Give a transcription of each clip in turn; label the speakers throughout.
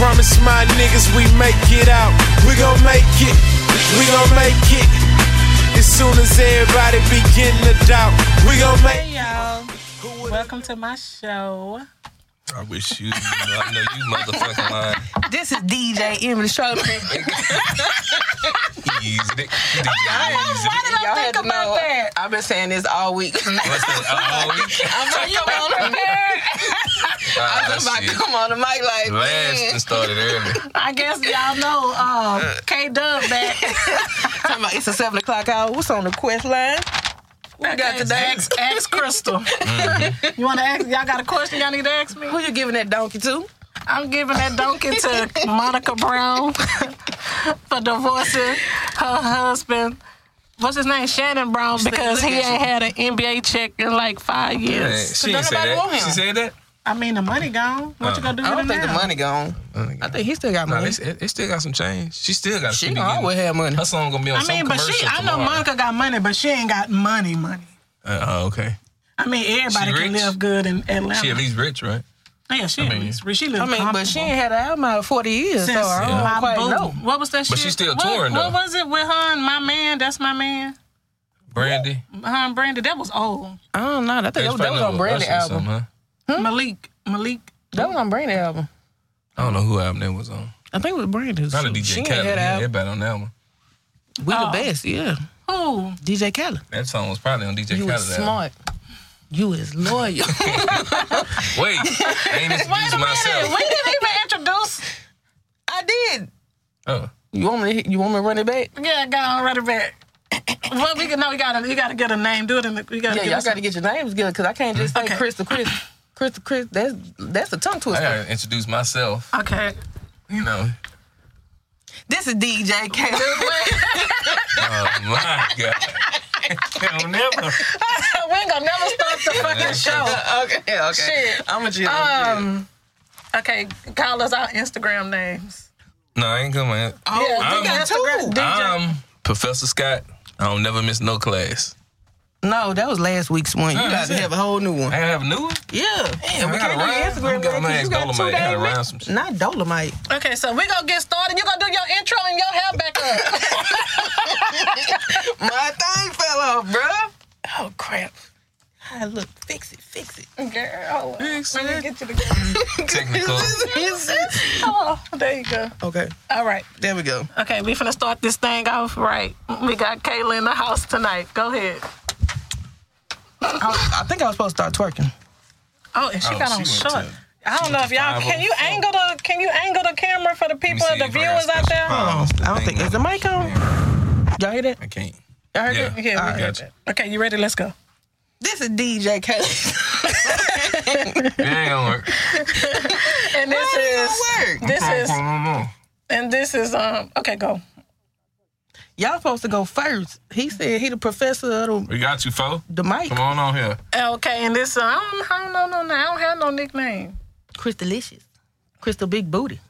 Speaker 1: promise my niggas we make it out. We gon' make it, we gon' make it. As soon as everybody begin to doubt, we gon' make
Speaker 2: Hey y'all, welcome to my show.
Speaker 3: I wish you. I know you motherfucking lying.
Speaker 4: This is DJ Emily Stroman.
Speaker 3: He used it. He used
Speaker 2: Why
Speaker 3: it.
Speaker 2: did I think about that?
Speaker 4: I've been saying this all week.
Speaker 3: What's that? Oh, we-
Speaker 4: I'm like, come on, the mic.
Speaker 3: Ah,
Speaker 4: I'm about to
Speaker 3: shit.
Speaker 4: come on the mic like,
Speaker 3: Last
Speaker 4: man.
Speaker 3: and started early.
Speaker 2: I guess y'all know um, K Dub back.
Speaker 4: Talking about it's a seven o'clock hour. What's on the quest line? What we got today?
Speaker 2: Ask, ask Crystal. You want to ask? Y'all got a question y'all need to ask me?
Speaker 4: Who you giving that donkey to?
Speaker 2: I'm giving that donkey to Monica Brown for divorcing her husband. What's his name? Shannon Brown because he ain't had an NBA check in like five
Speaker 3: Man,
Speaker 2: years.
Speaker 3: she ain't
Speaker 4: don't
Speaker 3: say
Speaker 4: nobody want
Speaker 3: that.
Speaker 4: him.
Speaker 3: She said that.
Speaker 2: I mean, the money gone. What you gonna do
Speaker 4: Uh, I
Speaker 2: with
Speaker 4: don't
Speaker 2: it
Speaker 4: think
Speaker 2: now?
Speaker 4: the money gone. I think he still got
Speaker 3: Nah,
Speaker 4: money.
Speaker 3: they, they still got some change. She still got.
Speaker 4: she
Speaker 3: she be
Speaker 4: gonna
Speaker 3: getting-
Speaker 4: always have money.
Speaker 3: Her song gonna be on
Speaker 2: I mean,
Speaker 3: some
Speaker 2: but
Speaker 3: commercial
Speaker 2: she. I know
Speaker 3: tomorrow.
Speaker 2: Monica got money, but she ain't got money. Money.
Speaker 3: Uh, oh, okay.
Speaker 2: I mean, everybody
Speaker 3: She
Speaker 2: can
Speaker 3: rich?
Speaker 2: live good in Atlanta.
Speaker 3: She at least rich, right?
Speaker 2: yeah, she. at
Speaker 3: mean-
Speaker 2: least rich. she lives
Speaker 4: I mean, but she ain't had an album out in 40 years,
Speaker 2: since
Speaker 4: so I don't
Speaker 2: my
Speaker 4: quite
Speaker 2: boo.
Speaker 4: know.
Speaker 2: What was that
Speaker 3: But
Speaker 2: shit?
Speaker 3: she's still
Speaker 2: What-
Speaker 3: touring,
Speaker 2: What
Speaker 3: though.
Speaker 2: was it with her and my man? That's my man.
Speaker 3: Brandy.
Speaker 2: Her and Brandy. That was old.
Speaker 4: I don't know. I think that was, that was on Brandy album. Hmm?
Speaker 2: Malik. Malik.
Speaker 4: That was on Brandy album.
Speaker 3: I don't know who album that was on.
Speaker 4: I think it was Brandy.
Speaker 3: Not a DJ
Speaker 4: she
Speaker 3: Khaled.
Speaker 4: ain't had an
Speaker 3: Yeah,
Speaker 4: album.
Speaker 3: Everybody on that one.
Speaker 4: We
Speaker 2: Oh.
Speaker 4: the best, yeah.
Speaker 2: Who?
Speaker 4: DJ Khaled.
Speaker 3: That song was probably on DJ
Speaker 4: You
Speaker 3: Khaled.
Speaker 4: was smart. You was loyal.
Speaker 3: Wait, I ain't introduced myself.
Speaker 2: We didn't even introduce.
Speaker 4: I did.
Speaker 3: Oh,
Speaker 4: You want me? To, you want me to run it back?
Speaker 2: Yeah, go on, run it back. Well, we can. No, we gotta. You gotta get a name. Do it. In the, we gotta.
Speaker 4: Yeah,
Speaker 2: give
Speaker 4: y'all
Speaker 2: us-
Speaker 4: got to get your names together because I can't just say
Speaker 2: Okay.
Speaker 4: Crystal, Chris, Crystal, Chris. That's that's a tongue
Speaker 3: I
Speaker 4: twister.
Speaker 3: gotta introduce myself.
Speaker 2: Okay.
Speaker 3: You know.
Speaker 4: This is DJ Khaled.
Speaker 3: Oh my god. Hell never.
Speaker 2: we ain't gonna never stop the fucking show.
Speaker 4: okay, okay.
Speaker 2: Shit.
Speaker 4: I'm with you.
Speaker 2: Um. Okay, call us our Instagram names.
Speaker 3: No, I ain't coming. out.
Speaker 4: oh,
Speaker 2: yeah,
Speaker 4: we
Speaker 3: I'm-
Speaker 4: got two.
Speaker 3: I'm Professor Scott. I don't never miss no class.
Speaker 4: No, that was last week's one. You got to have a whole new one.
Speaker 3: I gotta have a new one.
Speaker 4: Yeah, and
Speaker 3: I
Speaker 4: Mm. we
Speaker 3: gotta
Speaker 4: can't
Speaker 3: rhyme.
Speaker 4: do Instagram
Speaker 3: I gotta,
Speaker 4: name
Speaker 3: my
Speaker 4: 'cause
Speaker 3: ass
Speaker 4: you got two
Speaker 3: Dolomite. I gotta
Speaker 4: days.
Speaker 3: rhyme some shit.
Speaker 4: Not Dolomite.
Speaker 2: Okay, so we're gonna get started. You're gonna do your intro and your hair back up.
Speaker 4: My thing fell off, bruh. Oh crap. I look, fix it, fix it.
Speaker 2: Girl.
Speaker 3: Fix
Speaker 2: Let me
Speaker 3: it.
Speaker 2: get you together.
Speaker 3: Technical.
Speaker 2: Oh, there you go.
Speaker 4: okay,
Speaker 2: All right.
Speaker 4: there we go.
Speaker 2: Okay, we finna start this thing off right. We got Kayla in the house tonight. Go ahead.
Speaker 4: I, I think I was supposed to start twerking.
Speaker 2: Oh, and she
Speaker 3: Oh,
Speaker 2: got
Speaker 3: she
Speaker 2: on
Speaker 3: went
Speaker 2: short.
Speaker 3: to- oh
Speaker 2: I don't know if y'all can you angle the can you angle the camera for the people
Speaker 3: Let me
Speaker 2: the
Speaker 3: see if I got
Speaker 2: viewers out there?
Speaker 3: special powers.
Speaker 4: I don't
Speaker 3: Thing
Speaker 4: think- is the mic on? Y'all hear that?
Speaker 3: I can't.
Speaker 4: Y'all heard
Speaker 3: Yeah.
Speaker 4: that?
Speaker 2: Yeah, we
Speaker 4: All
Speaker 2: got
Speaker 3: right.
Speaker 2: that. Okay, you ready? Let's go.
Speaker 4: This is DJ Khaled.
Speaker 3: That ain't gonna work.
Speaker 2: And this is
Speaker 4: Work.
Speaker 2: this is
Speaker 3: Come on, come on.
Speaker 2: and this is um okay, go.
Speaker 4: Y'all supposed to go first. He said he the professor of the,
Speaker 3: We got you, fo.
Speaker 4: the mic.
Speaker 3: Come on on here.
Speaker 2: Okay, and this uh, I don't I don't know no name. I don't have no nickname.
Speaker 4: Crystalicious. Crystal Big Booty.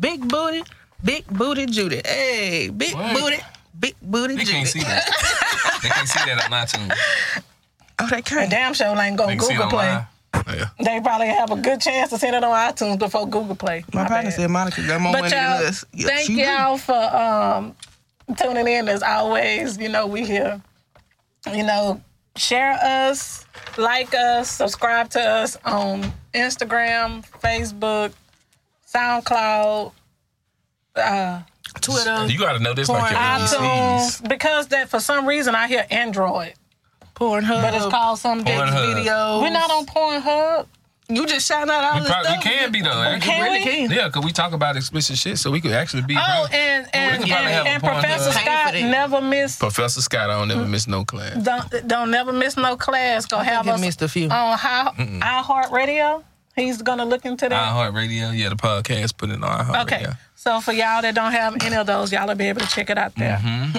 Speaker 4: Big Booty. Big Booty Judy. Hey, Big
Speaker 3: What?
Speaker 4: Booty. Big Booty
Speaker 3: They
Speaker 4: Judy.
Speaker 3: can't see that. they can't see that on iTunes.
Speaker 4: Oh, they
Speaker 2: The
Speaker 4: can't.
Speaker 2: damn show
Speaker 3: They
Speaker 2: ain't gonna
Speaker 3: can see it
Speaker 2: Google Play.
Speaker 3: online. Oh, Yeah.
Speaker 2: They probably have a good chance to send it on iTunes before Google Play.
Speaker 4: My partner
Speaker 2: bad.
Speaker 4: said Monica got more
Speaker 2: But
Speaker 4: money
Speaker 2: y'all,
Speaker 4: than us. Yeah,
Speaker 2: thank
Speaker 4: she do.
Speaker 2: y'all for um, tuning in. As always, you know we here. You know, share us, like us, subscribe to us on Instagram, Facebook, SoundCloud, uh, Twitter,
Speaker 3: You gotta know this like your
Speaker 2: iTunes.
Speaker 3: ABCs.
Speaker 2: Because that for some reason I hear Android,
Speaker 4: Pornhub.
Speaker 2: but it's called some dick
Speaker 3: Pornhub.
Speaker 2: We're not on Pornhub.
Speaker 4: You just shout out all
Speaker 3: We,
Speaker 4: the
Speaker 3: probably,
Speaker 4: stuff.
Speaker 3: we can be though.
Speaker 2: Can
Speaker 3: Actually.
Speaker 4: really
Speaker 2: we?
Speaker 4: can.
Speaker 3: Yeah, cause we talk about explicit shit, so we could actually be.
Speaker 2: Oh,
Speaker 3: probably-
Speaker 2: and and,
Speaker 3: could probably have
Speaker 2: and,
Speaker 3: a
Speaker 2: and
Speaker 3: Pornhub.
Speaker 2: Professor
Speaker 4: Pay for
Speaker 2: Scott
Speaker 4: that.
Speaker 2: never miss
Speaker 3: Professor Scott, I don't never miss no class.
Speaker 2: don't don't never miss no class. Gonna have
Speaker 4: You
Speaker 2: us
Speaker 4: missed a few.
Speaker 2: on How iHeart Radio. He's gonna look into that.
Speaker 3: iHeartRadio, yeah, the podcast put in on iHeartRadio.
Speaker 2: okay. So for y'all that don't have any of those, y'all will be able to check it out there.
Speaker 3: Mm-hmm.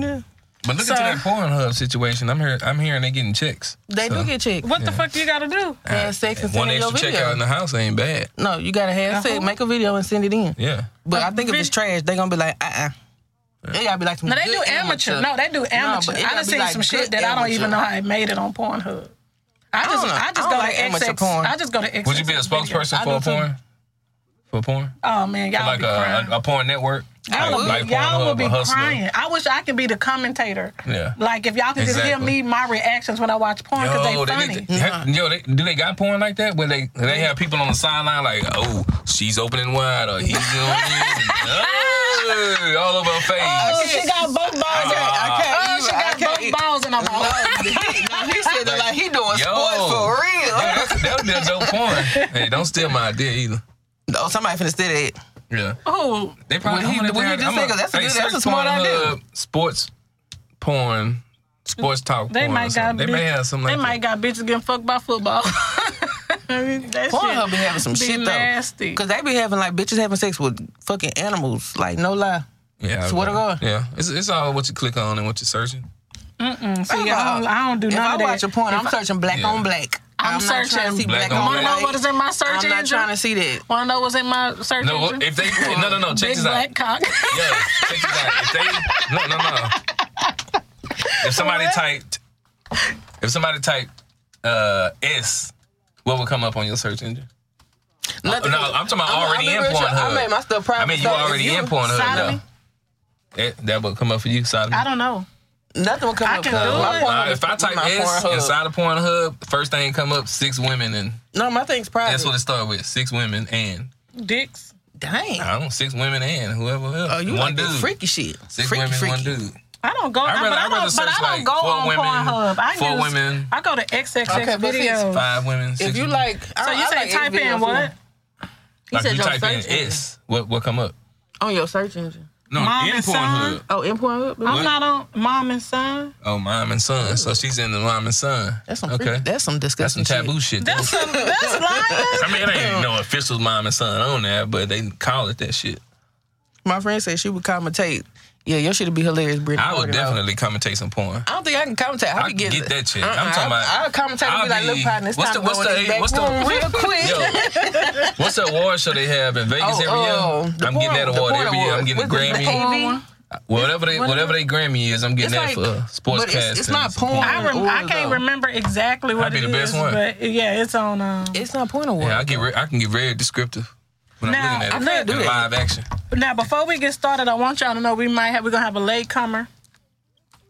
Speaker 4: Yeah.
Speaker 3: But look
Speaker 2: So-
Speaker 3: into that Pornhub situation. I'm here. I'm hearing they getting checks.
Speaker 4: They do get checked.
Speaker 2: What the fuck do you gotta do?
Speaker 4: Have Uh, sex and
Speaker 3: One
Speaker 4: send in your
Speaker 3: extra
Speaker 4: video.
Speaker 3: checkout in the house ain't bad.
Speaker 4: No, you gotta have sex,
Speaker 2: Uh-huh.
Speaker 4: make a video and send it in.
Speaker 3: Yeah.
Speaker 4: But I think if it's trash, they gonna be like, uh uh They gotta be like some
Speaker 2: No, they
Speaker 4: good
Speaker 2: do amateur. No, they do amateur.
Speaker 4: but it
Speaker 2: I
Speaker 4: gotta
Speaker 2: done
Speaker 4: be
Speaker 2: seen
Speaker 4: like
Speaker 2: some shit
Speaker 4: good
Speaker 2: that I don't even
Speaker 4: amateur.
Speaker 2: know how it made it on Pornhub. I just
Speaker 4: don't know.
Speaker 2: I,
Speaker 4: I
Speaker 2: just
Speaker 4: don't
Speaker 2: go
Speaker 4: like
Speaker 2: to
Speaker 4: amateur
Speaker 2: XX.
Speaker 4: porn.
Speaker 2: I just go to XX.
Speaker 3: Would you be a spokesperson
Speaker 4: I
Speaker 3: for
Speaker 4: do
Speaker 3: a
Speaker 4: too.
Speaker 3: porn? for porn?
Speaker 2: Oh man, y'all
Speaker 3: like
Speaker 2: be crying.
Speaker 3: a, a, a porn network?
Speaker 2: I would,
Speaker 3: like, like
Speaker 2: y'all
Speaker 3: Pornhub
Speaker 2: would be
Speaker 3: or Hustler?
Speaker 2: crying. I wish I could be the commentator.
Speaker 3: Yeah.
Speaker 2: Like if y'all could just hear
Speaker 3: Exactly.
Speaker 2: me my reactions when I watch porn because they funny.
Speaker 3: need to, ha- yo, they, do they got porn like that? Where they they have people on the sideline like, oh, she's opening wide or he's doing this, and, oh, all over her face.
Speaker 2: oh, she got both balls.
Speaker 3: I
Speaker 2: in-
Speaker 4: can't
Speaker 2: oh,
Speaker 4: even-
Speaker 2: she
Speaker 4: I
Speaker 2: got
Speaker 4: can't
Speaker 2: both
Speaker 4: even-
Speaker 2: balls in her mouth.
Speaker 4: now he said that like he doing
Speaker 3: Yo.
Speaker 4: sports for real.
Speaker 3: Yeah, that's- that would be a dope porn. Hey, don't steal my idea either.
Speaker 4: Oh, somebody finna steal that.
Speaker 3: Yeah.
Speaker 2: Oh,
Speaker 3: They probably
Speaker 4: Well,
Speaker 3: I'm
Speaker 4: he-
Speaker 3: gonna
Speaker 4: well, he
Speaker 3: have-
Speaker 4: just
Speaker 3: I'm
Speaker 4: said,
Speaker 3: gonna-
Speaker 4: 'cause that's a
Speaker 3: hey,
Speaker 4: good- that's a
Speaker 3: search
Speaker 4: smart idea.
Speaker 3: Pornhub, Sports porn, sports talk.
Speaker 2: they
Speaker 3: porn or
Speaker 2: might got.
Speaker 3: something. They
Speaker 2: bitch-
Speaker 3: may have something
Speaker 2: They
Speaker 3: like
Speaker 2: might got bitches getting fucked by football. that
Speaker 4: Pornhub
Speaker 2: shit
Speaker 4: be having some
Speaker 2: be
Speaker 4: shit though,
Speaker 2: nasty.
Speaker 4: because they be having like bitches having sex with fucking animals. Like no lie.
Speaker 3: that. Yeah. I
Speaker 4: Swear to
Speaker 3: agree.
Speaker 4: God.
Speaker 3: Yeah. It's it's all what you click on and what you're searching.
Speaker 2: See, I don't, I don't do
Speaker 4: If
Speaker 2: none
Speaker 4: I
Speaker 2: of that.
Speaker 4: watch a porn, I'm searching black
Speaker 3: Yeah.
Speaker 4: on black.
Speaker 2: I'm
Speaker 4: not trying
Speaker 2: searching
Speaker 4: to see
Speaker 3: black Oh,
Speaker 4: black,
Speaker 3: on
Speaker 4: on
Speaker 2: Want
Speaker 4: black.
Speaker 2: to know what is in my
Speaker 4: I'm
Speaker 2: search
Speaker 4: not
Speaker 2: engine?
Speaker 4: trying to see that.
Speaker 2: Want to know what's in my search
Speaker 3: No,
Speaker 2: engine?
Speaker 3: if they no no no check
Speaker 2: Big
Speaker 3: this out.
Speaker 2: black cock.
Speaker 3: Yo, check this out. If they no no no. If somebody typed if somebody typed uh S, what would come up on your search engine?
Speaker 4: Nothing.
Speaker 3: No, I'm talking about
Speaker 4: I'm-
Speaker 3: already
Speaker 4: I'm
Speaker 3: in
Speaker 4: real sure-
Speaker 3: Pornhub.
Speaker 4: I made my stuff private.
Speaker 3: I mean, you
Speaker 4: so if
Speaker 3: already in Pornhub
Speaker 2: Sodomy?
Speaker 3: now. That, that would come up for you, Sodomy.
Speaker 2: I don't know.
Speaker 4: Nothing will come
Speaker 2: I
Speaker 4: up.
Speaker 2: can
Speaker 4: with
Speaker 2: do
Speaker 4: my Pornhub
Speaker 2: it.
Speaker 3: Nah, if I
Speaker 4: with
Speaker 3: type
Speaker 4: my
Speaker 3: S
Speaker 4: Pornhub.
Speaker 3: inside of Pornhub, first thing come up six women, and
Speaker 4: no, my thing's private.
Speaker 3: that's what it started with. Six women and
Speaker 2: Dicks.
Speaker 4: Dang.
Speaker 3: I don't know, six women and whoever else.
Speaker 4: Oh, you
Speaker 3: one
Speaker 4: like the
Speaker 3: dude,
Speaker 4: freaky shit.
Speaker 3: six
Speaker 4: freaky,
Speaker 3: women,
Speaker 4: freaky.
Speaker 3: one dude.
Speaker 2: I don't go.
Speaker 3: I'd
Speaker 2: I,
Speaker 3: rather-
Speaker 2: but
Speaker 3: I'd
Speaker 2: I
Speaker 3: rather
Speaker 2: don't, but
Speaker 3: search,
Speaker 2: I don't
Speaker 3: like,
Speaker 2: go
Speaker 3: four
Speaker 2: on
Speaker 3: women-
Speaker 2: Pornhub. I
Speaker 3: four
Speaker 2: use,
Speaker 3: women.
Speaker 2: I go to XXX
Speaker 4: Okay, but see,
Speaker 2: videos.
Speaker 3: Five women. Six
Speaker 4: If you
Speaker 3: women.
Speaker 4: like,
Speaker 2: So you say type in what?
Speaker 4: He
Speaker 3: like
Speaker 4: said
Speaker 3: you
Speaker 4: your
Speaker 3: type in
Speaker 4: search engine.
Speaker 3: S, what what come up?
Speaker 4: On your search engine.
Speaker 3: No,
Speaker 2: Mom
Speaker 3: in
Speaker 2: and son.
Speaker 3: Pornhub.
Speaker 4: Oh, in Pornhub.
Speaker 2: I'm not on Mom and Son.
Speaker 3: Oh, mom and son. So she's in the mom and son.
Speaker 4: That's some.
Speaker 3: okay.
Speaker 4: Freaky, that's some
Speaker 3: That's
Speaker 4: disgusting.
Speaker 3: some taboo shit.
Speaker 2: That's some, that's lying.
Speaker 3: I mean, it ain't no official mom and son on there, but they call it that shit.
Speaker 4: Shit. My friend said she would commentate. Yeah, your shit would be hilarious, Brittany.
Speaker 3: I would
Speaker 4: Murdoch.
Speaker 3: definitely commentate some porn.
Speaker 4: I don't think I can commentate. I,
Speaker 3: I
Speaker 4: be
Speaker 3: can
Speaker 4: getting
Speaker 3: get that shit.
Speaker 4: Uh-uh.
Speaker 3: I'm talking about-
Speaker 4: I, I'll commentate and
Speaker 3: I'll
Speaker 4: be like, look,
Speaker 3: be-
Speaker 4: partner, it's
Speaker 3: what's
Speaker 4: time
Speaker 3: the-
Speaker 4: to go
Speaker 3: what's
Speaker 4: in this
Speaker 3: the-
Speaker 4: back
Speaker 3: what's the-
Speaker 4: room real quick.
Speaker 3: Yo, what's that award show they have in Vegas
Speaker 4: Oh,
Speaker 3: every year?
Speaker 4: oh, the
Speaker 3: I'm
Speaker 4: porn-
Speaker 3: getting that
Speaker 4: the
Speaker 3: award
Speaker 4: porn
Speaker 3: every year. I'm
Speaker 4: awards.
Speaker 3: getting a
Speaker 4: What's it, the
Speaker 3: Grammy.
Speaker 4: AV?
Speaker 3: Whatever they whatever they Grammy is, I'm getting
Speaker 4: It's
Speaker 3: that
Speaker 4: like-
Speaker 3: for sports
Speaker 4: but it's- it's not
Speaker 3: casting.
Speaker 4: porn.
Speaker 2: I, rem- I
Speaker 4: Ooh,
Speaker 2: can't
Speaker 4: though.
Speaker 2: remember exactly what
Speaker 3: That'd be
Speaker 2: it
Speaker 3: the best
Speaker 2: is,
Speaker 3: one.
Speaker 2: but yeah, it's on. Um,
Speaker 4: It's not porn award.
Speaker 3: Yeah, I get re- I can get very descriptive when
Speaker 2: Now,
Speaker 3: I'm looking
Speaker 2: I
Speaker 3: at it.
Speaker 2: can't
Speaker 4: do
Speaker 3: in
Speaker 4: that.
Speaker 3: live action.
Speaker 2: now, before we get started, I want y'all to know we might have we're gonna have a late comer.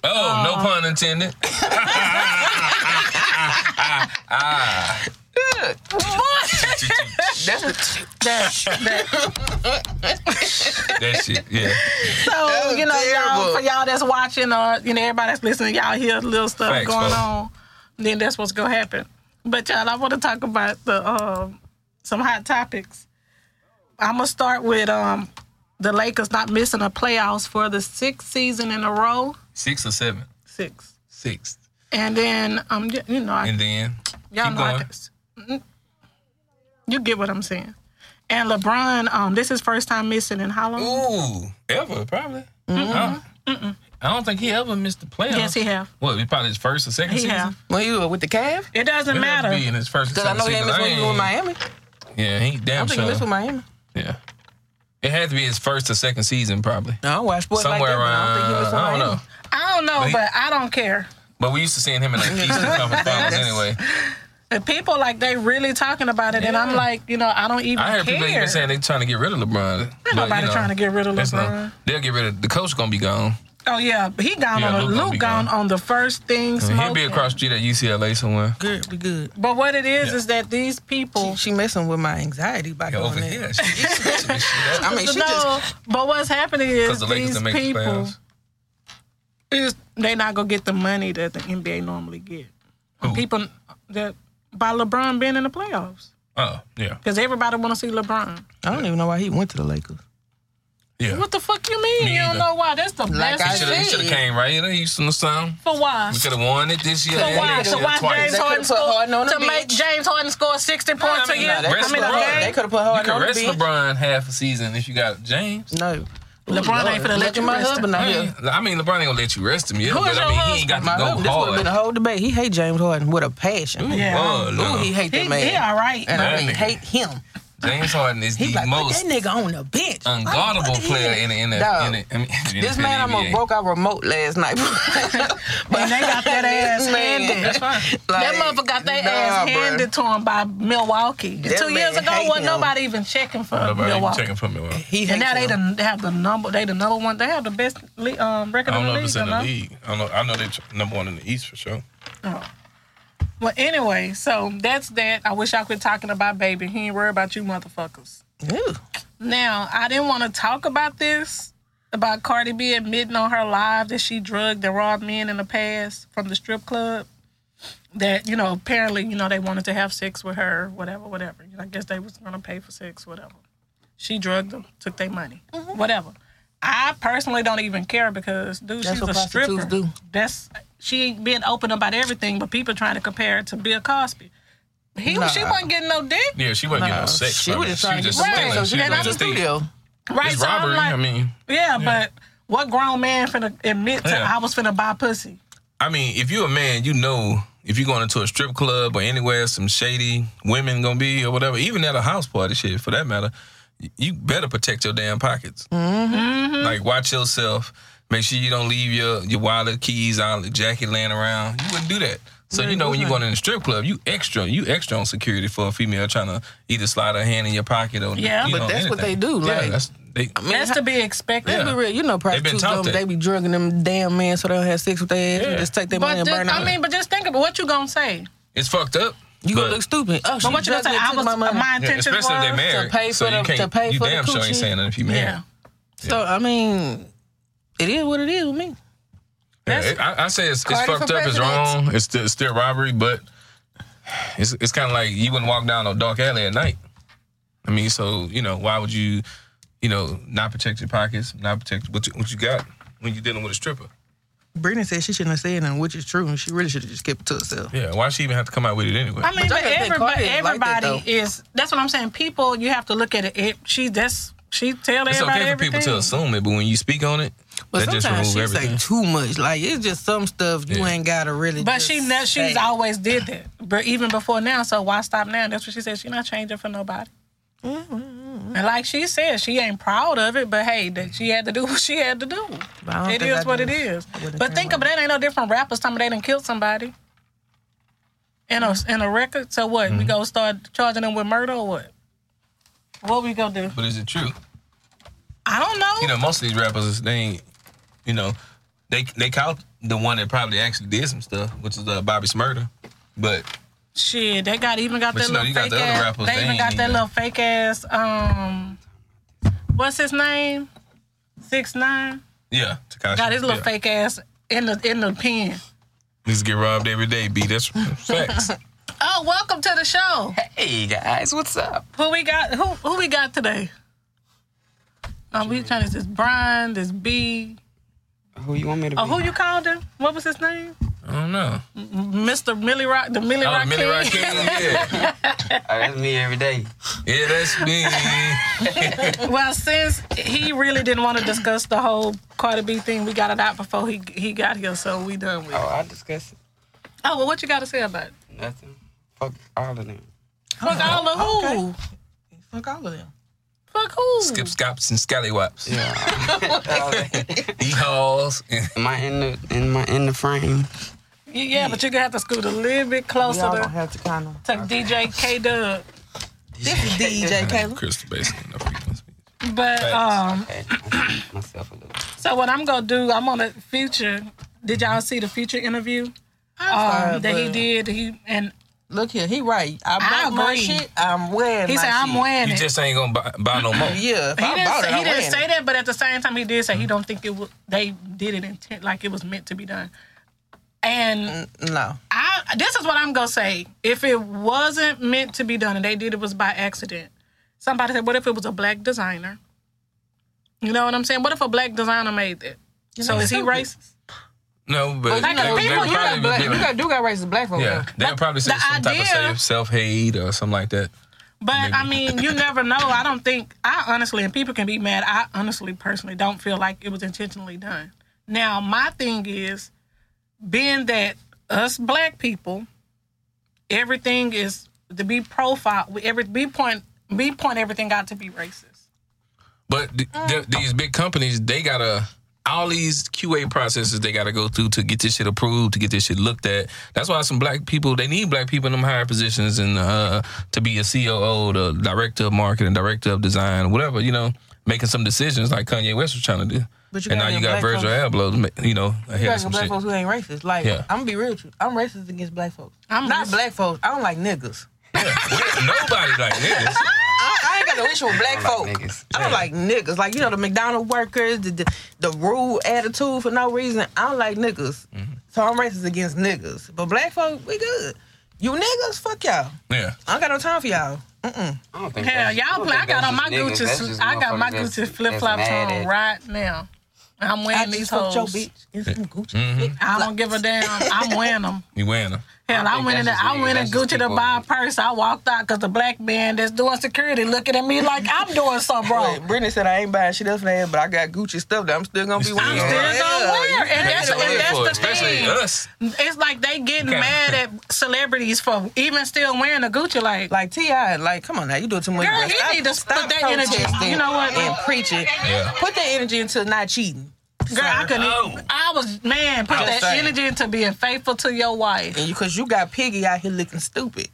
Speaker 3: Oh, no pun intended.
Speaker 4: That's the
Speaker 3: that shit. Yeah.
Speaker 2: So
Speaker 4: was
Speaker 2: you know,
Speaker 4: terrible.
Speaker 2: y'all for y'all that's watching or you know everybody that's listening, y'all hear little stuff
Speaker 3: Facts,
Speaker 2: going
Speaker 3: folks.
Speaker 2: on. Then that's what's gonna happen. But y'all, I want to talk about the um, some hot topics. I'm gonna start with um, the Lakers not missing a playoffs for the sixth season in a row,
Speaker 3: Six or seven.
Speaker 2: six.
Speaker 3: Six.
Speaker 2: And then um, y- you know, I,
Speaker 3: And then
Speaker 2: y'all
Speaker 3: keep
Speaker 2: know, I,
Speaker 3: going.
Speaker 2: could- Mm. you get what I'm saying. And LeBron, um, this is first time missing in how long?
Speaker 3: Ooh, ever probably. I, don't, I don't think he ever missed the playoffs.
Speaker 2: Mm-hmm. Yes, he have.
Speaker 3: Well, he probably his first or second
Speaker 2: He
Speaker 3: season.
Speaker 2: have.
Speaker 4: when you were with the calf.
Speaker 2: It doesn't
Speaker 3: It had to
Speaker 2: matter.
Speaker 3: Be in his first or
Speaker 4: Because I
Speaker 3: second
Speaker 4: know he ain't
Speaker 3: season.
Speaker 4: missed when
Speaker 3: I
Speaker 4: he was with
Speaker 3: ain't-
Speaker 4: Miami.
Speaker 3: Yeah, he
Speaker 4: I
Speaker 3: damn
Speaker 4: don't think he
Speaker 3: sure.
Speaker 4: missed with Miami.
Speaker 3: Yeah, it had to be his first or second season probably.
Speaker 4: No, I don't watch sports like
Speaker 3: Somewhere
Speaker 4: that, but I don't think
Speaker 3: around.
Speaker 4: he missed with
Speaker 3: I don't
Speaker 4: Miami.
Speaker 3: know.
Speaker 2: I don't know,
Speaker 3: But he-
Speaker 2: but I don't care.
Speaker 3: But we used to seeing him in like Eastern Conference Finals anyway.
Speaker 2: If people like they really talking about it, and I'm
Speaker 3: Yeah.
Speaker 2: like, you know, I don't even
Speaker 3: I heard
Speaker 2: care.
Speaker 3: people even saying they trying to get rid of LeBron. Ain't
Speaker 2: nobody trying to get rid of LeBron.
Speaker 3: they'll get rid of the coach. Gonna be gone.
Speaker 2: oh yeah, but he gone
Speaker 3: Yeah,
Speaker 2: on a
Speaker 3: Luke gonna
Speaker 2: Luke
Speaker 3: be
Speaker 2: gone
Speaker 3: gone.
Speaker 2: on the first thing
Speaker 3: And
Speaker 2: smoking.
Speaker 3: He'll be across the street at UCLA somewhere.
Speaker 4: Good, we good.
Speaker 2: But what it is
Speaker 3: Yeah.
Speaker 2: is that these people.
Speaker 4: She messing with my anxiety by
Speaker 3: Yeah,
Speaker 4: doing
Speaker 3: over
Speaker 4: that.
Speaker 3: here. She- she- she- she- she-
Speaker 4: I mean, she
Speaker 2: no,
Speaker 4: just
Speaker 2: but what's happening is
Speaker 3: Because the Lakers
Speaker 2: these
Speaker 3: done make the
Speaker 2: people
Speaker 3: playoffs.
Speaker 2: is they not gonna get the money that the NBA normally get.
Speaker 3: Who?
Speaker 2: People that by LeBron being in the playoffs
Speaker 3: Oh, yeah.
Speaker 2: because everybody want to see LeBron.
Speaker 4: I don't even know why he went to the Lakers.
Speaker 3: Yeah.
Speaker 2: What the fuck you mean?
Speaker 3: Me
Speaker 2: you don't
Speaker 3: either.
Speaker 2: know why? That's the
Speaker 4: Like I
Speaker 2: best
Speaker 3: Should
Speaker 2: shit.
Speaker 3: have, he
Speaker 4: said.
Speaker 3: should have came right here to Houston or something.
Speaker 2: For why?
Speaker 3: We could have won it this year.
Speaker 2: So
Speaker 3: and
Speaker 2: why?
Speaker 3: next
Speaker 2: So
Speaker 3: year
Speaker 2: why
Speaker 3: twice.
Speaker 2: James
Speaker 4: They
Speaker 2: Harden
Speaker 4: could've put
Speaker 2: score
Speaker 4: Harden on the
Speaker 2: to make
Speaker 4: bench.
Speaker 2: James Harden score sixty points
Speaker 3: I mean,
Speaker 2: again?
Speaker 3: no,
Speaker 4: they
Speaker 3: Rest
Speaker 2: I mean,
Speaker 4: could have put, Harden- they
Speaker 2: a game.
Speaker 4: could've put Harden
Speaker 3: You
Speaker 4: on
Speaker 3: can
Speaker 4: the
Speaker 3: rest
Speaker 4: bench.
Speaker 3: LeBron half a season if you got James.
Speaker 4: No.
Speaker 2: LeBron
Speaker 4: Lord.
Speaker 2: ain't finna let
Speaker 4: Let
Speaker 2: you
Speaker 4: you my
Speaker 2: rest him.
Speaker 4: husband out
Speaker 3: Hey,
Speaker 4: here.
Speaker 3: I mean, LeBron ain't gonna let you rest him yet,
Speaker 2: Who
Speaker 3: but
Speaker 2: is
Speaker 3: I
Speaker 2: your
Speaker 3: mean, he ain't got
Speaker 4: My
Speaker 3: to go
Speaker 4: husband, this would have been a
Speaker 3: hard.
Speaker 4: whole debate. He hate James Harden with a passion.
Speaker 2: Yeah.
Speaker 3: Oh,
Speaker 4: Ooh,
Speaker 3: no.
Speaker 4: he hate that
Speaker 2: He,
Speaker 4: man.
Speaker 2: he all right.
Speaker 4: And I
Speaker 3: That
Speaker 4: mean,
Speaker 3: nigga.
Speaker 4: hate him.
Speaker 3: James Harden is
Speaker 4: He
Speaker 3: the
Speaker 4: like, put
Speaker 3: most
Speaker 4: that nigga on the bench. Like, what
Speaker 3: unguardable
Speaker 4: the
Speaker 3: player
Speaker 4: hell?
Speaker 3: in the in the,
Speaker 4: Dog.
Speaker 3: in the, in the, in
Speaker 4: This
Speaker 3: the
Speaker 4: man
Speaker 3: NBA.
Speaker 4: almost broke our remote last night. but
Speaker 2: And they got that ass handed.
Speaker 4: That's
Speaker 2: fine. that motherfucker got their
Speaker 4: nah, bruh.
Speaker 2: ass handed to him by Milwaukee.
Speaker 4: That
Speaker 2: Two years
Speaker 4: man
Speaker 2: ago,
Speaker 4: hate
Speaker 2: wasn't
Speaker 4: him.
Speaker 2: nobody even checking for
Speaker 3: Nobody even
Speaker 2: Milwaukee.
Speaker 3: checking for Milwaukee.
Speaker 4: He
Speaker 2: And now
Speaker 4: hates
Speaker 2: they,
Speaker 4: him.
Speaker 2: the, they have the number. They the number one. They have the best le- um,
Speaker 3: I
Speaker 2: record
Speaker 3: don't
Speaker 2: in
Speaker 3: know
Speaker 2: the
Speaker 3: if
Speaker 2: league.
Speaker 3: it's in the
Speaker 2: don't they?
Speaker 3: league. I don't know. I know they're tr- number one in the East for sure.
Speaker 2: Oh. Well, anyway, so that's that. I wish I quit talking about baby. He ain't worried about you, motherfuckers.
Speaker 4: Ew.
Speaker 2: Now, I didn't want to talk about this about Cardi B admitting on her live that she drugged and robbed men in the past from the strip club. That you know, apparently, you know, they wanted to have sex with her, whatever, whatever. You know, I guess they was gonna pay for sex, whatever. She drugged them, took their money,
Speaker 4: Mm-hmm.
Speaker 2: whatever. I personally don't even care because, dude,
Speaker 4: That's
Speaker 2: she's
Speaker 4: what
Speaker 2: a
Speaker 4: prostitutes
Speaker 2: stripper.
Speaker 4: do.
Speaker 2: That's she ain't being open about everything, but people trying to compare it to Bill Cosby. He, she
Speaker 4: Nah.
Speaker 2: wasn't getting no dick.
Speaker 3: Yeah, she wasn't getting no
Speaker 4: Uh,
Speaker 3: sex.
Speaker 4: she
Speaker 3: from
Speaker 4: was
Speaker 3: it.
Speaker 4: just
Speaker 3: she
Speaker 4: trying to
Speaker 3: was just
Speaker 4: get
Speaker 2: Right,
Speaker 3: stealing.
Speaker 4: so
Speaker 2: so
Speaker 4: she
Speaker 3: she
Speaker 2: then
Speaker 3: was
Speaker 2: I
Speaker 4: got to
Speaker 3: just
Speaker 4: the
Speaker 2: just-
Speaker 3: stealing.
Speaker 4: studio.
Speaker 2: Right,
Speaker 3: It's
Speaker 2: so I'm
Speaker 3: robbery.
Speaker 2: like,
Speaker 3: I mean,
Speaker 2: yeah, but what grown man finna admit to
Speaker 3: Yeah.
Speaker 2: I was finna buy pussy?
Speaker 3: I mean, if you're a man, you know if you're going into a strip club or anywhere some shady women gonna be or whatever, even at a house party, shit for that matter, y- you better protect your damn pockets. Like watch yourself. Make sure you don't leave your your wallet, keys, out, jacket laying around. You wouldn't do that. So you know when you're going in the strip club, you extra, you extra on security for a female trying to either slide her hand in your pocket or
Speaker 2: Yeah.
Speaker 3: you
Speaker 2: But
Speaker 3: know,
Speaker 4: that's what
Speaker 3: anything.
Speaker 4: they do,
Speaker 3: Yeah,
Speaker 4: like-
Speaker 3: that's, they,
Speaker 2: That's to be expected.
Speaker 4: Let's
Speaker 3: Yeah.
Speaker 4: be real. You know, prostitutes
Speaker 3: taught
Speaker 4: don't.
Speaker 3: that.
Speaker 4: They be drugging them damn men so they don't have sex with their ass and
Speaker 3: Yeah.
Speaker 4: just take their money
Speaker 2: But
Speaker 4: and
Speaker 2: just,
Speaker 4: burn out.
Speaker 2: I mean, but just think about what you gonna say.
Speaker 3: it's fucked up.
Speaker 4: you
Speaker 3: but-
Speaker 4: gonna look stupid. Oh,
Speaker 2: But what you gonna say? I was
Speaker 4: my
Speaker 2: my,
Speaker 4: money.
Speaker 3: Yeah,
Speaker 2: intention was
Speaker 3: especially if they married.
Speaker 4: pay
Speaker 3: so
Speaker 4: for
Speaker 3: you
Speaker 4: the-
Speaker 3: can't,
Speaker 4: to pay
Speaker 3: you
Speaker 4: for the
Speaker 3: damn sure
Speaker 4: coochie.
Speaker 3: ain't saying nothing if you married.
Speaker 2: Yeah.
Speaker 4: So I mean, it is what it is with me.
Speaker 3: Yeah,
Speaker 2: That's-
Speaker 3: it- I, I say it's, it's
Speaker 4: Cardi
Speaker 3: fucked
Speaker 4: for
Speaker 3: up. It's
Speaker 4: president.
Speaker 3: wrong. It's still, it's still robbery, but it's it's kind of like you wouldn't walk down a dark alley at night. I mean, so you know why would you, you know, not protect your pockets, not protect what you, what you got when you're dealing with a stripper?
Speaker 4: Brittany said she shouldn't have said nothing, which is true, and she really should have just kept it to herself.
Speaker 3: Yeah, why she even have to come out with it anyway?
Speaker 2: I
Speaker 4: But y'all
Speaker 2: mean, but,
Speaker 4: gotta think Cardi
Speaker 2: everybody,
Speaker 4: is like that,
Speaker 2: everybody is. That's what I'm saying. People, you have to look at it. it she that's she tell
Speaker 3: it's
Speaker 2: everybody
Speaker 3: okay for
Speaker 2: everything.
Speaker 3: people to assume it, but when you speak on it,
Speaker 4: But
Speaker 3: that just
Speaker 4: sometimes
Speaker 3: removes
Speaker 4: she
Speaker 3: everything.
Speaker 4: say too much. Like it's just some stuff you
Speaker 3: Yeah.
Speaker 4: ain't gotta really.
Speaker 2: But
Speaker 4: just
Speaker 2: she ne-
Speaker 4: say.
Speaker 2: she's always did that. But even before now, so why stop now? That's what she said. She not changing for nobody.
Speaker 4: Mm-hmm.
Speaker 2: And like she said, she ain't proud of it, but hey, that she had to do what she had to do.
Speaker 4: But I don't
Speaker 2: It
Speaker 4: think
Speaker 2: is
Speaker 4: I
Speaker 2: what
Speaker 4: do.
Speaker 2: it is.
Speaker 4: I wouldn't
Speaker 2: But
Speaker 4: think
Speaker 2: think
Speaker 4: like
Speaker 2: about it, ain't no different rappers talking about they done killed somebody. In a
Speaker 4: Mm-hmm.
Speaker 2: in a record, so what? We go start charging them with murder or what? What we gonna do?
Speaker 3: But is it true?
Speaker 2: I don't know.
Speaker 3: You know, most of these rappers they ain't, you know, they they caught the one that probably actually did some stuff, which is uh, Bobby Smurda, but.
Speaker 2: Shit, they got even got
Speaker 3: But
Speaker 2: that
Speaker 3: you know,
Speaker 2: little
Speaker 3: you got
Speaker 2: fake
Speaker 3: the other
Speaker 2: ass.
Speaker 3: rappers,
Speaker 2: they
Speaker 3: they
Speaker 2: even
Speaker 3: ain't
Speaker 2: got that
Speaker 3: even-
Speaker 2: little fake ass. Um, what's his name? Six nine.
Speaker 3: Yeah, Tekashi.
Speaker 2: Got his little
Speaker 3: yeah.
Speaker 2: fake ass in the in the pen.
Speaker 3: Niggas get robbed every day, B. That's facts.
Speaker 2: Oh, welcome to the show.
Speaker 4: Hey guys, what's up?
Speaker 2: Who we got? Who who we got today? Um, we trying to this Brian, this B.
Speaker 5: Who you want me to be?
Speaker 2: Oh, who you called him? What was his name?
Speaker 3: I don't know.
Speaker 2: Mr. Millie Rock, the Millie
Speaker 3: Oh,
Speaker 2: Rock.
Speaker 3: Millie
Speaker 2: King.
Speaker 3: Rock King, yeah.
Speaker 5: Oh, that's me every day.
Speaker 3: Yeah, that's me.
Speaker 2: Well, since he really didn't want to discuss the whole Cardi B thing, we got it out before he he got here, so we done with. it.
Speaker 5: Oh, I discuss it.
Speaker 2: Oh well, what you got to say about it?
Speaker 5: Nothing. Fuck all of them.
Speaker 2: Fuck all of who?
Speaker 4: Fuck all of them.
Speaker 2: Fuck who?
Speaker 3: Skip scops and scallywops. Yeah.
Speaker 5: Yeah.
Speaker 3: E-hauls. and-
Speaker 5: am I in the am I in the frame?
Speaker 2: Y- Yeah, but you're gonna have to scoot a little bit closer
Speaker 5: Y'all don't
Speaker 2: to,
Speaker 5: have to kind of.
Speaker 2: to DJ K Dub.
Speaker 4: This is DJ Caleb.
Speaker 3: Crystal Basin. No freaking speech.
Speaker 2: But um,
Speaker 5: myself a little.
Speaker 2: so what I'm gonna do? I'm on the future. Did y'all see the future interview
Speaker 4: sorry,
Speaker 2: um, that he
Speaker 4: but-
Speaker 2: did? He and
Speaker 4: Look here, he right. I
Speaker 2: I
Speaker 4: bought my
Speaker 2: agree.
Speaker 4: shit. I'm wearing.
Speaker 2: he
Speaker 4: my
Speaker 2: said, "I'm
Speaker 4: shit."
Speaker 2: wearing
Speaker 3: You
Speaker 2: it."
Speaker 3: just ain't gonna buy, buy no more.
Speaker 4: Yeah, if
Speaker 2: He
Speaker 4: I
Speaker 2: didn't,
Speaker 4: bought it,
Speaker 2: say,
Speaker 4: I'm
Speaker 2: he didn't
Speaker 4: wearing
Speaker 2: say
Speaker 4: it.
Speaker 2: that, but at the same time, he did say he don't think it was. They did it intent like it was meant to be done. And
Speaker 4: Mm-hmm. No,
Speaker 2: I this is what I'm gonna say. If it wasn't meant to be done and they did it was by accident, somebody said, What if it was a black designer? You know what I'm saying? What if a black designer made that? so is he
Speaker 4: stupid.
Speaker 2: racist?
Speaker 3: No, but
Speaker 2: Like,
Speaker 3: they,
Speaker 2: the
Speaker 3: they
Speaker 2: people,
Speaker 3: probably
Speaker 2: you got
Speaker 3: would
Speaker 2: black-
Speaker 3: be
Speaker 2: you
Speaker 3: like-
Speaker 4: do got racist black folks.
Speaker 3: yeah, they would probably say
Speaker 2: the
Speaker 3: some type of
Speaker 2: idea-
Speaker 3: self, self-hate or something like that.
Speaker 2: But I mean, you never know. I don't think I honestly and people can be mad. I honestly personally don't feel like it was intentionally done. Now, my thing is being that us black people everything is to be profiled. We every we point We point everything out to be racist.
Speaker 3: But th-
Speaker 4: Mm.
Speaker 3: th- these big companies, they gotta all these QA processes they gotta go through to get this shit approved, to get this shit looked at. That's why some black people they need black people in them higher positions and uh, to be a COO, the director of marketing, director of design, whatever. You know, making some decisions like Kanye West was trying to do.
Speaker 4: But you
Speaker 3: and
Speaker 4: got
Speaker 3: now you
Speaker 4: them
Speaker 3: got
Speaker 4: black
Speaker 3: Virgil Abloh, ma- you know,
Speaker 4: You
Speaker 3: ahead
Speaker 4: got some
Speaker 3: of some
Speaker 4: black
Speaker 3: shit.
Speaker 4: folks who ain't racist. Like
Speaker 3: Yeah.
Speaker 4: I'm gonna be real with you. I'm racist against black folks.
Speaker 2: I'm
Speaker 4: not
Speaker 2: racist.
Speaker 4: black folks. I don't like niggas.
Speaker 3: Yeah, Nobody like niggas.
Speaker 4: I, I ain't got no issue with black
Speaker 5: like
Speaker 4: folk.
Speaker 5: niggas.
Speaker 4: I don't like niggas. Like you know the McDonald workers, the the, the rude attitude for no reason. I don't like niggas. So I'm racist against niggas. But black folk, we good. You niggas, fuck y'all.
Speaker 3: Yeah.
Speaker 4: I don't got no time for y'all. Mm-mm.
Speaker 5: I don't think
Speaker 2: Hell,
Speaker 5: that's- I
Speaker 2: y'all
Speaker 5: don't
Speaker 2: play. I
Speaker 5: think
Speaker 2: got
Speaker 5: that's
Speaker 2: on my
Speaker 5: just niggas.
Speaker 2: Gucci.
Speaker 5: That's
Speaker 2: suit-
Speaker 5: just
Speaker 2: I got my
Speaker 5: motherfuckers that's-
Speaker 2: Gucci
Speaker 5: that's
Speaker 2: flip flops
Speaker 5: mad
Speaker 2: on
Speaker 5: at-
Speaker 2: right now. I'm
Speaker 4: I
Speaker 2: wearing
Speaker 4: just
Speaker 2: these
Speaker 4: fucked your
Speaker 2: hoes.
Speaker 4: bitch in some Gucci.
Speaker 2: I don't give a damn. I'm wearing them.
Speaker 3: You wearing them.
Speaker 5: I
Speaker 2: Hell, I
Speaker 5: think
Speaker 2: went in there.
Speaker 5: that's just
Speaker 2: I went in
Speaker 5: niggas. That's
Speaker 2: Gucci
Speaker 5: just
Speaker 2: to
Speaker 5: people.
Speaker 2: buy a purse. I walked out because the black man that's doing security looking at me like I'm doing something
Speaker 4: Wait,
Speaker 2: wrong.
Speaker 4: Brittany said I ain't buying shit else from there, but I got Gucci stuff that I'm still gonna be
Speaker 3: You
Speaker 4: wearing.
Speaker 3: still
Speaker 2: They're gonna wear, it. and that's,
Speaker 3: That's
Speaker 2: and
Speaker 3: what we're for,
Speaker 2: that's the
Speaker 3: especially
Speaker 2: thing.
Speaker 3: us.
Speaker 2: It's like they getting
Speaker 3: Okay.
Speaker 2: mad at celebrities for even still wearing a Gucci. Like,
Speaker 4: Like Ti, like come on now, you doing too much.
Speaker 2: Girl,
Speaker 4: bro.
Speaker 2: he need to put that energy-
Speaker 4: protesting
Speaker 2: you know what?
Speaker 4: And preaching.
Speaker 3: Yeah.
Speaker 4: Put that energy into not cheating.
Speaker 2: girl, I couldn't.
Speaker 3: Oh.
Speaker 2: I was man, put
Speaker 4: I'm
Speaker 2: that
Speaker 4: saying.
Speaker 2: energy into being faithful to your wife.
Speaker 4: And you, cause you got Piggy out here looking stupid.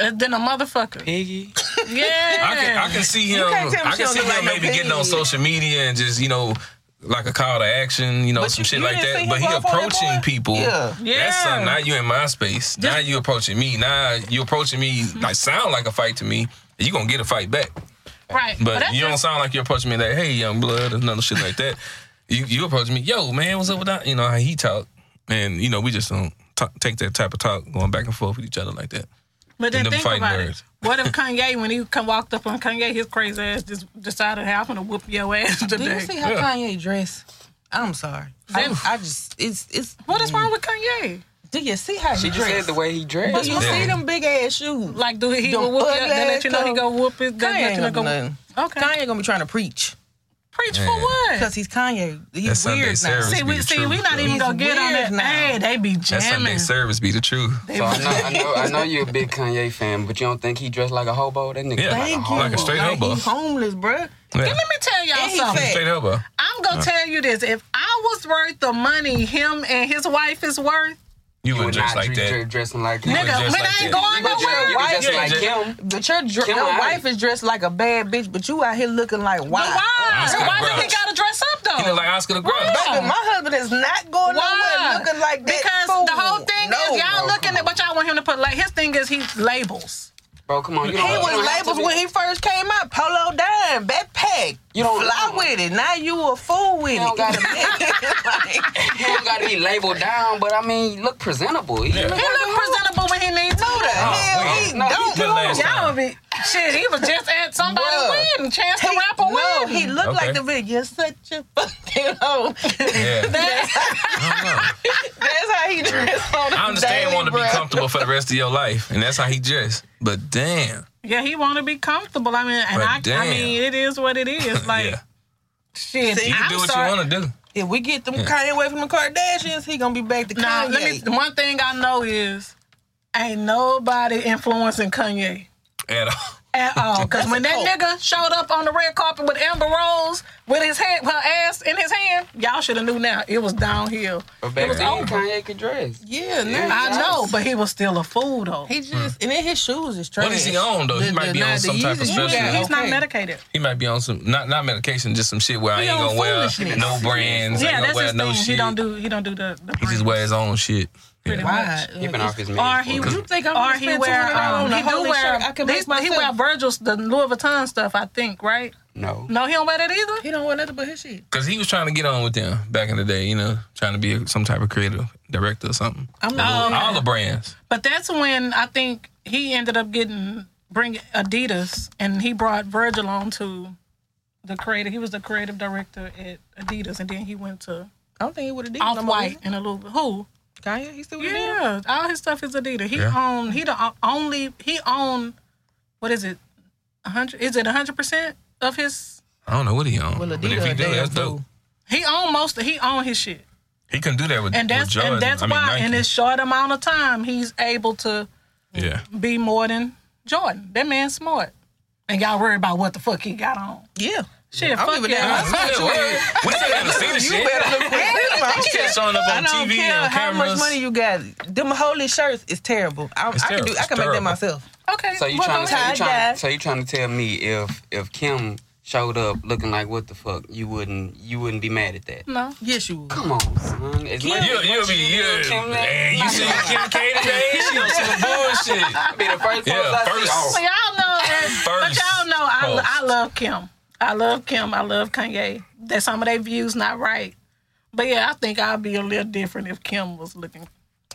Speaker 2: And then a motherfucker.
Speaker 5: Piggy.
Speaker 2: Yeah.
Speaker 3: I can, I can see him.
Speaker 4: You can't tell me
Speaker 3: I
Speaker 4: she
Speaker 3: can
Speaker 4: don't
Speaker 3: see
Speaker 4: look like
Speaker 3: him
Speaker 4: no
Speaker 3: maybe getting
Speaker 4: pig.
Speaker 3: on social media and just you know, like a call to action, you know,
Speaker 4: But
Speaker 3: some
Speaker 4: you-
Speaker 3: shit
Speaker 4: you
Speaker 3: like
Speaker 4: didn't see
Speaker 3: that.
Speaker 4: him
Speaker 3: But he
Speaker 4: go up on that boy?
Speaker 3: approaching people.
Speaker 4: Yeah.
Speaker 2: Yeah.
Speaker 3: That's something. Now you in my space. Now you approaching me. Now you approaching me
Speaker 4: Mm-hmm.
Speaker 3: like sound like a fight to me. You gonna get a fight back,
Speaker 2: right.
Speaker 3: but
Speaker 2: that's
Speaker 3: you don't
Speaker 2: just-
Speaker 3: sound like you're approaching me like, "Hey, young blood," or none of shit like that. You you approaching me, "Yo, man, what's up with that?" You know how he talk, and you know we just don't talk, take that type of talk going back and forth with each other like that.
Speaker 2: But then
Speaker 3: them
Speaker 2: think
Speaker 3: fighting
Speaker 2: about
Speaker 3: words.
Speaker 2: it. What if Kanye, when he come walked up on Kanye, his crazy ass just decided, "Hey, I'm gonna whoop your ass
Speaker 4: Do you
Speaker 2: today."
Speaker 4: see how
Speaker 3: Yeah.
Speaker 4: Kanye dressed? I'm sorry. I, I just it's it's.
Speaker 2: What is
Speaker 3: Mm.
Speaker 2: wrong with Kanye?
Speaker 4: Do you see how he
Speaker 5: She just said
Speaker 4: dressed?
Speaker 5: the way he dressed.
Speaker 4: But you
Speaker 3: Yeah.
Speaker 4: see them big ass shoes.
Speaker 2: Like, do
Speaker 4: Them
Speaker 2: he go whoop? They
Speaker 4: ugly
Speaker 2: let you know he
Speaker 4: ass
Speaker 2: go whoop his. They
Speaker 4: Kanye
Speaker 2: let
Speaker 4: ain't
Speaker 2: you
Speaker 4: gonna
Speaker 2: know
Speaker 4: do
Speaker 2: go.
Speaker 4: nothing.
Speaker 2: Okay.
Speaker 4: Kanye gonna be trying to preach
Speaker 2: Preach for
Speaker 3: Yeah.
Speaker 2: what?
Speaker 4: because he's Kanye.
Speaker 3: That
Speaker 4: He's
Speaker 3: Sunday
Speaker 4: weird now.
Speaker 3: service.
Speaker 2: See, we
Speaker 3: It's
Speaker 2: see,
Speaker 3: true,
Speaker 2: we not
Speaker 3: though.
Speaker 2: even
Speaker 4: He's
Speaker 2: gonna get on
Speaker 4: weird
Speaker 2: that.
Speaker 4: now.
Speaker 2: Hey, they be
Speaker 3: That Sunday
Speaker 2: jamming.
Speaker 3: service be the truth.
Speaker 5: So I know, I know, I know you're a big Kanye fan, but you don't think he dressed like a hobo? That nigga,
Speaker 3: Yeah.
Speaker 5: like a
Speaker 4: Thank you.
Speaker 5: hobo.
Speaker 3: Oh, Like a straight
Speaker 4: like
Speaker 3: hobo.
Speaker 4: He homeless, bruh.
Speaker 3: Yeah.
Speaker 2: Let me tell y'all
Speaker 4: And he
Speaker 2: something.
Speaker 4: fat.
Speaker 3: Straight elbow.
Speaker 2: I'm gonna tell you this: if I was worth the money him and his wife is worth,
Speaker 3: You
Speaker 5: You
Speaker 3: would dress like that.
Speaker 5: dressing like
Speaker 3: You
Speaker 5: that.
Speaker 3: would
Speaker 2: nigga,
Speaker 3: dress
Speaker 2: when
Speaker 3: like
Speaker 2: I ain't
Speaker 3: that.
Speaker 2: going
Speaker 5: You would dress- you
Speaker 2: nowhere.
Speaker 5: would dress
Speaker 3: Yeah,
Speaker 5: like
Speaker 3: just-
Speaker 5: him.
Speaker 4: But your, dr-
Speaker 5: Kim
Speaker 4: your
Speaker 5: Wilde.
Speaker 4: wife is dressed like a bad bitch, but you out here looking like why?
Speaker 2: But why?
Speaker 3: Oscar
Speaker 2: Why do
Speaker 3: Grouch.
Speaker 2: we gotta dress up
Speaker 3: He
Speaker 2: though?
Speaker 3: look like Oscar the Grouch.
Speaker 2: Right.
Speaker 4: Baby, my husband is not going
Speaker 2: Why?
Speaker 4: nowhere looking like that.
Speaker 2: because
Speaker 4: fool.
Speaker 2: the whole thing
Speaker 4: No.
Speaker 2: is y'all
Speaker 5: bro,
Speaker 2: looking
Speaker 5: come
Speaker 2: at, but y'all want him to put like his thing is he labels.
Speaker 5: Bro, come on. You don't,
Speaker 4: He
Speaker 5: you
Speaker 4: was
Speaker 5: don't have to
Speaker 4: labeled
Speaker 5: be-
Speaker 4: when he first came out. Polo dime, backpack.
Speaker 5: You don't-
Speaker 4: fly with it. Now you a fool with
Speaker 5: don't
Speaker 4: it.
Speaker 5: gotta
Speaker 4: Like,
Speaker 5: He don't got to be labeled down, but I mean, he look presentable. He
Speaker 2: He
Speaker 5: look-
Speaker 2: look presentable when he needs to.
Speaker 4: Who
Speaker 3: Oh,
Speaker 4: the hell
Speaker 5: wait.
Speaker 4: he
Speaker 5: No, he
Speaker 4: don't
Speaker 3: look last
Speaker 4: do?
Speaker 3: time.
Speaker 2: Y'all be shit. He was just at somebody
Speaker 4: Bruh.
Speaker 2: wedding, chance to
Speaker 4: He-
Speaker 2: wrap a
Speaker 4: no,
Speaker 2: wedding.
Speaker 4: he looked
Speaker 3: Okay.
Speaker 4: like the video. You're such a fucking hoe.
Speaker 3: Yeah. I don't know.
Speaker 4: That's how he dressed on
Speaker 3: I understand
Speaker 4: want
Speaker 3: wanting to be comfortable for the rest of your life, and that's how he dressed. But damn.
Speaker 2: yeah, he want to be comfortable. I mean, and
Speaker 3: But
Speaker 2: I, I
Speaker 3: damn.
Speaker 2: mean, it is what it is. Like
Speaker 3: yeah.
Speaker 2: shit,
Speaker 4: See,
Speaker 3: You can
Speaker 2: I'm
Speaker 3: do what
Speaker 2: sorry.
Speaker 3: you want to do.
Speaker 4: If we get
Speaker 3: Hmm.
Speaker 4: them Kanye away from the Kardashians, he gonna be back to
Speaker 2: Nah,
Speaker 4: Kanye.
Speaker 2: let me. The one thing I know is, ain't nobody influencing Kanye.
Speaker 3: At all.
Speaker 2: at all. Because when
Speaker 4: That's
Speaker 2: that
Speaker 4: a
Speaker 2: nigga showed up on the red carpet with Amber Rose with his head, her ass in his hand, y'all should have knew now it was downhill.
Speaker 5: But back
Speaker 2: was
Speaker 5: then,
Speaker 2: over.
Speaker 5: Kanye could dress.
Speaker 4: yeah, nah.
Speaker 2: I know, but he was still a fool though.
Speaker 4: He just and then his shoes is trash.
Speaker 3: Hmm. What is he on, though? He might be on
Speaker 4: nah, the
Speaker 3: some type of
Speaker 4: Yeezys you
Speaker 3: special-
Speaker 4: got,
Speaker 2: He's not
Speaker 4: okay.
Speaker 2: medicated.
Speaker 3: He might be on some not not medication, just some shit where I
Speaker 4: He
Speaker 3: ain't
Speaker 4: on
Speaker 3: gonna wear
Speaker 4: foolishness.
Speaker 3: no brands.
Speaker 2: Yeah,
Speaker 3: ain't gonna
Speaker 2: that's
Speaker 3: wear
Speaker 2: his thing.
Speaker 3: no
Speaker 2: He
Speaker 3: shit.
Speaker 2: don't do. He don't do the. the
Speaker 3: He just
Speaker 2: brand.
Speaker 3: wear his own shit.
Speaker 2: Pretty
Speaker 3: Yeah.
Speaker 2: much.
Speaker 4: Why?
Speaker 5: He been off his man.
Speaker 2: Or
Speaker 5: for
Speaker 2: he,
Speaker 5: it.
Speaker 4: You think I'm
Speaker 2: or
Speaker 4: gonna
Speaker 2: he
Speaker 4: spend
Speaker 2: wear
Speaker 4: $200
Speaker 2: um,
Speaker 4: on a
Speaker 2: he do
Speaker 4: holy
Speaker 2: wear
Speaker 4: shirt? I can
Speaker 2: these,
Speaker 4: make
Speaker 2: he
Speaker 4: myself.
Speaker 2: wear Virgil's the Louis Vuitton stuff I think right
Speaker 5: No.
Speaker 2: no he don't wear that either
Speaker 4: He don't wear nothing but his shit.
Speaker 3: Cause he was trying to get on with them back in the day, you know, trying to be a, some type of creative director or something.
Speaker 4: I'm not.
Speaker 3: All the brands.
Speaker 2: but that's when I think he ended up getting bring Adidas and he brought Virgil on to the creative. He was the creative director at Adidas, and then he went to
Speaker 4: I don't think he would have did
Speaker 2: Off
Speaker 4: no more.
Speaker 2: White and a little who.
Speaker 4: Kanye, he still with yeah.
Speaker 2: Yeah, all his stuff is Adidas. He
Speaker 3: Yeah.
Speaker 2: owned. He the o- only. He owned. What is it? A hundred? Is it a hundred percent of his?
Speaker 3: I don't know what he on.
Speaker 4: Well,
Speaker 3: but if
Speaker 4: Adidas
Speaker 3: he
Speaker 4: a
Speaker 3: do,
Speaker 4: damn
Speaker 3: that's dope.
Speaker 4: fool.
Speaker 2: He owned most. Of, he owned his shit,
Speaker 3: He couldn't do that with
Speaker 2: and that's
Speaker 3: with Jordan.
Speaker 2: and that's
Speaker 3: I mean,
Speaker 2: why in
Speaker 3: Nike.
Speaker 2: this short amount of time he's able to
Speaker 3: yeah.
Speaker 2: be more than Jordan. That man's smart. and y'all worry about what the fuck he got on.
Speaker 4: Yeah.
Speaker 2: Shit,
Speaker 4: I don't
Speaker 2: fuck
Speaker 4: give a
Speaker 2: yeah.
Speaker 4: damn.
Speaker 2: That's
Speaker 3: Yeah, well, we still gotta see the shit.
Speaker 4: I
Speaker 3: Shit showing up
Speaker 4: I
Speaker 3: on
Speaker 4: don't
Speaker 3: TV
Speaker 4: care
Speaker 3: and
Speaker 4: how much
Speaker 3: cameras.
Speaker 4: money you got. Them holy shirts is terrible. I,
Speaker 3: It's
Speaker 4: I can do.
Speaker 3: terrible.
Speaker 4: I can
Speaker 3: It's
Speaker 4: make
Speaker 3: terrible.
Speaker 4: that myself.
Speaker 2: Okay.
Speaker 5: So you
Speaker 2: well,
Speaker 5: trying
Speaker 2: go
Speaker 5: to so you
Speaker 2: ahead.
Speaker 5: trying so you trying to tell me if if Kim showed up looking like what the fuck you wouldn't you wouldn't be mad at that?
Speaker 2: No.
Speaker 4: Yes, you would.
Speaker 5: Come on, son. As much
Speaker 3: You'll,
Speaker 5: as
Speaker 3: you'll be,
Speaker 5: you do,
Speaker 3: yeah.
Speaker 5: Kim,
Speaker 3: Man, you
Speaker 5: like,
Speaker 3: see Kim K today? She on some bullshit.
Speaker 5: be the first
Speaker 3: Yeah,
Speaker 5: person I see.
Speaker 3: first.
Speaker 5: Oh,
Speaker 2: Well, y'all know, that- but
Speaker 3: First
Speaker 2: y'all know, I,
Speaker 3: post.
Speaker 2: I love Kim. I love Kim. I love Kanye. That some of their views not right, but yeah, I think I'd be a little different if Kim was looking.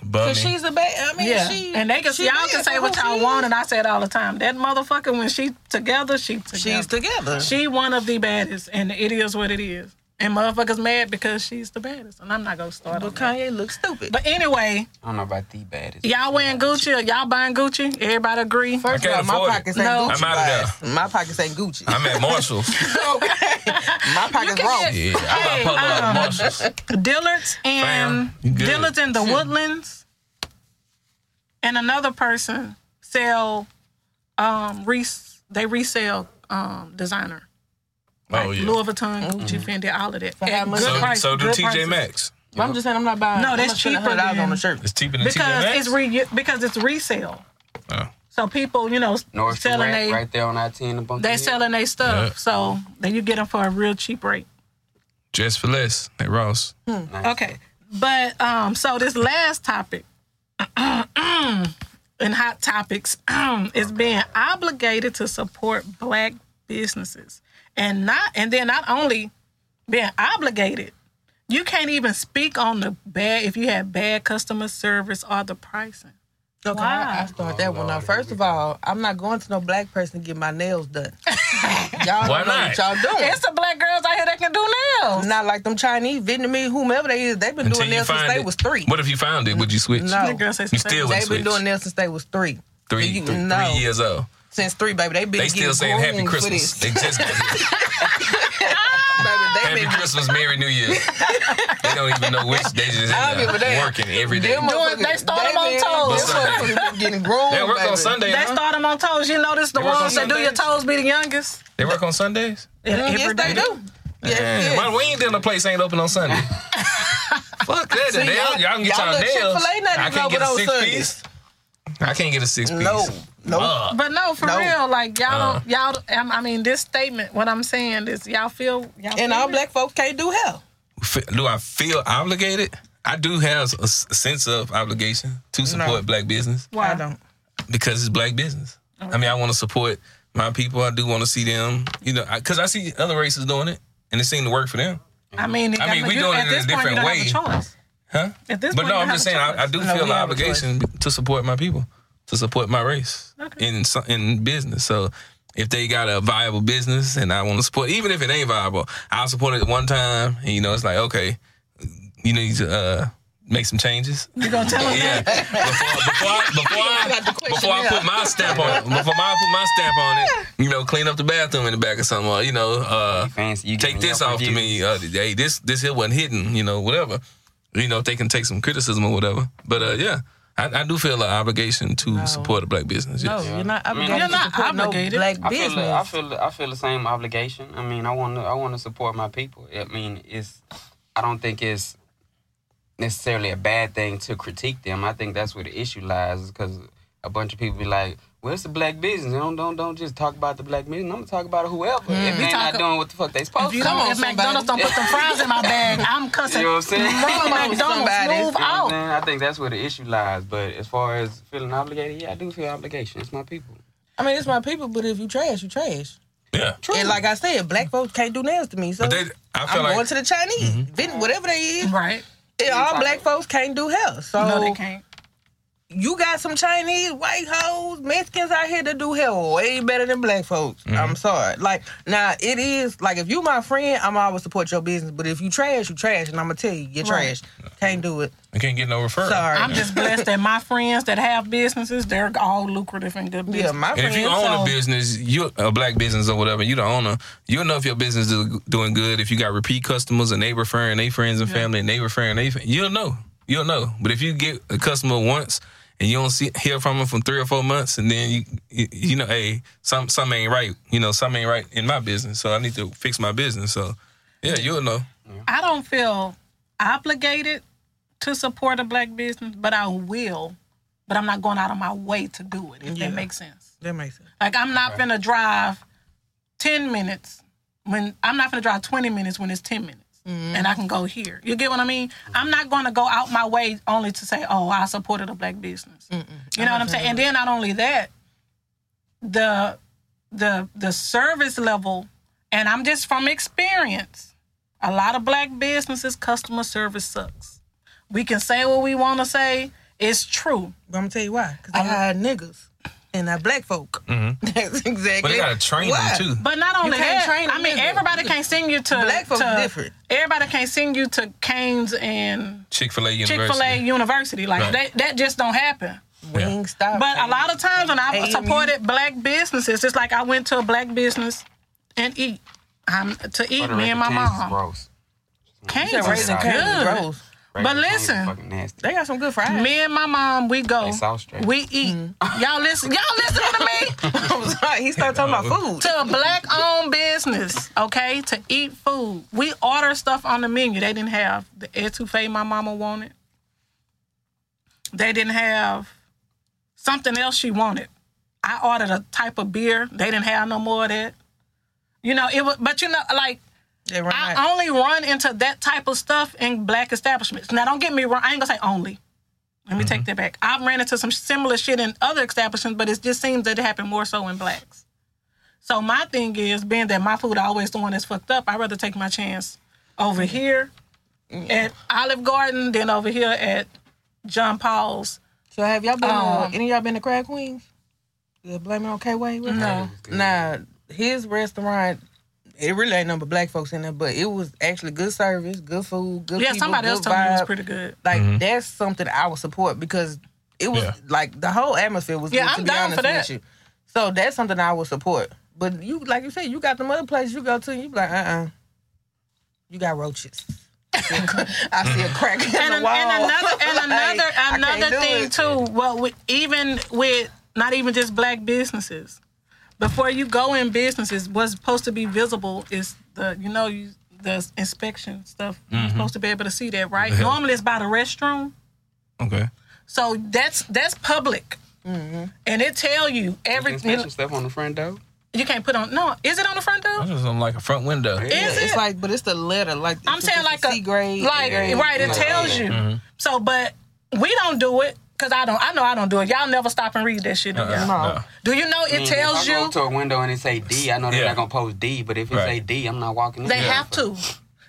Speaker 3: Bummy.
Speaker 4: Cause she's a bad. I mean,
Speaker 2: Yeah,
Speaker 4: she
Speaker 2: and they can
Speaker 4: she
Speaker 2: y'all
Speaker 4: bad
Speaker 2: can say
Speaker 4: for
Speaker 2: what
Speaker 4: who
Speaker 2: y'all
Speaker 4: she
Speaker 2: want,
Speaker 4: is.
Speaker 2: and I say it all the time. That motherfucker, when she together, she together.
Speaker 4: She's together.
Speaker 2: She one of the baddest, and it is what it is. And motherfuckers mad because she's the baddest, and I'm not gonna start.
Speaker 4: but
Speaker 2: on that.
Speaker 4: Kanye looks stupid.
Speaker 2: But anyway,
Speaker 5: I don't know about the baddest.
Speaker 2: y'all wearing Gucci or y'all buying Gucci? Everybody agree?
Speaker 4: First
Speaker 3: I
Speaker 4: of all,
Speaker 3: can't
Speaker 4: my
Speaker 3: afford it.
Speaker 4: pockets ain't
Speaker 2: No.
Speaker 4: Gucci.
Speaker 3: I'm outta
Speaker 4: vibes. My pockets ain't Gucci.
Speaker 3: I'm at Marshall's.
Speaker 4: my pockets
Speaker 2: can
Speaker 4: wrong.
Speaker 2: get-
Speaker 3: Yeah, I
Speaker 2: Hey,
Speaker 3: buy Polo
Speaker 2: um,
Speaker 3: at Marshalls. Oh,
Speaker 2: Dillard's and
Speaker 3: Fam, you good.
Speaker 2: Dillard's and the Woodlands, and another person sell um res they resell um designer
Speaker 3: Oh
Speaker 2: Louis
Speaker 3: yeah.
Speaker 2: Vuitton, Gucci, Fendi, all of that.
Speaker 4: Mm-hmm. how
Speaker 2: At
Speaker 4: much?
Speaker 2: good
Speaker 3: So,
Speaker 2: price,
Speaker 3: so do
Speaker 2: good
Speaker 3: TJ
Speaker 2: prices.
Speaker 3: Maxx.
Speaker 4: But I'm just saying I'm not buying.
Speaker 2: No,
Speaker 4: I'm
Speaker 2: that's
Speaker 4: not spending
Speaker 2: cheaper
Speaker 4: $100 on
Speaker 2: than-
Speaker 4: a shirt.
Speaker 3: It's cheaper than TJ
Speaker 2: because it's
Speaker 3: Maxx.
Speaker 2: re because it's resale.
Speaker 3: Oh.
Speaker 2: So people, you know,
Speaker 5: North
Speaker 2: selling
Speaker 5: right,
Speaker 2: they
Speaker 5: right there on I ten.
Speaker 2: they selling their stuff.
Speaker 3: Yeah.
Speaker 2: So then you get them for a real cheap rate.
Speaker 3: Just for less at Ross.
Speaker 2: Okay. But um so this last topic and hot topics is being obligated to support black businesses and not and then not only being obligated you can't even speak on the bad if you have bad customer service or the pricing.
Speaker 4: Okay,
Speaker 2: Why?
Speaker 4: I, I start that one off. First of all, I'm not going to no black person to get my nails done. y'all
Speaker 3: Why
Speaker 4: don't know
Speaker 3: not?
Speaker 4: what y'all doing.
Speaker 2: It's the black girls out here that can do nails.
Speaker 4: not like them Chinese, Vietnamese, whomever they is. They've been
Speaker 3: Until
Speaker 4: doing
Speaker 3: you
Speaker 4: nails since
Speaker 3: find
Speaker 4: they
Speaker 3: it.
Speaker 4: was three.
Speaker 3: What if you found it? Would you switch?
Speaker 4: No.
Speaker 2: That girl says
Speaker 3: You still
Speaker 4: They've
Speaker 3: would
Speaker 4: been
Speaker 3: switch.
Speaker 4: doing nails since they was three.
Speaker 3: Three,
Speaker 4: You-
Speaker 3: three-
Speaker 4: no.
Speaker 3: three years old.
Speaker 4: Since three, baby. They been
Speaker 3: They still
Speaker 4: getting
Speaker 3: saying Happy
Speaker 4: groomed for
Speaker 3: Christmas.
Speaker 4: this.
Speaker 3: They just got here.
Speaker 4: Baby, they
Speaker 3: Happy
Speaker 4: been
Speaker 3: Christmas, Merry New Year. they don't even know which. They just in
Speaker 4: I don't give a
Speaker 3: there
Speaker 4: damn.
Speaker 3: working every day.
Speaker 4: Them motherfuckers-
Speaker 2: they start them on
Speaker 4: been-
Speaker 2: toes.
Speaker 4: Them
Speaker 3: But
Speaker 4: motherfuckers been getting groomed.
Speaker 3: They work
Speaker 4: baby.
Speaker 3: on Sunday,
Speaker 2: They
Speaker 3: huh?
Speaker 2: start them on toes. You notice the
Speaker 3: They work on Mm-hmm.
Speaker 2: ones that do your toes be the youngest.
Speaker 3: They work on Sundays?
Speaker 4: Mm,
Speaker 2: Every
Speaker 4: yes, they
Speaker 2: day.
Speaker 4: do. Yes,
Speaker 3: Yeah.
Speaker 4: yes.
Speaker 3: My wing dinner place ain't open on Sunday. Fuck that.
Speaker 4: See,
Speaker 3: nail.
Speaker 4: y'all-
Speaker 3: Y'all, can get
Speaker 4: y'all little
Speaker 3: y'all, nails.
Speaker 4: Chick-fil-A not
Speaker 3: I
Speaker 4: even
Speaker 3: can't
Speaker 4: open
Speaker 3: get a
Speaker 4: on
Speaker 3: six
Speaker 4: Sunday.
Speaker 3: piece. I can't get a Uh, six piece.
Speaker 4: No, no.
Speaker 3: Fuck.
Speaker 2: But no, for
Speaker 4: No.
Speaker 2: real, like y'all,
Speaker 3: Uh-uh.
Speaker 2: don't y'all. I'm- I mean, this statement. What I'm saying is, y'all feel. Y'all
Speaker 4: And
Speaker 2: feel
Speaker 4: all
Speaker 2: it?
Speaker 4: black folks can't do hell.
Speaker 3: F- Do I feel obligated? I do have a s- sense of obligation to support black business
Speaker 2: Why
Speaker 4: I don't.
Speaker 3: because it's black business. I mean, I want to support my people. I do want to see them, you know, because I, see other races doing it and it seemed to work for them.
Speaker 2: I mean,
Speaker 3: I mean, we
Speaker 2: you,
Speaker 3: doing
Speaker 2: at
Speaker 3: it in
Speaker 2: this
Speaker 3: a
Speaker 2: point, you don't
Speaker 3: different
Speaker 2: have a choice.
Speaker 3: Huh?
Speaker 2: At this
Speaker 3: but
Speaker 2: point,
Speaker 3: no,
Speaker 2: you
Speaker 3: I'm
Speaker 2: have
Speaker 3: just
Speaker 2: a
Speaker 3: saying I, I
Speaker 2: choice.
Speaker 3: do
Speaker 4: No,
Speaker 3: feel
Speaker 4: we
Speaker 3: an
Speaker 4: have a
Speaker 3: obligation to support my people, to support my race
Speaker 2: Okay.
Speaker 3: in so- in business. So if they got a viable business and I want to support, even if it ain't viable, I'll support it one time. And you know, it's like okay, you need to uh, make some changes.
Speaker 2: You gonna tell them
Speaker 3: Yeah.
Speaker 2: that?
Speaker 3: Before, before, I, before,
Speaker 4: got the
Speaker 3: I,
Speaker 4: question
Speaker 3: before I
Speaker 4: now.
Speaker 3: put my stamp on it, before I put my stamp on it, you know, clean up the bathroom in the back or something, or, you know, uh,
Speaker 5: Fancy. You
Speaker 3: take
Speaker 5: giving
Speaker 3: this
Speaker 5: your
Speaker 3: off to
Speaker 5: reviews.
Speaker 3: me. Uh, hey, this this here wasn't hidden, you know, whatever. You know, if they can take some criticism or whatever. But uh, yeah, I, I do feel an obligation to support a black business.
Speaker 4: No,
Speaker 3: Yes.
Speaker 4: you're not obligated.
Speaker 5: You're
Speaker 2: not
Speaker 4: to support no
Speaker 2: obligated.
Speaker 4: black
Speaker 5: I
Speaker 4: business.
Speaker 5: feel, I feel I feel the same obligation. I mean, I want to I want to support my people. I mean, it's I don't think it's necessarily a bad thing to critique them. I think that's where the issue lies because a bunch of people be like, "Well, it's a black business. Don't don't don't just talk about the black business. I'm gonna talk about whoever if they
Speaker 2: Hmm. talk-
Speaker 5: not doing what the fuck they supposed
Speaker 2: If you
Speaker 5: to."
Speaker 2: don't,
Speaker 5: do.
Speaker 2: if McDonald's don't put some fries in my bag, I'm cussing.
Speaker 5: You know what I'm saying?
Speaker 2: Mama,
Speaker 5: Come on,
Speaker 2: McDonald's,
Speaker 4: somebody.
Speaker 2: move
Speaker 5: You know what I'm
Speaker 2: out.
Speaker 5: saying? I think that's where the issue lies. But as far as feeling obligated, yeah, I do feel obligation. It's my people.
Speaker 4: I mean, it's my people, but if you trash, you trash.
Speaker 3: Yeah.
Speaker 4: And like I said, black folks can't do nails to me, so
Speaker 3: But they, I
Speaker 4: I'm
Speaker 3: feel like
Speaker 4: going to the Chinese, Vin- whatever they is.
Speaker 2: Right?
Speaker 4: and All black folks can't do hell. So
Speaker 2: No, they can't.
Speaker 4: you got some Chinese white hoes, Mexicans out here that do hell way better than black folks.
Speaker 3: Mm-hmm.
Speaker 4: I'm sorry. Like now, it is like if you my friend, I'm always support your business. But if you trash, you trash, and I'm gonna tell you, you're
Speaker 2: Right.
Speaker 4: trash. Can't do it.
Speaker 3: I can't get no referral.
Speaker 4: Sorry.
Speaker 2: I'm just blessed that my friends that have businesses, they're all lucrative and good
Speaker 4: yeah,
Speaker 2: business.
Speaker 4: my
Speaker 3: And
Speaker 4: friend.
Speaker 3: if you own
Speaker 4: so-
Speaker 3: a business, you a black business or whatever, you the owner. You'll know if your business is doing good. If you got repeat customers and they referring their friends and family and they referring they, fa- you'll know. You'll know. But if you get a customer once and you don't see hear from them for three or four months, and then you you, you know, hey, some some ain't right. You know, some ain't right in my business, so I need to fix my business. So yeah, you'll know.
Speaker 2: I don't feel obligated to support a black business, but I will. But I'm not going out of my way to do it, if
Speaker 4: Yeah.
Speaker 2: that makes sense.
Speaker 4: That makes sense.
Speaker 2: Like I'm not gonna drive ten minutes when I'm not gonna drive twenty minutes when it's ten minutes. And I can go here. You get what I mean? I'm not going to go out my way only to say, "Oh, I supported a black business." You know what I'm saying? And then not only that, the the the service level, and I'm just from experience. A lot of black businesses customer service sucks. We can say what we want to say. It's true.
Speaker 4: But I'm gonna tell you why. Because they hired niggas and not black folk. That's exactly.
Speaker 3: Mm-hmm. But they gotta train
Speaker 4: why.
Speaker 3: them too.
Speaker 2: But not only
Speaker 4: can't
Speaker 2: that,
Speaker 4: train
Speaker 2: I
Speaker 4: them
Speaker 2: mean,
Speaker 4: either.
Speaker 2: everybody can't sing you to
Speaker 4: Black folks
Speaker 2: to-
Speaker 4: different.
Speaker 2: Everybody can't sing you to Canes and
Speaker 3: Chick Fil A
Speaker 2: Chick
Speaker 3: University.
Speaker 2: Fil A University. Like
Speaker 3: Right.
Speaker 2: that, that just don't happen.
Speaker 4: Wingstop.
Speaker 2: But a lot of times when I've
Speaker 4: AMU.
Speaker 2: supported black businesses, it's like I went to a black business and eat. I'm to eat me and my mom.
Speaker 5: Gross.
Speaker 2: Canes
Speaker 4: Said
Speaker 2: is
Speaker 4: Raising Cane's
Speaker 2: good.
Speaker 4: gross.
Speaker 2: But
Speaker 5: Raising Cane's
Speaker 2: listen,
Speaker 5: fucking nasty.
Speaker 4: They got some good fries.
Speaker 2: Me and my mom, we go.
Speaker 5: It's all straight.
Speaker 2: We eat.
Speaker 4: Mm.
Speaker 2: Y'all listen. Y'all listen to me.
Speaker 4: I'm sorry. He started talking about food.
Speaker 2: to a black-owned business, okay? To eat food, we order stuff on the menu. They didn't have the etouffee my mama wanted. They didn't have something else she wanted. I ordered a type of beer. They didn't have no more of that. You know it was, but you know, like
Speaker 4: They run
Speaker 2: I
Speaker 4: out.
Speaker 2: only run into that type of stuff in black establishments. Now, don't get me wrong. I ain't gonna say only. Let me
Speaker 4: Mm-hmm.
Speaker 2: take that back. I've ran into some similar shit in other establishments, but it just seems that it happened more so in blacks. So my thing is, being that my food always the one that's fucked up, I'd rather take my chance over
Speaker 4: Mm.
Speaker 2: here at Olive Garden than over here at John Paul's.
Speaker 4: So have y'all been? uh,
Speaker 2: Um,
Speaker 4: any of y'all been to Crab Queens? The blame it on K Way.
Speaker 2: No.
Speaker 4: Nah, his restaurant. It really ain't nothing but black folks in there, but it was actually good service, good food, good
Speaker 2: Yeah,
Speaker 4: people,
Speaker 2: somebody
Speaker 4: good
Speaker 2: else told me it was
Speaker 4: vibe.
Speaker 2: pretty good.
Speaker 4: Like that's something I would support because it was
Speaker 3: Yeah.
Speaker 4: like the whole atmosphere was
Speaker 2: Yeah,
Speaker 4: good,
Speaker 2: I'm
Speaker 4: to be
Speaker 2: down
Speaker 4: honest
Speaker 2: for that.
Speaker 4: with you. So that's something I would support. But you like you said, you got the other place you go to, you be like, uh uh You got roaches. I see a crack in
Speaker 2: and,
Speaker 4: the
Speaker 2: an-
Speaker 4: wall.
Speaker 2: and another and
Speaker 4: Like,
Speaker 2: another
Speaker 4: I can't
Speaker 2: another
Speaker 4: do
Speaker 2: thing
Speaker 4: it.
Speaker 2: too. Well, with, even with not even just black businesses, before you go in businesses, what's supposed to be visible is the you know you, the inspection stuff. You're supposed to be able to see that, right?
Speaker 3: Yeah.
Speaker 2: Normally, it's by the restroom.
Speaker 3: Okay.
Speaker 2: So that's that's public,
Speaker 4: Mm-hmm.
Speaker 2: and it tell you everything.
Speaker 5: Inspection stuff on the front door.
Speaker 2: You can't put on. No, is it on the front
Speaker 3: I
Speaker 2: door?
Speaker 3: just don't like a front window.
Speaker 5: Yeah.
Speaker 2: Is it?
Speaker 4: It's like, but it's the letter. Like
Speaker 2: I'm
Speaker 4: it's
Speaker 2: saying
Speaker 4: it's
Speaker 2: like a
Speaker 4: C grade,
Speaker 2: like
Speaker 4: A grade.
Speaker 2: right. It
Speaker 5: Yeah.
Speaker 2: tells you. So, but we don't do it because I don't. I know I don't do it. Y'all never stop and read that shit. Do,
Speaker 3: Uh-uh.
Speaker 2: y'all?
Speaker 4: No.
Speaker 2: do you Mm-hmm. know it
Speaker 5: mean,
Speaker 2: tells
Speaker 5: if I
Speaker 2: you
Speaker 5: go to a window and it say D, I know they're
Speaker 3: Mm-hmm. Yeah.
Speaker 5: not gonna post D, but if it
Speaker 3: Right.
Speaker 5: say D, I'm not walking in.
Speaker 2: they
Speaker 5: there.
Speaker 2: have to.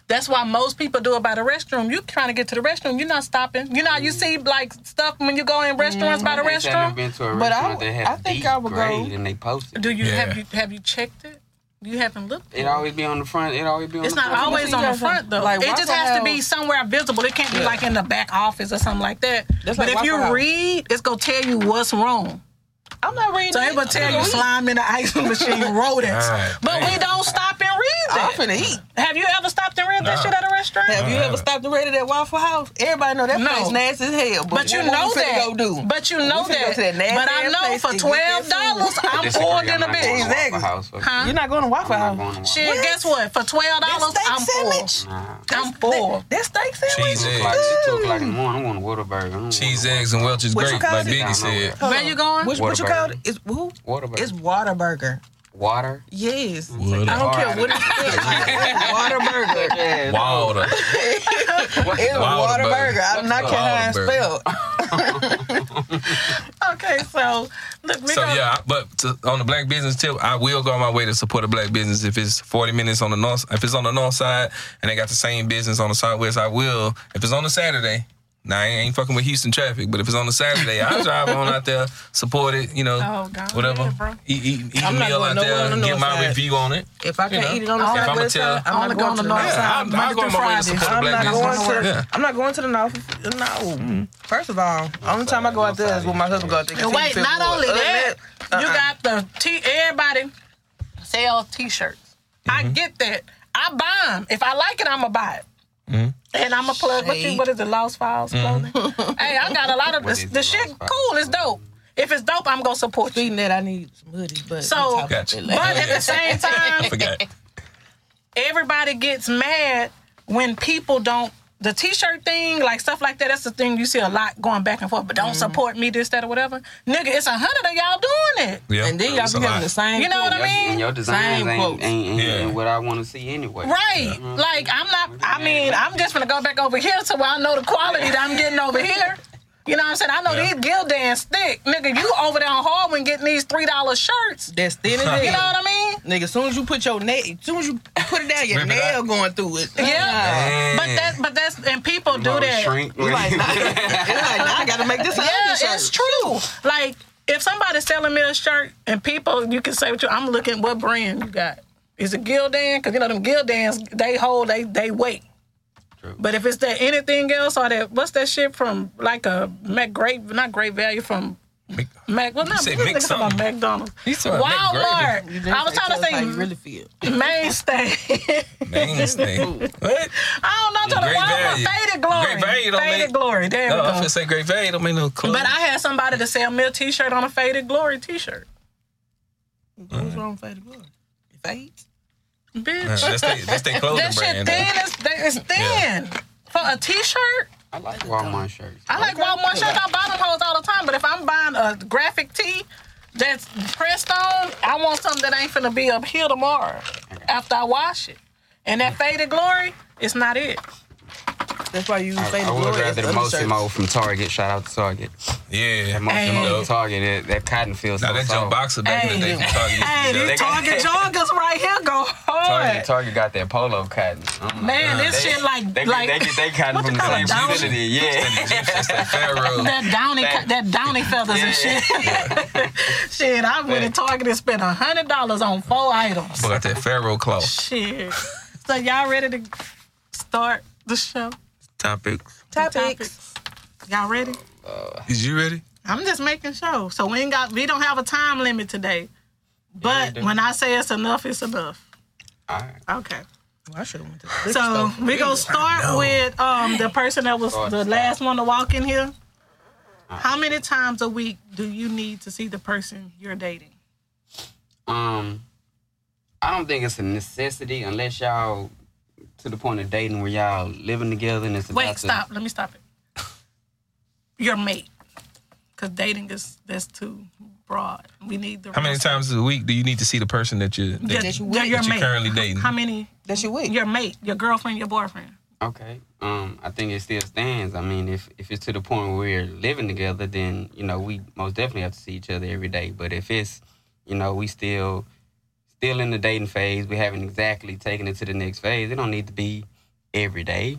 Speaker 2: That's why most people do it by the restroom. You trying to get to the restroom, you're not stopping. You know, how you see like stuff when you go Mm-hmm. in restaurants by the
Speaker 5: I think I've
Speaker 2: restroom.
Speaker 5: never been to a
Speaker 4: But I
Speaker 5: restaurant
Speaker 4: would- I
Speaker 5: that has
Speaker 4: think
Speaker 5: D
Speaker 4: I would go-
Speaker 5: grade and they post it.
Speaker 2: Do you
Speaker 3: Yeah.
Speaker 2: have you have you checked it? You haven't looked.
Speaker 5: It always be on the front. It always be on
Speaker 2: It's
Speaker 5: the
Speaker 2: not
Speaker 5: front.
Speaker 2: always on the front though.
Speaker 4: Like,
Speaker 2: it just
Speaker 4: Waffle
Speaker 2: has to be
Speaker 4: House-
Speaker 2: somewhere visible. It can't be like in the back office or something like that.
Speaker 4: That's
Speaker 2: but
Speaker 4: like
Speaker 2: if you
Speaker 4: Waffle House.
Speaker 2: read, it's gonna tell you what's wrong.
Speaker 4: I'm not reading.
Speaker 2: So it will tell you slime in the ice machine rodents.
Speaker 3: God
Speaker 2: but we
Speaker 3: damn.
Speaker 2: don't stop and read
Speaker 4: I'm
Speaker 2: that.
Speaker 4: finna eat.
Speaker 2: Have you ever stopped and read that
Speaker 3: Nah.
Speaker 2: shit at a restaurant?
Speaker 4: Have you
Speaker 3: Uh-uh.
Speaker 4: ever stopped and rated at Waffle House? Everybody know that
Speaker 2: No.
Speaker 4: place nasty as hell. But,
Speaker 2: But you
Speaker 4: what
Speaker 2: know
Speaker 4: we finna
Speaker 2: that.
Speaker 4: Go do.
Speaker 2: But you
Speaker 4: We
Speaker 2: know
Speaker 4: finna go
Speaker 2: that.
Speaker 4: to that nasty
Speaker 2: But I
Speaker 4: ass
Speaker 2: know
Speaker 4: place
Speaker 2: for
Speaker 4: and get that
Speaker 2: twelve
Speaker 4: food.
Speaker 2: dollars,
Speaker 5: I
Speaker 2: I'm
Speaker 5: disagree.
Speaker 2: poured
Speaker 5: I'm
Speaker 2: in a
Speaker 5: not going to
Speaker 2: bitch.
Speaker 4: Exactly.
Speaker 5: Waffle House. Fuck
Speaker 2: Huh?
Speaker 5: you.
Speaker 4: You're not going to Waffle
Speaker 5: I'm not
Speaker 4: House.
Speaker 5: going to Waffle
Speaker 2: Shit,
Speaker 4: What?
Speaker 2: guess what? For twelve dollars,
Speaker 4: steak
Speaker 2: I'm full.
Speaker 4: sandwich?
Speaker 5: Nah.
Speaker 2: I'm full.
Speaker 4: That steak sandwich.
Speaker 3: Cheese
Speaker 5: Two
Speaker 3: eggs.
Speaker 5: o'clock- It's two o'clock in
Speaker 2: Mm.
Speaker 5: the morning. I'm going to Whataburger. I don't
Speaker 3: Cheese,
Speaker 5: wanna-
Speaker 3: eggs, and Welch's
Speaker 4: What you
Speaker 3: grape,
Speaker 4: call
Speaker 3: like
Speaker 4: it?
Speaker 3: Biggie
Speaker 5: Down
Speaker 3: said.
Speaker 5: nowhere.
Speaker 4: Hold
Speaker 2: Where
Speaker 4: on.
Speaker 2: you
Speaker 4: What,
Speaker 2: going?
Speaker 4: what you
Speaker 5: Whataburger.
Speaker 4: called it? It's who?
Speaker 5: Whataburger.
Speaker 4: It's Waterburger.
Speaker 5: Water.
Speaker 4: Yes.
Speaker 3: Water.
Speaker 4: I don't care what it's Waterburger.
Speaker 5: Yeah,
Speaker 3: Wilder.
Speaker 4: It's
Speaker 3: Wilder
Speaker 4: Waterburger.
Speaker 3: burger.
Speaker 4: I'm not
Speaker 3: What's
Speaker 4: kidding how it's
Speaker 3: the Wilder
Speaker 4: spelled.
Speaker 2: Okay, so look, we
Speaker 3: So
Speaker 2: gonna-
Speaker 3: yeah, I- but to, on the black business tip, I will go on my way to support a black business if it's forty minutes on the north. If it's on the north side and they got the same business on the southwest, I will. If it's on a Saturday, now I ain't fucking with Houston traffic, but if it's on a Saturday, I will drive on out there, support it, you know,
Speaker 2: Oh, God,
Speaker 3: whatever.
Speaker 2: yeah, bro.
Speaker 3: Eat, eat, eat a
Speaker 4: I'm not
Speaker 3: meal
Speaker 4: going
Speaker 3: out
Speaker 4: nowhere on
Speaker 3: there,
Speaker 4: the
Speaker 3: get
Speaker 4: north
Speaker 3: my
Speaker 4: side.
Speaker 3: review on it.
Speaker 4: If I
Speaker 3: You
Speaker 4: can't
Speaker 3: know,
Speaker 4: eat it on the
Speaker 2: if
Speaker 4: side,
Speaker 3: I'ma
Speaker 4: west
Speaker 3: tell-
Speaker 4: side, I'm
Speaker 2: I
Speaker 4: not
Speaker 2: only
Speaker 4: going
Speaker 2: go on
Speaker 4: to
Speaker 2: the
Speaker 4: the
Speaker 2: north
Speaker 4: north
Speaker 3: Yeah,
Speaker 2: side.
Speaker 4: side.
Speaker 3: I'm, i
Speaker 2: Monday
Speaker 3: go on
Speaker 2: through
Speaker 3: my way to
Speaker 2: Friday.
Speaker 3: support a
Speaker 4: I'm
Speaker 3: black
Speaker 4: not
Speaker 3: business.
Speaker 4: going
Speaker 3: Yeah.
Speaker 4: to. I'm not going to the north. No. First of all, only time I go out there is when my husband go out there.
Speaker 2: And wait, not only that,
Speaker 5: Uh-uh.
Speaker 2: you got the t. Everybody
Speaker 5: Mm-hmm.
Speaker 2: sell t-shirts. I get that. I buy them. If I like it, I'ma buy it.
Speaker 5: Mm-hmm.
Speaker 2: And I'm gonna plug with you. What is the Lost Files clothing? hey, I got a lot of
Speaker 5: What
Speaker 2: the,
Speaker 5: is
Speaker 2: the
Speaker 5: the
Speaker 2: shit.
Speaker 5: Lost Files?
Speaker 2: Cool, it's dope. If it's dope, I'm gonna support you.
Speaker 4: Speaking of that, I need some hoodies, but
Speaker 2: So-
Speaker 4: we'll talk about
Speaker 3: Gotcha.
Speaker 4: that
Speaker 2: But
Speaker 4: later.
Speaker 2: at the same time,
Speaker 3: Forgot.
Speaker 2: everybody gets mad when people don't the t-shirt thing, like stuff like that. That's the thing you see a lot going back and forth. But
Speaker 4: Mm-hmm.
Speaker 2: don't support me, this, that, or whatever. Nigga, it's a hundred of y'all doing it.
Speaker 3: Yeah.
Speaker 4: and then y'all
Speaker 3: It's
Speaker 4: be
Speaker 3: a
Speaker 4: having
Speaker 3: lot.
Speaker 4: the same.
Speaker 2: You know what I
Speaker 5: Your-
Speaker 2: mean?
Speaker 5: And your designs
Speaker 4: Same
Speaker 5: ain't,
Speaker 4: quotes.
Speaker 5: ain't, ain't,
Speaker 3: Yeah.
Speaker 5: ain't what I want to see anyway.
Speaker 2: Right. Like I'm not I mean, I'm just gonna go back over here so I know the quality that I'm getting over here. You know what I'm saying? I know
Speaker 3: Yeah.
Speaker 2: these Gildan's thick. Nigga, you over there on Hardwin getting these three dollar shirts.
Speaker 4: That's thin as
Speaker 2: You know
Speaker 4: hell.
Speaker 2: what I mean?
Speaker 4: Nigga, as soon as you put your nail, as soon as you put it down, your
Speaker 3: Rip it
Speaker 4: nail
Speaker 3: out.
Speaker 4: going through it.
Speaker 2: Yeah.
Speaker 3: Man.
Speaker 2: But that but that's and people do that.
Speaker 5: Shrink.
Speaker 4: It's like, nah, it's like, nah, I gotta make this an
Speaker 2: Yeah,
Speaker 4: undershirt.
Speaker 2: it's true. Like if somebody's selling me a shirt and people, you can say what you. I'm looking what brand you got. Is it Gildan? Because you know them Gildans, they hold they they weight.
Speaker 5: True.
Speaker 2: But if it's that anything else or that what's that shit from like a Mac great not great value from
Speaker 3: Mc-
Speaker 2: Mac well not
Speaker 3: said
Speaker 2: I'm
Speaker 3: Mc
Speaker 2: thinking about
Speaker 3: something.
Speaker 2: McDonald's.
Speaker 3: You said Mc
Speaker 2: Walmart.
Speaker 4: You just
Speaker 2: I
Speaker 4: say
Speaker 2: was trying to
Speaker 4: tell us
Speaker 2: say
Speaker 4: how you really feel.
Speaker 2: mainstay.
Speaker 3: Mainstay. what?
Speaker 2: I don't know to the
Speaker 3: Great
Speaker 2: Walmart
Speaker 3: value.
Speaker 2: faded glory.
Speaker 3: Great value don't
Speaker 2: faded
Speaker 3: make-
Speaker 2: glory. There
Speaker 3: No,
Speaker 2: we
Speaker 3: I'm
Speaker 2: go.
Speaker 3: finna say great value. Don't make no clue.
Speaker 2: But I had somebody to sell me a T-shirt on a faded glory T-shirt.
Speaker 4: What's wrong with Faded Glory? Fades?
Speaker 2: Bitch,
Speaker 3: that's they, that's they clothing
Speaker 2: that shit
Speaker 3: brand.
Speaker 2: thin. It's, that- it's thin. For a T-shirt,
Speaker 5: I like Walmart shirts.
Speaker 2: I like Walmart shirts. I buy them hoes all the time. But if I'm buying a graphic tee that's pressed on, I want something that ain't finna be up here tomorrow after I wash it. And that faded glory, it's not it.
Speaker 4: That's why you use
Speaker 5: I,
Speaker 4: Faded
Speaker 5: I would
Speaker 4: Glory as
Speaker 5: rather the
Speaker 4: undershirt.
Speaker 5: Mosimo from Target. Shout out to Target.
Speaker 3: Yeah.
Speaker 5: That Mosimo
Speaker 2: Hey.
Speaker 5: from Target, that, that cotton feels
Speaker 3: Now
Speaker 5: so
Speaker 3: that Joe
Speaker 5: soft.
Speaker 3: Boxer back in the day from Target used to
Speaker 2: Hey,
Speaker 3: do that.
Speaker 2: these
Speaker 5: got-
Speaker 2: Target joggers right here go
Speaker 5: Target,
Speaker 2: hard.
Speaker 5: Target got that polo cotton. I'm like,
Speaker 2: Man, this
Speaker 5: they-
Speaker 2: shit like
Speaker 5: They,
Speaker 2: like
Speaker 5: they get they cotton
Speaker 2: what
Speaker 5: from
Speaker 2: they
Speaker 5: the
Speaker 2: call
Speaker 5: same
Speaker 2: it, downy?
Speaker 5: facility. Yeah.
Speaker 3: It's that Pharaoh.
Speaker 2: that downy that downy feathers and
Speaker 5: Yeah.
Speaker 2: shit. shit, I went to Target and spent a hundred dollars on four items.
Speaker 3: Boy, got that Pharaoh cloth.
Speaker 2: Shit. So y'all ready to start the show?
Speaker 3: Topics.
Speaker 2: Topics. Y'all ready?
Speaker 3: Is you ready?
Speaker 2: I'm just making sure. So we ain't got we don't have a time limit today. But when I say it's enough, it's enough.
Speaker 5: All right.
Speaker 2: Okay.
Speaker 4: Well, I should've went to the liquor
Speaker 2: So
Speaker 4: store.
Speaker 2: we gonna start with um the person that was
Speaker 5: Start,
Speaker 2: the
Speaker 5: start.
Speaker 2: last one to walk in here.
Speaker 3: Uh-uh.
Speaker 2: How many times a week do you need to see the person you're dating?
Speaker 5: Um, I don't think it's a necessity unless y'all to the point of dating where y'all living together and it's about
Speaker 2: Wait,
Speaker 5: to-
Speaker 2: stop. Let me stop it. Your mate, because dating is that's too broad. We need the
Speaker 3: How many
Speaker 2: real-
Speaker 3: times a week do you need to see the person that you that,
Speaker 2: your,
Speaker 3: that
Speaker 4: you
Speaker 2: your,
Speaker 4: with,
Speaker 2: your
Speaker 3: you're
Speaker 2: mate?
Speaker 3: currently dating?
Speaker 2: How many?
Speaker 4: That's your week.
Speaker 2: Your mate, your girlfriend, your boyfriend.
Speaker 5: Okay. Um, I think it still stands. I mean, if if it's to the point where we're living together, then you know we most definitely have to see each other every day. But if it's, you know, we still still in the dating phase, we haven't exactly taken it to the next phase. It don't need to be every day.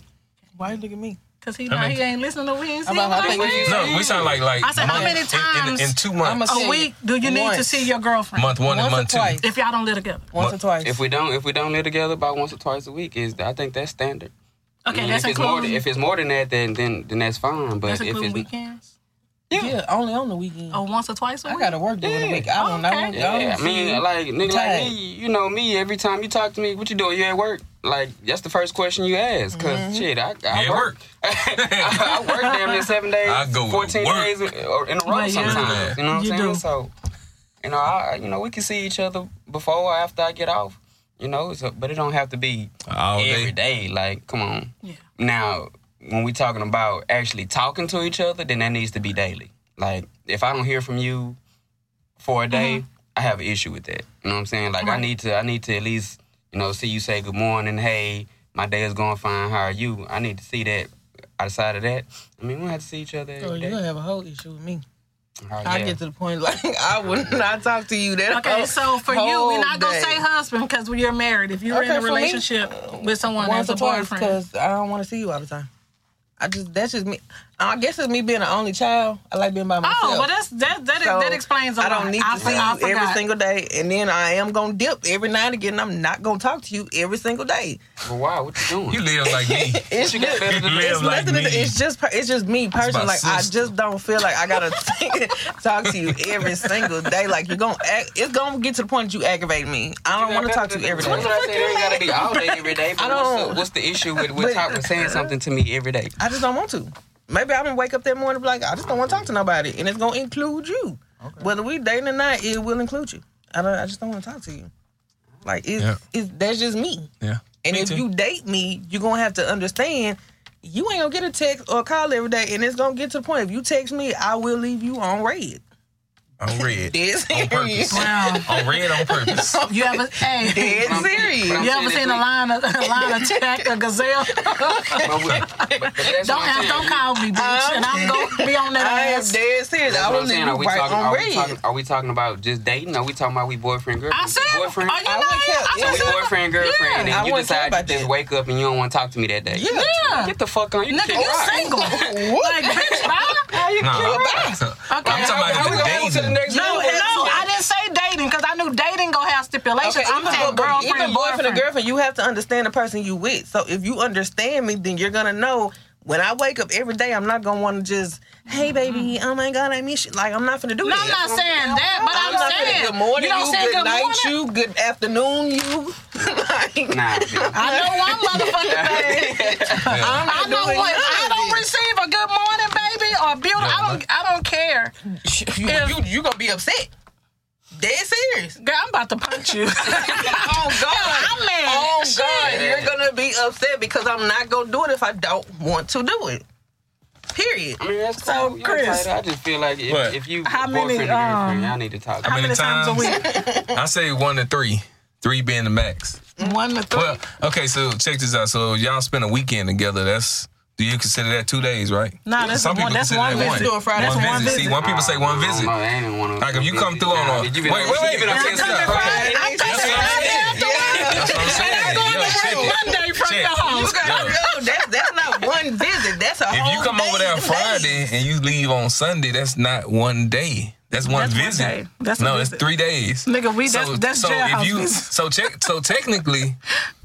Speaker 4: Why you look at me?
Speaker 2: Because he
Speaker 3: How
Speaker 2: not,
Speaker 3: many-
Speaker 2: he ain't listening to what he ain't
Speaker 4: I'm
Speaker 2: saying
Speaker 4: about- I
Speaker 2: what I'm
Speaker 4: think we-
Speaker 2: saying.
Speaker 3: No, we sound like like.
Speaker 2: I said, how
Speaker 3: month-
Speaker 2: many
Speaker 3: in- in-
Speaker 2: times
Speaker 3: in, two
Speaker 4: I'ma
Speaker 3: months?
Speaker 4: say-
Speaker 2: A week do you need to
Speaker 4: Once.
Speaker 2: see your girlfriend?
Speaker 3: month one and
Speaker 4: Once or
Speaker 3: month two.
Speaker 4: twice.
Speaker 2: If y'all don't live together.
Speaker 4: Once
Speaker 3: What?
Speaker 4: or twice.
Speaker 5: If we don't if we don't live together about once or twice a week, is I think that's standard. I
Speaker 2: Okay,
Speaker 5: mean,
Speaker 2: that's
Speaker 5: if it's more than,
Speaker 2: including,
Speaker 5: if it's more than that, then then then that's fine. But
Speaker 2: that's
Speaker 5: if
Speaker 2: including
Speaker 5: it's
Speaker 2: weekends?
Speaker 4: yeah. only on the weekend.
Speaker 2: Or once or twice a
Speaker 4: I
Speaker 2: week?
Speaker 4: gotta work during the
Speaker 5: Yeah.
Speaker 4: week. I don't
Speaker 2: Oh, Okay.
Speaker 4: know.
Speaker 5: Yeah, I mean, like nigga, like
Speaker 4: Tight.
Speaker 5: me, you know me. Every time you talk to me, what you doing? You at work? Like that's the first question you ask. because
Speaker 2: Mm-hmm.
Speaker 5: shit, I, I
Speaker 3: Yeah,
Speaker 5: work. I work damn near seven days,
Speaker 3: I go to
Speaker 5: fourteen
Speaker 3: work.
Speaker 5: days in, or in a row
Speaker 2: Well, yeah.
Speaker 5: sometimes. You know what
Speaker 2: You
Speaker 5: I'm saying?
Speaker 2: do.
Speaker 5: So, you know, I, you know, we can see each other before or after I get off. You know, so, but it don't have to be
Speaker 3: All
Speaker 5: every
Speaker 3: day.
Speaker 5: day. Like, come on.
Speaker 2: Yeah.
Speaker 5: Now, when we talking about actually talking to each other, then that needs to be daily. Like, if I don't hear from you for a day,
Speaker 4: Mm-hmm.
Speaker 5: I have an issue with that. You know what I'm saying? Like, I
Speaker 2: Right.
Speaker 5: need to, I need to at least, you know, see you say good morning. Hey, my day is going fine. How are you? I need to see that. Outside of that, I mean, we don't have to see each other.
Speaker 4: Oh,
Speaker 5: Every
Speaker 4: you
Speaker 5: day.
Speaker 4: gonna have a whole issue with me.
Speaker 5: Oh,
Speaker 4: I
Speaker 5: yeah.
Speaker 4: get to the point like I would not talk to you. That
Speaker 2: Okay,
Speaker 4: whole-
Speaker 2: so for you, we're not gonna
Speaker 4: Oh, whole
Speaker 2: say
Speaker 4: day.
Speaker 2: husband because you're married. If you're
Speaker 4: Okay,
Speaker 2: in a
Speaker 4: for me,
Speaker 2: relationship with someone
Speaker 4: once
Speaker 2: as
Speaker 4: or
Speaker 2: a
Speaker 4: twice
Speaker 2: boyfriend,
Speaker 4: because I don't want to see you all the time. I just that's just me. I guess it's me being an only child. I like being by myself.
Speaker 2: Oh, well, that's that that,
Speaker 4: So,
Speaker 2: that explains a
Speaker 4: I
Speaker 2: lot.
Speaker 4: don't need to
Speaker 2: for-
Speaker 4: see
Speaker 2: I
Speaker 4: you every
Speaker 2: forgot.
Speaker 4: single day, and then I am gonna dip every now and again. I'm not gonna talk to you every single day.
Speaker 5: But why? What you doing?
Speaker 3: You live like me.
Speaker 4: It's
Speaker 5: you got
Speaker 4: just,
Speaker 5: better than
Speaker 3: Live
Speaker 4: it's
Speaker 5: this.
Speaker 3: like
Speaker 4: nothing. to do-
Speaker 3: me.
Speaker 4: It's just per- it's just me personally. Like I
Speaker 3: sister.
Speaker 4: just don't feel like I gotta talk to you every single day. Like you're gonna act, it's gonna get to the point that you aggravate me. I don't want to talk to you every
Speaker 5: That's what
Speaker 4: day.
Speaker 5: I said. It ain't gotta be all day, every day. But
Speaker 4: I
Speaker 5: what's,
Speaker 4: don't-
Speaker 5: the, what's the issue with,
Speaker 4: But-
Speaker 5: with talking, saying something to me every day?
Speaker 4: I just don't want to. Maybe I'm gonna wake up that morning and be like I just don't want to talk to nobody, and it's gonna include you. Whether we dating or not, it will include you. I don't. I just don't want to talk to you. Like it's,
Speaker 3: Yeah.
Speaker 4: it's that's just me.
Speaker 3: Yeah.
Speaker 4: And
Speaker 3: Me
Speaker 4: if
Speaker 3: too.
Speaker 4: you date me, you're gonna have to understand you ain't gonna get a text or a call every day, and it's gonna get to the point. If you text me, I will leave you on red.
Speaker 3: on red,
Speaker 4: Dead
Speaker 3: on purpose,
Speaker 4: serious.
Speaker 2: Wow.
Speaker 3: on red on purpose.
Speaker 2: You ever hey?
Speaker 4: Dead
Speaker 5: I'm-
Speaker 4: serious.
Speaker 5: I'm-
Speaker 2: You ever
Speaker 5: saying
Speaker 2: seen
Speaker 5: that
Speaker 2: a
Speaker 5: we-
Speaker 2: line of a line of check a gazelle?
Speaker 5: But we- but- but that's
Speaker 2: Don't
Speaker 5: what I'm
Speaker 2: ask,
Speaker 5: saying.
Speaker 2: don't call me, bitch, and I'm gonna be on
Speaker 4: Uh, I
Speaker 2: that
Speaker 4: am
Speaker 2: ass.
Speaker 4: dead serious.
Speaker 5: That's
Speaker 4: I
Speaker 5: what
Speaker 4: will
Speaker 5: I'm
Speaker 4: leave
Speaker 5: saying. Are
Speaker 4: you
Speaker 5: we
Speaker 4: right
Speaker 5: talking?
Speaker 4: on
Speaker 5: Are
Speaker 4: red.
Speaker 5: we talking? Are we talking about just dating? Are we talking about we boyfriend girlfriend?
Speaker 2: I said,
Speaker 5: boyfriend.
Speaker 2: are you
Speaker 4: I
Speaker 2: not?
Speaker 4: wouldn't care.
Speaker 2: I
Speaker 4: Yeah,
Speaker 5: we
Speaker 2: said,
Speaker 5: boyfriend girlfriend,
Speaker 2: Yeah.
Speaker 4: I
Speaker 5: and you
Speaker 4: wouldn't care
Speaker 5: decide to
Speaker 4: about
Speaker 5: just
Speaker 4: that.
Speaker 5: wake up and you don't want to talk to me that day.
Speaker 4: Yeah.
Speaker 2: Yeah.
Speaker 5: Get the fuck on. You
Speaker 2: Nigga,
Speaker 5: kick
Speaker 2: you
Speaker 5: rocks.
Speaker 2: single. like, bitch, bye.
Speaker 3: No, I'm, I'm
Speaker 2: Okay.
Speaker 3: talking about
Speaker 5: How we
Speaker 3: the
Speaker 5: gonna go to the
Speaker 3: dating.
Speaker 5: next
Speaker 2: No, no,
Speaker 5: level?
Speaker 2: I didn't say dating because I knew dating gonna have stipulations.
Speaker 4: Okay,
Speaker 2: I'm
Speaker 4: even
Speaker 2: saying
Speaker 4: bo-
Speaker 2: girlfriend,
Speaker 4: even boyfriend
Speaker 2: boyfriend.
Speaker 4: or girlfriend, you have to understand the person you with. So if you understand me, then you're gonna know when I wake up every day, I'm not gonna want to just, hey baby, oh my god, I miss you. Like I'm not gonna do
Speaker 2: No,
Speaker 4: that.
Speaker 2: I'm not saying that, but I'm,
Speaker 4: I'm not
Speaker 2: saying
Speaker 4: saying good morning,
Speaker 2: you
Speaker 4: you,
Speaker 2: don't say
Speaker 4: good,
Speaker 2: good
Speaker 4: night,
Speaker 2: morning.
Speaker 4: you, good afternoon, you. like,
Speaker 5: Nah, bitch.
Speaker 2: I know one motherfucking thing.
Speaker 4: I'm not
Speaker 2: I know
Speaker 4: doing
Speaker 2: what.
Speaker 4: none
Speaker 2: I
Speaker 4: of
Speaker 2: don't
Speaker 4: this.
Speaker 2: receive a good morning, baby, or beautiful. I don't. I don't care.
Speaker 4: You, you, you gonna be upset. Dead serious.
Speaker 2: Girl, I'm about to punch you.
Speaker 4: Oh God.
Speaker 2: I'm mad.
Speaker 4: Oh
Speaker 2: Shit.
Speaker 4: God, you're gonna be upset because I'm not gonna do it if I don't want to do it. Period.
Speaker 5: I mean, that's
Speaker 2: So,
Speaker 5: cool. You know what I'm
Speaker 2: Chris.
Speaker 5: saying? I just feel like
Speaker 3: What?
Speaker 5: if, if you
Speaker 2: How many,
Speaker 5: boyfriend and girlfriend,
Speaker 2: um,
Speaker 5: y'all need to talk.
Speaker 2: How
Speaker 5: I
Speaker 3: many
Speaker 2: many times a
Speaker 3: times?
Speaker 2: week?
Speaker 3: I say one to three, three being the max.
Speaker 2: One to three.
Speaker 3: Well, okay, so check this out. So y'all spend a weekend together. That's do you consider that two days, right?
Speaker 2: Nah, that's
Speaker 3: Some
Speaker 2: one-
Speaker 3: people
Speaker 2: that's
Speaker 3: consider
Speaker 2: one
Speaker 3: that
Speaker 2: visit.
Speaker 3: one.
Speaker 4: Let's do a Friday.
Speaker 3: One
Speaker 2: That's one
Speaker 3: visit. See,
Speaker 2: visit.
Speaker 3: one people say one visit.
Speaker 5: I ain't one of
Speaker 3: Like, if
Speaker 5: them
Speaker 3: you come
Speaker 5: bitches.
Speaker 3: through on
Speaker 5: Nah,
Speaker 3: a-
Speaker 5: bitch, you been
Speaker 3: Wait, wait,
Speaker 5: she
Speaker 3: wait.
Speaker 5: been
Speaker 3: I'm
Speaker 5: on
Speaker 3: coming
Speaker 5: TikTok.
Speaker 3: Friday.
Speaker 2: I'm coming
Speaker 3: That's what I'm
Speaker 2: Friday
Speaker 3: saying.
Speaker 2: after
Speaker 3: That's what I'm saying.
Speaker 2: I'm going
Speaker 3: Yo,
Speaker 2: to
Speaker 3: check
Speaker 2: work
Speaker 3: it.
Speaker 2: Monday from
Speaker 3: Check.
Speaker 2: the house.
Speaker 4: You gotta
Speaker 3: Yeah.
Speaker 4: go. That's that's not one visit. That's a
Speaker 3: If
Speaker 4: whole
Speaker 2: Oh,
Speaker 3: you come over
Speaker 4: day
Speaker 3: there
Speaker 4: of
Speaker 3: Friday
Speaker 4: days.
Speaker 3: and you leave on Sunday, that's not one day. That's one
Speaker 2: That's one
Speaker 3: visit.
Speaker 2: day. That's a
Speaker 3: no,
Speaker 2: visit.
Speaker 3: it's three days.
Speaker 2: Nigga, we- that's- that's jailhouse
Speaker 3: if you
Speaker 2: visit.
Speaker 3: so check so technically,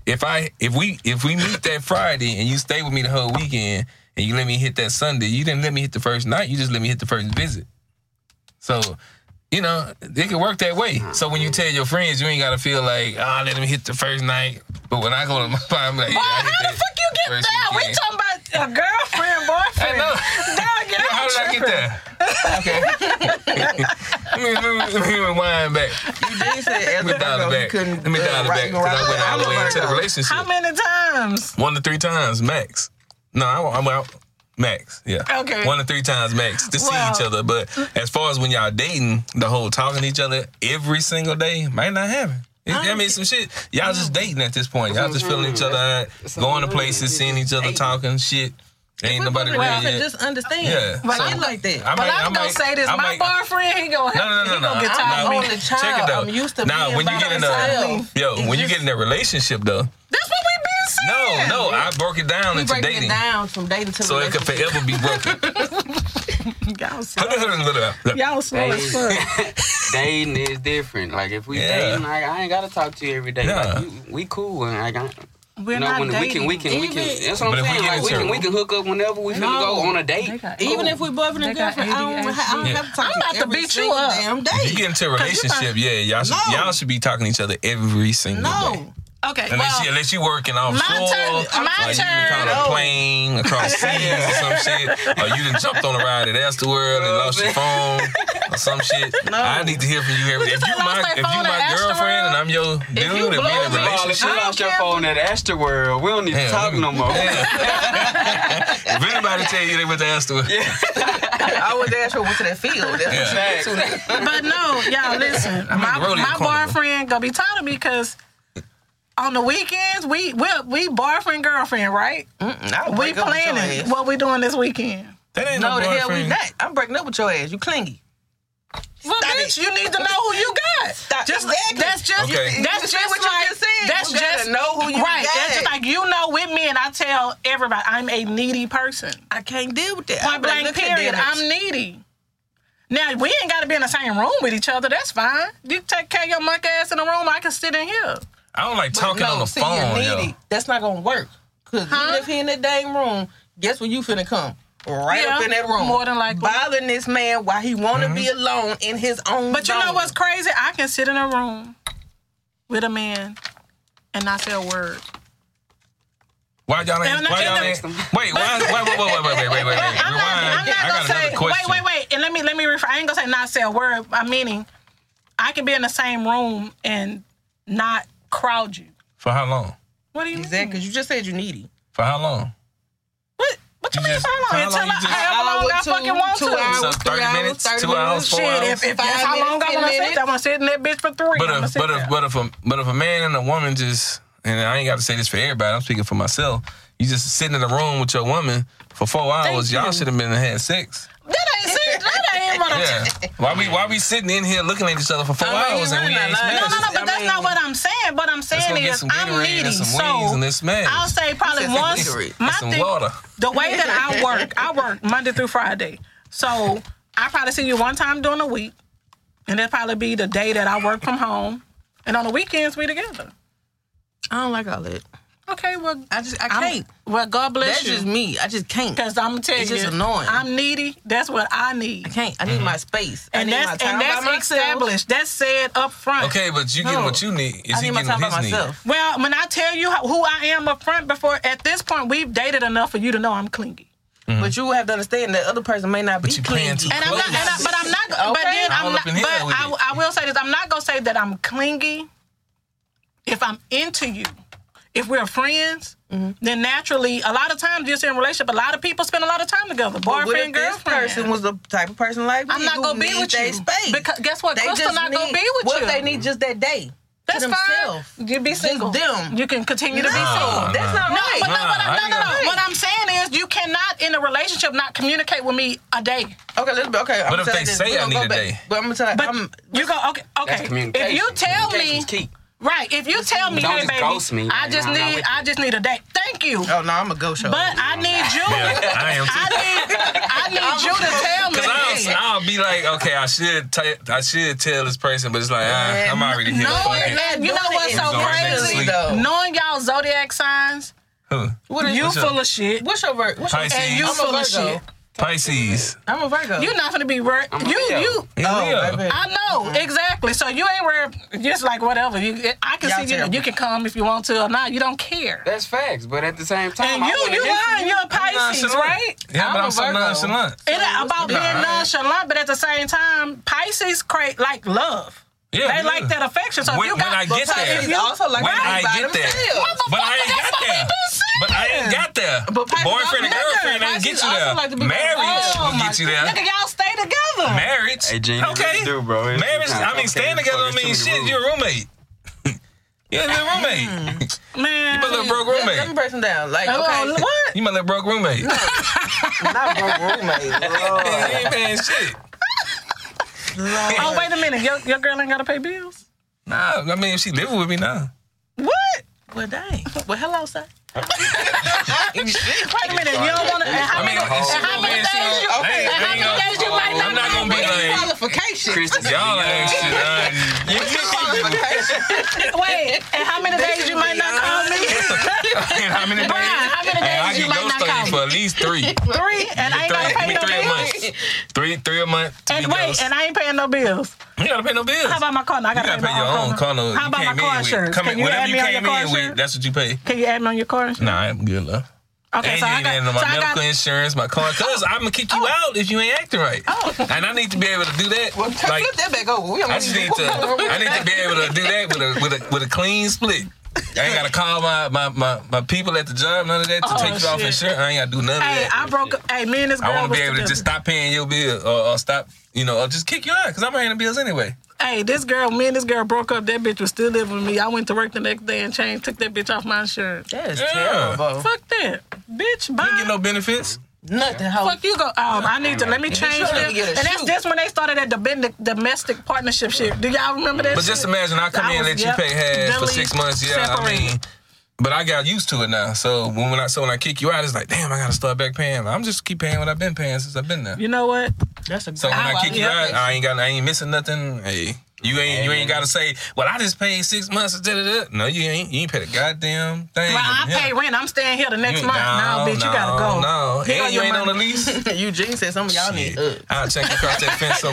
Speaker 3: if I if we if we meet that Friday and you stay with me the whole weekend and you let me hit that Sunday, you didn't let me hit the first night. You just let me hit the first visit. So. You know, it can work that way. So when you tell your friends, you ain't gotta feel like, ah, I let them hit the first night. But when I go to my, I'm like, yeah,
Speaker 2: Boy,
Speaker 3: I hit
Speaker 2: how the
Speaker 3: that
Speaker 2: fuck you get
Speaker 3: first
Speaker 2: there? We
Speaker 3: weekend.
Speaker 2: talking about a girlfriend, boyfriend.
Speaker 3: I know.
Speaker 2: Dog, get
Speaker 3: Yeah,
Speaker 2: out
Speaker 3: how did I get
Speaker 2: tripping.
Speaker 3: there? Okay. let, me, let, me, let me rewind back.
Speaker 4: You did say as
Speaker 3: Let me
Speaker 4: a
Speaker 3: dial
Speaker 4: Virgo,
Speaker 3: it
Speaker 4: you
Speaker 3: back.
Speaker 4: couldn't.
Speaker 3: Let me
Speaker 4: uh,
Speaker 3: dial it
Speaker 4: rock
Speaker 3: back
Speaker 4: and
Speaker 3: because I
Speaker 4: roll.
Speaker 3: went all
Speaker 4: I'm
Speaker 3: the way
Speaker 4: a
Speaker 3: into the
Speaker 4: Virgo.
Speaker 3: relationship.
Speaker 2: How many times?
Speaker 3: One to three times max. No, I, I'm out. Max, yeah.
Speaker 2: Okay.
Speaker 3: One to three times max to
Speaker 2: Well-
Speaker 3: see each other. But as far as when y'all dating, the whole talking to each other every single day might not happen. It, I
Speaker 2: Um,
Speaker 3: mean, some shit. Y'all just
Speaker 2: mm-hmm.
Speaker 3: dating at this point. Y'all just feeling each other out,
Speaker 5: That's-
Speaker 3: going to
Speaker 5: that's-
Speaker 3: places, seeing each other,
Speaker 5: dating.
Speaker 3: talking shit. Ain't nobody
Speaker 4: Well,
Speaker 3: ready
Speaker 4: I
Speaker 3: yet.
Speaker 4: Just understand.
Speaker 3: Yeah,
Speaker 4: But
Speaker 3: so-
Speaker 4: I like that.
Speaker 3: I
Speaker 2: But
Speaker 3: might- I
Speaker 2: I'm gonna
Speaker 3: might-
Speaker 2: say this.
Speaker 3: I
Speaker 2: my
Speaker 3: might-
Speaker 2: boyfriend, he gonna
Speaker 3: No, no,
Speaker 2: he
Speaker 3: no, no, no.
Speaker 2: gonna get
Speaker 3: I'm
Speaker 2: tired.
Speaker 4: I'm
Speaker 3: not-
Speaker 4: only
Speaker 3: check
Speaker 4: child.
Speaker 3: it though.
Speaker 4: I'm used to
Speaker 3: Nah,
Speaker 4: being
Speaker 3: when
Speaker 4: by
Speaker 3: you get in a
Speaker 4: myself.
Speaker 3: yo,
Speaker 4: It
Speaker 3: when you
Speaker 4: just-
Speaker 3: get in a relationship though,
Speaker 2: That's what we been saying.
Speaker 3: no, no, I broke it down
Speaker 4: We
Speaker 3: into
Speaker 4: breaking it
Speaker 3: dating,
Speaker 4: down from dating to
Speaker 3: so it could
Speaker 4: relationship.
Speaker 3: forever be broken.
Speaker 2: Y'all slow. Y'all slow as
Speaker 5: Dating,
Speaker 2: fuck.
Speaker 5: dating is different. Like if we
Speaker 3: Yeah.
Speaker 5: dating, like I ain't gotta talk to you every day.
Speaker 3: Yeah.
Speaker 5: Like, you, we cool and like, I
Speaker 2: We're
Speaker 5: you know,
Speaker 2: not
Speaker 5: when we
Speaker 2: dating.
Speaker 5: can, we can, we can.
Speaker 4: Even-
Speaker 5: That's what
Speaker 3: But if
Speaker 5: I'm
Speaker 3: we
Speaker 5: saying.
Speaker 3: get
Speaker 5: Like we
Speaker 3: into
Speaker 5: can,
Speaker 3: it-
Speaker 5: we can hook up whenever we finna
Speaker 4: No.
Speaker 5: go on a date.
Speaker 4: Even if we boyfriend and
Speaker 2: They got
Speaker 4: girlfriend, I don't, I don't
Speaker 2: ADHD.
Speaker 4: have to talk
Speaker 2: I'm
Speaker 4: Oh.
Speaker 2: about
Speaker 4: to
Speaker 2: to
Speaker 4: you every
Speaker 2: beat you
Speaker 4: single
Speaker 2: up.
Speaker 4: Damn
Speaker 3: If you
Speaker 4: day.
Speaker 3: get into a relationship, yeah, y'all should
Speaker 4: No.
Speaker 3: y'all should be talking to each other every single day.
Speaker 4: No.
Speaker 2: Okay,
Speaker 3: Unless, you,
Speaker 2: well,
Speaker 3: unless you working off
Speaker 2: my
Speaker 3: shore,
Speaker 2: turn- my
Speaker 3: like
Speaker 2: turn.
Speaker 3: you caught
Speaker 4: No.
Speaker 3: a plane across seas or some shit, or you done jumped on a ride at Astroworld and lost your phone or some shit. I need to hear from you every day. If
Speaker 2: say
Speaker 3: you
Speaker 2: lost
Speaker 3: my
Speaker 2: their
Speaker 3: if you
Speaker 2: phone at
Speaker 3: my girlfriend
Speaker 2: Astroworld?
Speaker 3: and I'm your dude and we in
Speaker 2: blow
Speaker 3: a
Speaker 2: the ball,
Speaker 5: Well, if you
Speaker 3: relationship,
Speaker 5: lost your
Speaker 2: care.
Speaker 5: phone at Astroworld, we don't need to
Speaker 3: Yeah,
Speaker 5: talk
Speaker 3: we-
Speaker 5: no more.
Speaker 3: If anybody tell you they went to Astor,
Speaker 4: I always ask her went to that field. That's what
Speaker 3: yeah.
Speaker 2: but no, y'all listen. my
Speaker 3: the rodeo
Speaker 2: my
Speaker 3: carnival.
Speaker 2: boyfriend gonna be tired of me because on the weekends we we we boyfriend girlfriend right?
Speaker 4: you- I would
Speaker 2: We
Speaker 4: break up with your
Speaker 2: planning
Speaker 4: ass.
Speaker 2: what we doing this weekend.
Speaker 3: that ain't
Speaker 4: No,
Speaker 3: no
Speaker 4: the hell we
Speaker 3: boyfriend.
Speaker 4: not. I'm breaking up with your ass. You clingy.
Speaker 2: Well, bitch, you need to know who you got.
Speaker 4: Stop.
Speaker 2: Just
Speaker 4: Exactly.
Speaker 2: that's just
Speaker 3: Okay.
Speaker 2: that's
Speaker 4: You
Speaker 2: just
Speaker 4: said what you
Speaker 2: like,
Speaker 4: just said.
Speaker 2: That's
Speaker 4: You gotta
Speaker 2: just
Speaker 4: know who you
Speaker 2: right.
Speaker 4: got.
Speaker 2: That's just like you know with me, and I tell everybody I'm a needy person.
Speaker 4: I can't deal with that.
Speaker 2: Point
Speaker 4: I'm like,
Speaker 2: blank
Speaker 4: look at
Speaker 2: period.
Speaker 4: that bitch.
Speaker 2: I'm needy. Now we ain't gotta be in the same room with each other. That's fine. You take care of your monkey ass in the room. I can sit in here.
Speaker 3: I don't like talking
Speaker 4: no,
Speaker 3: on the
Speaker 4: see,
Speaker 3: phone,
Speaker 4: You're
Speaker 3: yo.
Speaker 4: needy. That's not gonna work. Cause even if he in that dang room, guess where you finna come? Right
Speaker 2: Yeah,
Speaker 4: up in that room.
Speaker 2: more than likely.
Speaker 4: Bothering this man while he wanna be
Speaker 3: Mm-hmm.
Speaker 4: alone in his own.
Speaker 2: But you know
Speaker 4: zone.
Speaker 2: what's crazy? I can sit in a room with a man and not say a word.
Speaker 3: Why y'all ain't?
Speaker 2: And I-
Speaker 3: Why y'all
Speaker 2: and
Speaker 3: ain't?
Speaker 5: the-
Speaker 3: Wait, why? Wait, wait, wait, wait, wait, wait, wait, wait. Rewind.
Speaker 2: I'm not, I'm not
Speaker 3: I
Speaker 2: gonna
Speaker 3: got
Speaker 2: say
Speaker 3: another question.
Speaker 2: wait, wait, wait, and let me let me refer. I ain't gonna say not say a word. I meaning, I can be in the same room and not crowd you.
Speaker 3: For how long?
Speaker 2: What do you
Speaker 4: Exactly,
Speaker 2: mean?
Speaker 4: because you just said you needy.
Speaker 3: For how long?
Speaker 2: What What you,
Speaker 3: You
Speaker 2: mean?
Speaker 3: just-
Speaker 2: how long?
Speaker 3: how long
Speaker 2: Until
Speaker 3: you
Speaker 2: I,
Speaker 3: just-
Speaker 2: however long I
Speaker 4: Hour, two-
Speaker 2: fucking want
Speaker 4: two
Speaker 2: to.
Speaker 4: hours,
Speaker 3: So
Speaker 4: three
Speaker 3: 30
Speaker 4: hours,
Speaker 3: minutes,
Speaker 4: 30
Speaker 3: two hours, four
Speaker 2: Shit,
Speaker 3: hours.
Speaker 2: if, if
Speaker 4: Five
Speaker 2: that's how
Speaker 4: minutes,
Speaker 2: long I
Speaker 4: 10
Speaker 2: want to sit,
Speaker 4: minutes.
Speaker 2: there, I'm gonna sit in that bitch for three.
Speaker 3: But
Speaker 2: I'm gonna
Speaker 3: if
Speaker 2: sit
Speaker 3: but
Speaker 2: there.
Speaker 3: if but if a but if a man and a woman just and I ain't got to say this for everybody. I'm speaking for myself. You just sitting in a room with your woman for four hours.
Speaker 2: you.
Speaker 3: Y'all should have been and had sex.
Speaker 2: that ain't see, that ain't what I'm.
Speaker 3: Yeah. why we why we sitting in here looking at each other for four
Speaker 4: I mean,
Speaker 3: hours
Speaker 4: you
Speaker 3: and we
Speaker 4: really
Speaker 3: ain't
Speaker 4: not lying.
Speaker 2: No,
Speaker 3: smashed?
Speaker 2: no, no, but
Speaker 4: I
Speaker 2: that's
Speaker 4: mean-
Speaker 2: not what I'm saying. What I'm
Speaker 3: Let's go
Speaker 2: saying
Speaker 3: get
Speaker 2: is,
Speaker 3: some
Speaker 2: I'm
Speaker 3: Gatorade
Speaker 2: needy.
Speaker 3: and some
Speaker 2: So
Speaker 3: wings and let's smash.
Speaker 2: I'll say probably
Speaker 4: said some
Speaker 2: once.
Speaker 4: Gatorade.
Speaker 2: My
Speaker 3: And some
Speaker 2: thing,
Speaker 3: water.
Speaker 2: the way that I work, I work Monday through Friday. So I probably see you one time during the week, and that probably be the day that I work from home. And on the weekends we together.
Speaker 4: I don't like all that.
Speaker 2: Okay, well
Speaker 4: I just I
Speaker 2: I'm-
Speaker 4: can't.
Speaker 2: well, God bless
Speaker 4: That's
Speaker 2: you.
Speaker 4: just me. I just can't. I
Speaker 2: Because I'm gonna tell
Speaker 4: It's
Speaker 2: you,
Speaker 4: just annoying.
Speaker 2: I'm needy. That's what I need.
Speaker 4: can't. I need my space. I
Speaker 2: And
Speaker 4: need my
Speaker 2: that's
Speaker 4: time
Speaker 2: and
Speaker 4: by
Speaker 2: that's
Speaker 4: myself.
Speaker 2: established. That's said up front.
Speaker 3: Okay, but you get
Speaker 4: No.
Speaker 3: what you need. Is
Speaker 4: I
Speaker 3: he
Speaker 4: need my
Speaker 3: getting
Speaker 4: time by
Speaker 3: what his need?
Speaker 4: myself.
Speaker 2: Well, when I tell you how, who I am up front before, at this point, we've dated enough for you to know I'm clingy.
Speaker 4: But you have to understand that other person may not be
Speaker 3: you playing
Speaker 4: clingy.
Speaker 3: too
Speaker 2: And I'm not, and I, but I'm not, but
Speaker 4: Okay.
Speaker 2: then
Speaker 3: All
Speaker 2: I'm
Speaker 3: up
Speaker 2: not,
Speaker 3: in here
Speaker 2: but
Speaker 3: with
Speaker 2: I,
Speaker 3: it.
Speaker 2: I will say this I'm not going to say that I'm clingy. If I'm into you, if we're friends,
Speaker 4: Mm-hmm.
Speaker 2: then naturally, a lot of times you're in a relationship, a lot of people spend a lot of time together,
Speaker 4: But what if
Speaker 2: boyfriend,
Speaker 4: this
Speaker 2: girlfriend.
Speaker 4: person was the type of person like me
Speaker 2: I'm not
Speaker 4: who
Speaker 2: gonna be
Speaker 4: needs
Speaker 2: with
Speaker 4: they
Speaker 2: you.
Speaker 4: space?
Speaker 2: Because guess what? Crystal not gonna be with
Speaker 4: what
Speaker 2: you.
Speaker 4: if they need just that day?
Speaker 2: That's
Speaker 4: to
Speaker 2: fine.
Speaker 4: themselves?
Speaker 2: You be single.
Speaker 4: them.
Speaker 2: You can continue
Speaker 4: No,
Speaker 2: to be single.
Speaker 4: that's not
Speaker 2: No,
Speaker 4: right.
Speaker 2: but no, what
Speaker 3: Nah,
Speaker 2: I'm, no,
Speaker 3: I
Speaker 2: no,
Speaker 3: ain't
Speaker 2: no. What I'm saying is, you cannot in a relationship not communicate with me a day.
Speaker 4: Okay, let's be okay. I'm
Speaker 3: But if
Speaker 4: gonna
Speaker 3: they
Speaker 4: this.
Speaker 3: say
Speaker 4: We
Speaker 3: I
Speaker 4: gonna
Speaker 3: need
Speaker 4: go
Speaker 3: a
Speaker 4: back.
Speaker 3: day.
Speaker 4: but I'm gonna tell you,
Speaker 2: But
Speaker 4: I'm,
Speaker 2: you go okay,
Speaker 5: That's
Speaker 2: okay. If
Speaker 5: communication.
Speaker 2: you tell me,
Speaker 5: Communication's key.
Speaker 2: right? If you tell me,
Speaker 5: Don't
Speaker 2: hey
Speaker 5: just
Speaker 2: baby,
Speaker 5: ghost me.
Speaker 2: I just
Speaker 5: Nah, I'm not
Speaker 2: need,
Speaker 5: with you.
Speaker 2: I just need a day. Thank you,
Speaker 4: oh no, I'm a go show.
Speaker 2: but I need you.
Speaker 3: Yeah, I am
Speaker 2: I
Speaker 3: too.
Speaker 2: need, I need you to tell me.
Speaker 3: Cause I'll, I'll be like, okay, I should, t- I should tell this person, but it's like, ah, I'm already here.
Speaker 2: No,
Speaker 3: Fuck it.
Speaker 2: man. you know what's so
Speaker 3: crazy?
Speaker 2: Knowing y'all zodiac signs,
Speaker 3: Huh.
Speaker 4: What is,
Speaker 2: you
Speaker 3: What's up?
Speaker 2: full of shit,
Speaker 4: what's your ver- what's your
Speaker 3: Pisces.
Speaker 2: and you
Speaker 4: I'm a
Speaker 2: full of
Speaker 4: Virgo.
Speaker 2: shit.
Speaker 3: Pisces.
Speaker 4: I'm a Virgo.
Speaker 2: You're not gonna be worried.
Speaker 5: I'm a
Speaker 2: You,
Speaker 5: Leo.
Speaker 2: you.
Speaker 3: Here we
Speaker 4: oh,
Speaker 3: are.
Speaker 4: baby.
Speaker 2: I know exactly. So you ain't worried. Just like whatever. You, I can
Speaker 4: Y'all
Speaker 2: see you.
Speaker 4: terrible.
Speaker 2: You can come if you want to or not. You don't care.
Speaker 5: That's facts, but at the same time,
Speaker 2: And
Speaker 5: I
Speaker 2: you,
Speaker 5: wanna
Speaker 2: you
Speaker 5: hear from
Speaker 2: are. You're a Pisces,
Speaker 3: Nonchalant.
Speaker 2: right?
Speaker 3: Yeah, but
Speaker 4: I'm
Speaker 3: I'm,
Speaker 4: a
Speaker 3: so
Speaker 4: Virgo.
Speaker 3: nonchalant.
Speaker 2: It ain't about being
Speaker 3: Nah.
Speaker 2: nonchalant, but at the same time, Pisces create like love.
Speaker 3: Yeah,
Speaker 2: they
Speaker 3: yeah.
Speaker 2: like that affection. So if
Speaker 3: When-
Speaker 2: you got,
Speaker 3: when I get
Speaker 2: so
Speaker 3: there.
Speaker 2: if
Speaker 4: Pisces
Speaker 2: you,
Speaker 4: also like
Speaker 3: When
Speaker 4: to be
Speaker 3: I
Speaker 4: by
Speaker 3: get there.
Speaker 4: themselves.
Speaker 3: But I ain't got
Speaker 2: Motherfucker, that's what we
Speaker 3: there.
Speaker 2: been saying.
Speaker 3: But I ain't got there.
Speaker 4: But Pisces
Speaker 3: Boyfriend and
Speaker 4: also-
Speaker 3: girlfriend don't
Speaker 4: Pisces
Speaker 3: get you there.
Speaker 4: also like to be-
Speaker 3: Marriage
Speaker 4: Oh,
Speaker 3: will
Speaker 4: my
Speaker 3: get you there.
Speaker 2: look at y'all stay together.
Speaker 3: Marriage.
Speaker 5: Hey, Gene, you really do, bro. It's-
Speaker 3: Marriage.
Speaker 5: it's
Speaker 3: I mean,
Speaker 5: okay,
Speaker 3: staying
Speaker 5: it's
Speaker 3: together. I
Speaker 5: okay,
Speaker 3: mean,
Speaker 5: it's too many
Speaker 3: shit.
Speaker 5: rules.
Speaker 3: You're a roommate. yeah, you're a roommate.
Speaker 2: Man,
Speaker 3: But little broke
Speaker 4: Let, let me
Speaker 3: roommate.
Speaker 4: break Hmm. them down. Like
Speaker 2: Hello,
Speaker 4: okay,
Speaker 2: what?
Speaker 3: You my little broke roommate.
Speaker 4: not broke roommate.
Speaker 3: You ain't paying shit.
Speaker 2: Oh, wait a minute. Your, your girl ain't gotta pay bills.
Speaker 3: Nah, I mean, if she living with me now.
Speaker 2: What?
Speaker 4: well, dang. Well, hello, sir.
Speaker 2: Wait a minute. You don't want to. How
Speaker 3: I mean,
Speaker 2: many?
Speaker 3: it's-
Speaker 2: How many
Speaker 3: it's-
Speaker 2: days you?
Speaker 3: I ain't- I
Speaker 2: How
Speaker 3: ain't
Speaker 2: many
Speaker 3: gonna- oh,
Speaker 2: days you might
Speaker 3: I'm
Speaker 2: not?
Speaker 3: not gonna be like
Speaker 4: Qualifications.
Speaker 5: Christian,
Speaker 3: y'all ain't shit. I ain't-
Speaker 4: Qualifications.
Speaker 2: Wait. And how many days you might not call me?
Speaker 3: And how many days?
Speaker 2: Brian, how many
Speaker 3: And I
Speaker 2: days you
Speaker 3: can
Speaker 2: might
Speaker 3: ghost
Speaker 2: not
Speaker 3: on
Speaker 2: call
Speaker 3: you
Speaker 2: me?
Speaker 3: for at least three.
Speaker 2: Three. And I ain't
Speaker 3: Three,
Speaker 2: gotta pay
Speaker 3: me
Speaker 2: no
Speaker 3: three a
Speaker 2: bills.
Speaker 3: month. Three, three a month. to
Speaker 2: And
Speaker 3: be
Speaker 2: wait,
Speaker 3: ghost.
Speaker 2: and I ain't paying no bills.
Speaker 3: you gotta pay no bills.
Speaker 2: How about my car? note? I
Speaker 3: you
Speaker 2: gotta,
Speaker 3: gotta pay
Speaker 2: my
Speaker 3: your own car note.
Speaker 2: How
Speaker 3: You
Speaker 2: about
Speaker 3: came
Speaker 2: my
Speaker 3: in
Speaker 2: car
Speaker 3: with-
Speaker 2: insurance?
Speaker 3: Come
Speaker 2: Can
Speaker 3: in,
Speaker 2: you
Speaker 3: whatever
Speaker 2: add
Speaker 3: you
Speaker 2: me on your
Speaker 3: came in
Speaker 2: car
Speaker 3: with,
Speaker 2: insurance?
Speaker 3: that's what you pay.
Speaker 2: Can you add me on your car insurance?
Speaker 3: Nah, I'm good love.
Speaker 2: Okay,
Speaker 3: and
Speaker 2: so
Speaker 3: you
Speaker 2: I
Speaker 3: ain't
Speaker 2: got.
Speaker 3: into my
Speaker 2: so I
Speaker 3: medical
Speaker 2: got. Oh.
Speaker 3: insurance, my car, because I'm gonna kick you out if you ain't acting right. And I need to be able to do that.
Speaker 4: Well,
Speaker 3: like,
Speaker 4: flip that back over. We don't
Speaker 3: I just need
Speaker 4: even-
Speaker 3: to. I need to be able to do that with a with a with a clean split. I ain't gotta call my my my, my people at the job, none of that to
Speaker 2: Oh,
Speaker 3: take you off
Speaker 2: shit.
Speaker 3: insurance. I ain't gotta do none of
Speaker 2: Hey,
Speaker 3: that.
Speaker 2: I broke. Hey, me and this girl
Speaker 3: I, want to
Speaker 2: was
Speaker 3: be able to
Speaker 2: together.
Speaker 3: just stop paying your bill or, or stop, you know, or just kick you out because I'm paying the bills anyway.
Speaker 2: Hey, this girl, me and this girl broke up. That bitch was still living with me. I went to work the next day and changed, took that bitch off my insurance.
Speaker 4: That is
Speaker 3: Yeah.
Speaker 4: terrible.
Speaker 2: Fuck that, bitch. Bye.
Speaker 3: You don't get no benefits.
Speaker 4: Nothing, hoe.
Speaker 2: Fuck you go. Oh, I need to let me change
Speaker 4: sure
Speaker 2: this.
Speaker 4: don't get a
Speaker 2: And that's
Speaker 4: shoe.
Speaker 2: just when they started that domestic domestic partnership shit. Do y'all remember that?
Speaker 3: But just
Speaker 2: shit?
Speaker 3: imagine I come
Speaker 2: I
Speaker 3: in and let
Speaker 2: was-
Speaker 3: you
Speaker 2: yep,
Speaker 3: pay half for
Speaker 2: really
Speaker 3: six months. Yeah, I mean,
Speaker 2: separated.
Speaker 3: but I got used to it now. So when, when I so when I kick you out, it's like, damn, I gotta start back paying. I'm just keep paying what I've been paying since I've been there.
Speaker 2: You know what?
Speaker 4: That's a
Speaker 3: So when I
Speaker 2: I-
Speaker 3: kick you
Speaker 2: Ah, yeah.
Speaker 3: out, I ain't got, I ain't missing nothing. Hey, you ain't, you ain't gotta say, well, I just paid six months. Da, da, da. No, you ain't. You ain't paid a goddamn thing.
Speaker 2: Well, I
Speaker 3: Yeah.
Speaker 2: pay rent. I'm staying here the
Speaker 3: You
Speaker 2: next
Speaker 3: ain't-
Speaker 2: month. No,
Speaker 3: Mm, no,
Speaker 2: bitch, you gotta
Speaker 3: no,
Speaker 2: go.
Speaker 3: No,
Speaker 2: Here go
Speaker 3: and you
Speaker 2: your
Speaker 3: ain't on the
Speaker 2: money.
Speaker 3: lease.
Speaker 4: Eugene said some of y'all need
Speaker 3: Shit. I'll check across that fence so